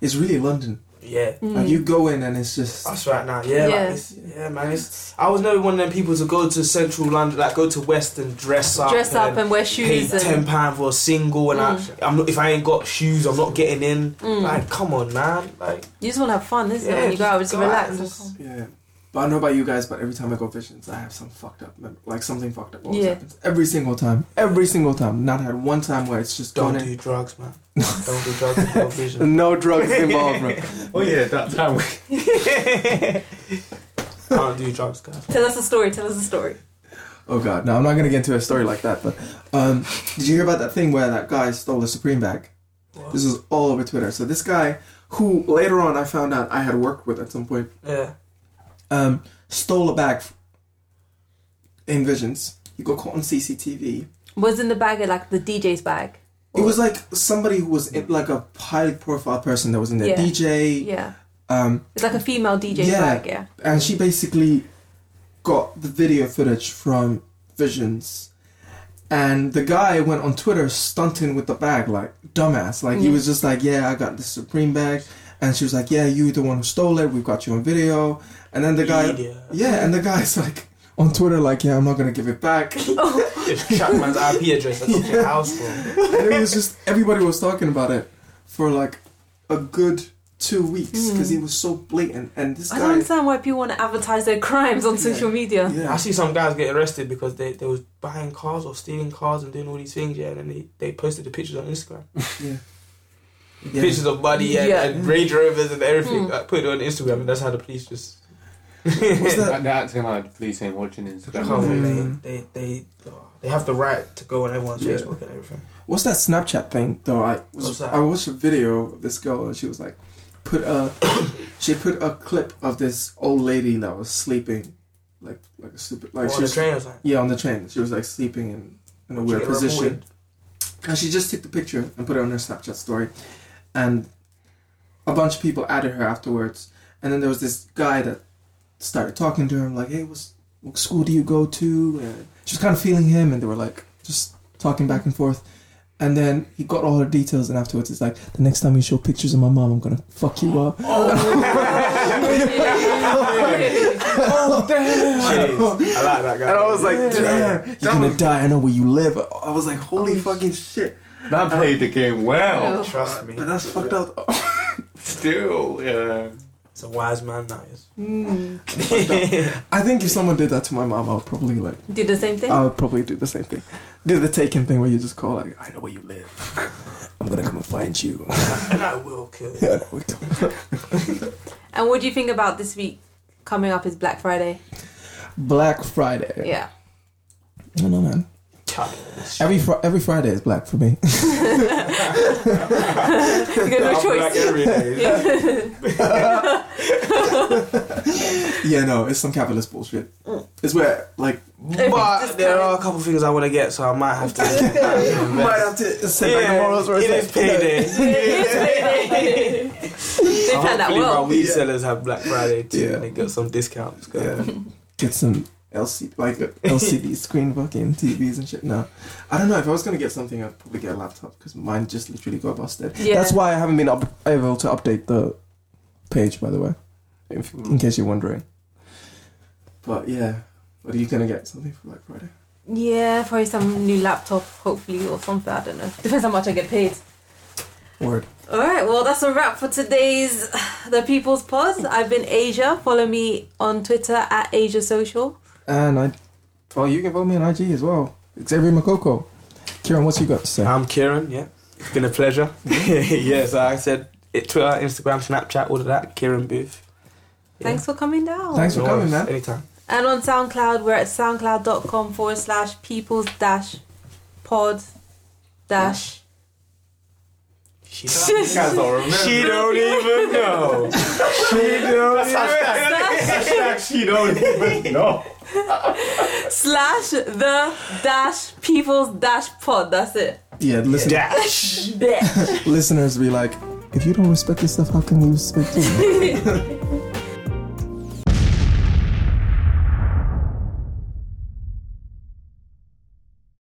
[SPEAKER 2] it's really London.
[SPEAKER 3] yeah.
[SPEAKER 2] Like you go in and it's just
[SPEAKER 3] That's right now.
[SPEAKER 1] Yeah.
[SPEAKER 3] Yeah, Like it's, yeah, man. It's, I was never one of them people to go to central London, like go to West and dress up.
[SPEAKER 1] Mm. Dress up
[SPEAKER 3] then
[SPEAKER 1] and wear
[SPEAKER 3] Pay
[SPEAKER 1] shoes
[SPEAKER 3] ten
[SPEAKER 1] and
[SPEAKER 3] pound for a single, and I, I'm not, if I ain't got shoes, I'm not getting in.
[SPEAKER 1] Mm.
[SPEAKER 3] Like, come on, man! Like,
[SPEAKER 1] you just want to have fun, isn't
[SPEAKER 3] Yeah,
[SPEAKER 1] it? When you go out,
[SPEAKER 3] just
[SPEAKER 1] just
[SPEAKER 3] go out
[SPEAKER 1] relax.
[SPEAKER 3] and
[SPEAKER 1] and
[SPEAKER 3] just-
[SPEAKER 1] come.
[SPEAKER 2] Yeah. But I don't know about you guys, but every time I go visions, I have some fucked up, mem- like something fucked up always
[SPEAKER 1] Yeah.
[SPEAKER 2] happens. Every single time. Every single time. Not had one time where it's just
[SPEAKER 3] don't
[SPEAKER 2] gone
[SPEAKER 3] do drugs, man. don't do drugs. with your vision.
[SPEAKER 2] in. No drugs involved, bro.
[SPEAKER 4] Oh yeah, that time. we-
[SPEAKER 3] don't do drugs, guys.
[SPEAKER 1] Tell us a story. Tell us a story.
[SPEAKER 2] Oh god, no, I'm not gonna get into a story like that. But um, did you hear about that thing where that guy stole a Supreme bag?
[SPEAKER 3] What?
[SPEAKER 2] This is all over Twitter. So this guy, who later on I found out I had worked with at some point,
[SPEAKER 3] Yeah.
[SPEAKER 2] um, stole a bag in visions. He got caught on CCTV.
[SPEAKER 1] Was in the bag like the DJ's bag.
[SPEAKER 2] It was like somebody who was in, like a highly profile person that was in there,
[SPEAKER 1] Yeah.
[SPEAKER 2] DJ.
[SPEAKER 1] Yeah.
[SPEAKER 2] Um,
[SPEAKER 1] It's like a female DJ's
[SPEAKER 2] Yeah.
[SPEAKER 1] bag. Yeah.
[SPEAKER 2] and she basically got the video footage from Visions. And the guy went on Twitter stunting with the bag, like dumbass. Like he was just like, "Yeah, I got the Supreme bag," and she was like, "Yeah, you the one who stole it. We've got you on video." And then the guy,
[SPEAKER 3] Media.
[SPEAKER 2] yeah, and the guy's like on Twitter, like, "Yeah, I'm not gonna give it back."
[SPEAKER 1] Oh,
[SPEAKER 3] Just track man's IP address. That's not your house, bro.
[SPEAKER 2] and it was just everybody was talking about it for like a good two weeks because he was so blatant. And this
[SPEAKER 1] I don't
[SPEAKER 2] guy,
[SPEAKER 1] understand why people want to advertise their crimes on social media.
[SPEAKER 2] yeah,
[SPEAKER 3] I see some guys get arrested because they, they was buying cars or stealing cars and doing all these things, yeah, and then they, they posted the pictures on Instagram.
[SPEAKER 2] yeah,
[SPEAKER 3] Pictures of money and,
[SPEAKER 1] Yeah.
[SPEAKER 3] Hmm. and Range Rovers and everything. Like, put it on Instagram and that's how the police just
[SPEAKER 2] What's that?
[SPEAKER 4] Like, they're acting like the police ain't watching
[SPEAKER 3] I
[SPEAKER 4] Instagram.
[SPEAKER 3] can't believe
[SPEAKER 2] Mm.
[SPEAKER 3] they, they they they have the right to go on everyone's
[SPEAKER 2] Yeah.
[SPEAKER 3] Facebook and everything.
[SPEAKER 2] What's that Snapchat thing though? I was,
[SPEAKER 3] What's that?
[SPEAKER 2] I watched a video of this girl and she was like, put a she put a clip of this old lady that was sleeping, like like a stupid like
[SPEAKER 3] Or
[SPEAKER 2] she
[SPEAKER 3] the
[SPEAKER 2] was,
[SPEAKER 3] train or something.
[SPEAKER 2] yeah on the train. She was like sleeping in in a weird
[SPEAKER 3] She get
[SPEAKER 2] position,
[SPEAKER 3] reported.
[SPEAKER 2] and she just took the picture and put it on her Snapchat story, and a bunch of people added her afterwards. And then there was this guy that started talking to her like, hey, what's, what school do you go to? And she was kind of feeling him, and they were like just talking back and forth. And then he got all her details, and afterwards, it's like, the next time you show pictures of my mom, I'm gonna fuck you up. Oh, damn!
[SPEAKER 3] Jeez, I like that guy.
[SPEAKER 2] And I was like,
[SPEAKER 3] Yeah.
[SPEAKER 2] damn, you're gonna die. I know where you live. I was like, holy
[SPEAKER 1] Oh,
[SPEAKER 2] fucking shit.
[SPEAKER 4] That played the game well.
[SPEAKER 3] Oh. trust me,
[SPEAKER 2] But that's fucked up.
[SPEAKER 4] Still, yeah.
[SPEAKER 3] it's a wise man that is.
[SPEAKER 1] Mm.
[SPEAKER 2] I think if someone did that to my mom, I would probably like,
[SPEAKER 1] Do the same thing.
[SPEAKER 2] I would probably do the same thing. Do the taken thing where you just call like, I know where you live. I'm gonna come and find you.
[SPEAKER 3] and I will kill.
[SPEAKER 2] yeah, no, we don't.
[SPEAKER 1] and what do you think about this week coming up is Black Friday?
[SPEAKER 2] Black Friday.
[SPEAKER 1] Yeah.
[SPEAKER 2] I don't know, man.
[SPEAKER 3] Chuck.
[SPEAKER 2] Every fr- every Friday is black for me.
[SPEAKER 1] You got no
[SPEAKER 3] Black
[SPEAKER 1] choice.
[SPEAKER 3] every day.
[SPEAKER 2] yeah, no, it's some capitalist bullshit. It's where like
[SPEAKER 3] But there are a couple of things I want to get, so I might have to.
[SPEAKER 2] might have to send back tomorrow's
[SPEAKER 3] it
[SPEAKER 2] worth
[SPEAKER 3] is
[SPEAKER 2] of-
[SPEAKER 3] payday.
[SPEAKER 1] they planned that
[SPEAKER 3] Hopefully,
[SPEAKER 1] well.
[SPEAKER 3] my weed sellers have Black Friday too,
[SPEAKER 2] Yeah.
[SPEAKER 3] and they got some discounts. going.
[SPEAKER 2] Yeah. get some LCD like LCD screen fucking TVs and shit. No, I don't know. If I was gonna get something, I'd probably get a laptop because mine just literally got busted.
[SPEAKER 1] Yeah.
[SPEAKER 2] That's why I haven't been up- able to update the page, by the way, if, in case you're wondering. But yeah, what are you gonna get? Something for Black Friday?
[SPEAKER 1] Yeah, probably some new laptop, hopefully, or something. I don't know. Depends how much I get paid.
[SPEAKER 2] Word.
[SPEAKER 1] All right, well, that's a wrap for today's The People's Pod. I've been Asia. Follow me on Twitter at Asia Social.
[SPEAKER 2] And I, well, you can vote me on IG as well. Xavier Makoko. Kieran, what's you got to say?
[SPEAKER 3] I'm Kieran. Yeah, it's been a pleasure. yeah, so I said it, Twitter, Instagram, Snapchat, all of that. Kieran Booth. Yeah.
[SPEAKER 1] Thanks for coming down.
[SPEAKER 2] Thanks for
[SPEAKER 3] No
[SPEAKER 2] coming,
[SPEAKER 3] worries.
[SPEAKER 2] man.
[SPEAKER 3] Anytime.
[SPEAKER 1] And on SoundCloud, we're at soundcloud.com forward slash people's dash pod dash.
[SPEAKER 3] She don't, she don't even know. She don't even
[SPEAKER 4] she don't even know.
[SPEAKER 1] slash the dash people's dash pod. That's it.
[SPEAKER 2] Yeah, listen,
[SPEAKER 3] dash.
[SPEAKER 1] Blech.
[SPEAKER 2] listeners be like, if you don't respect this stuff, how can we respect you?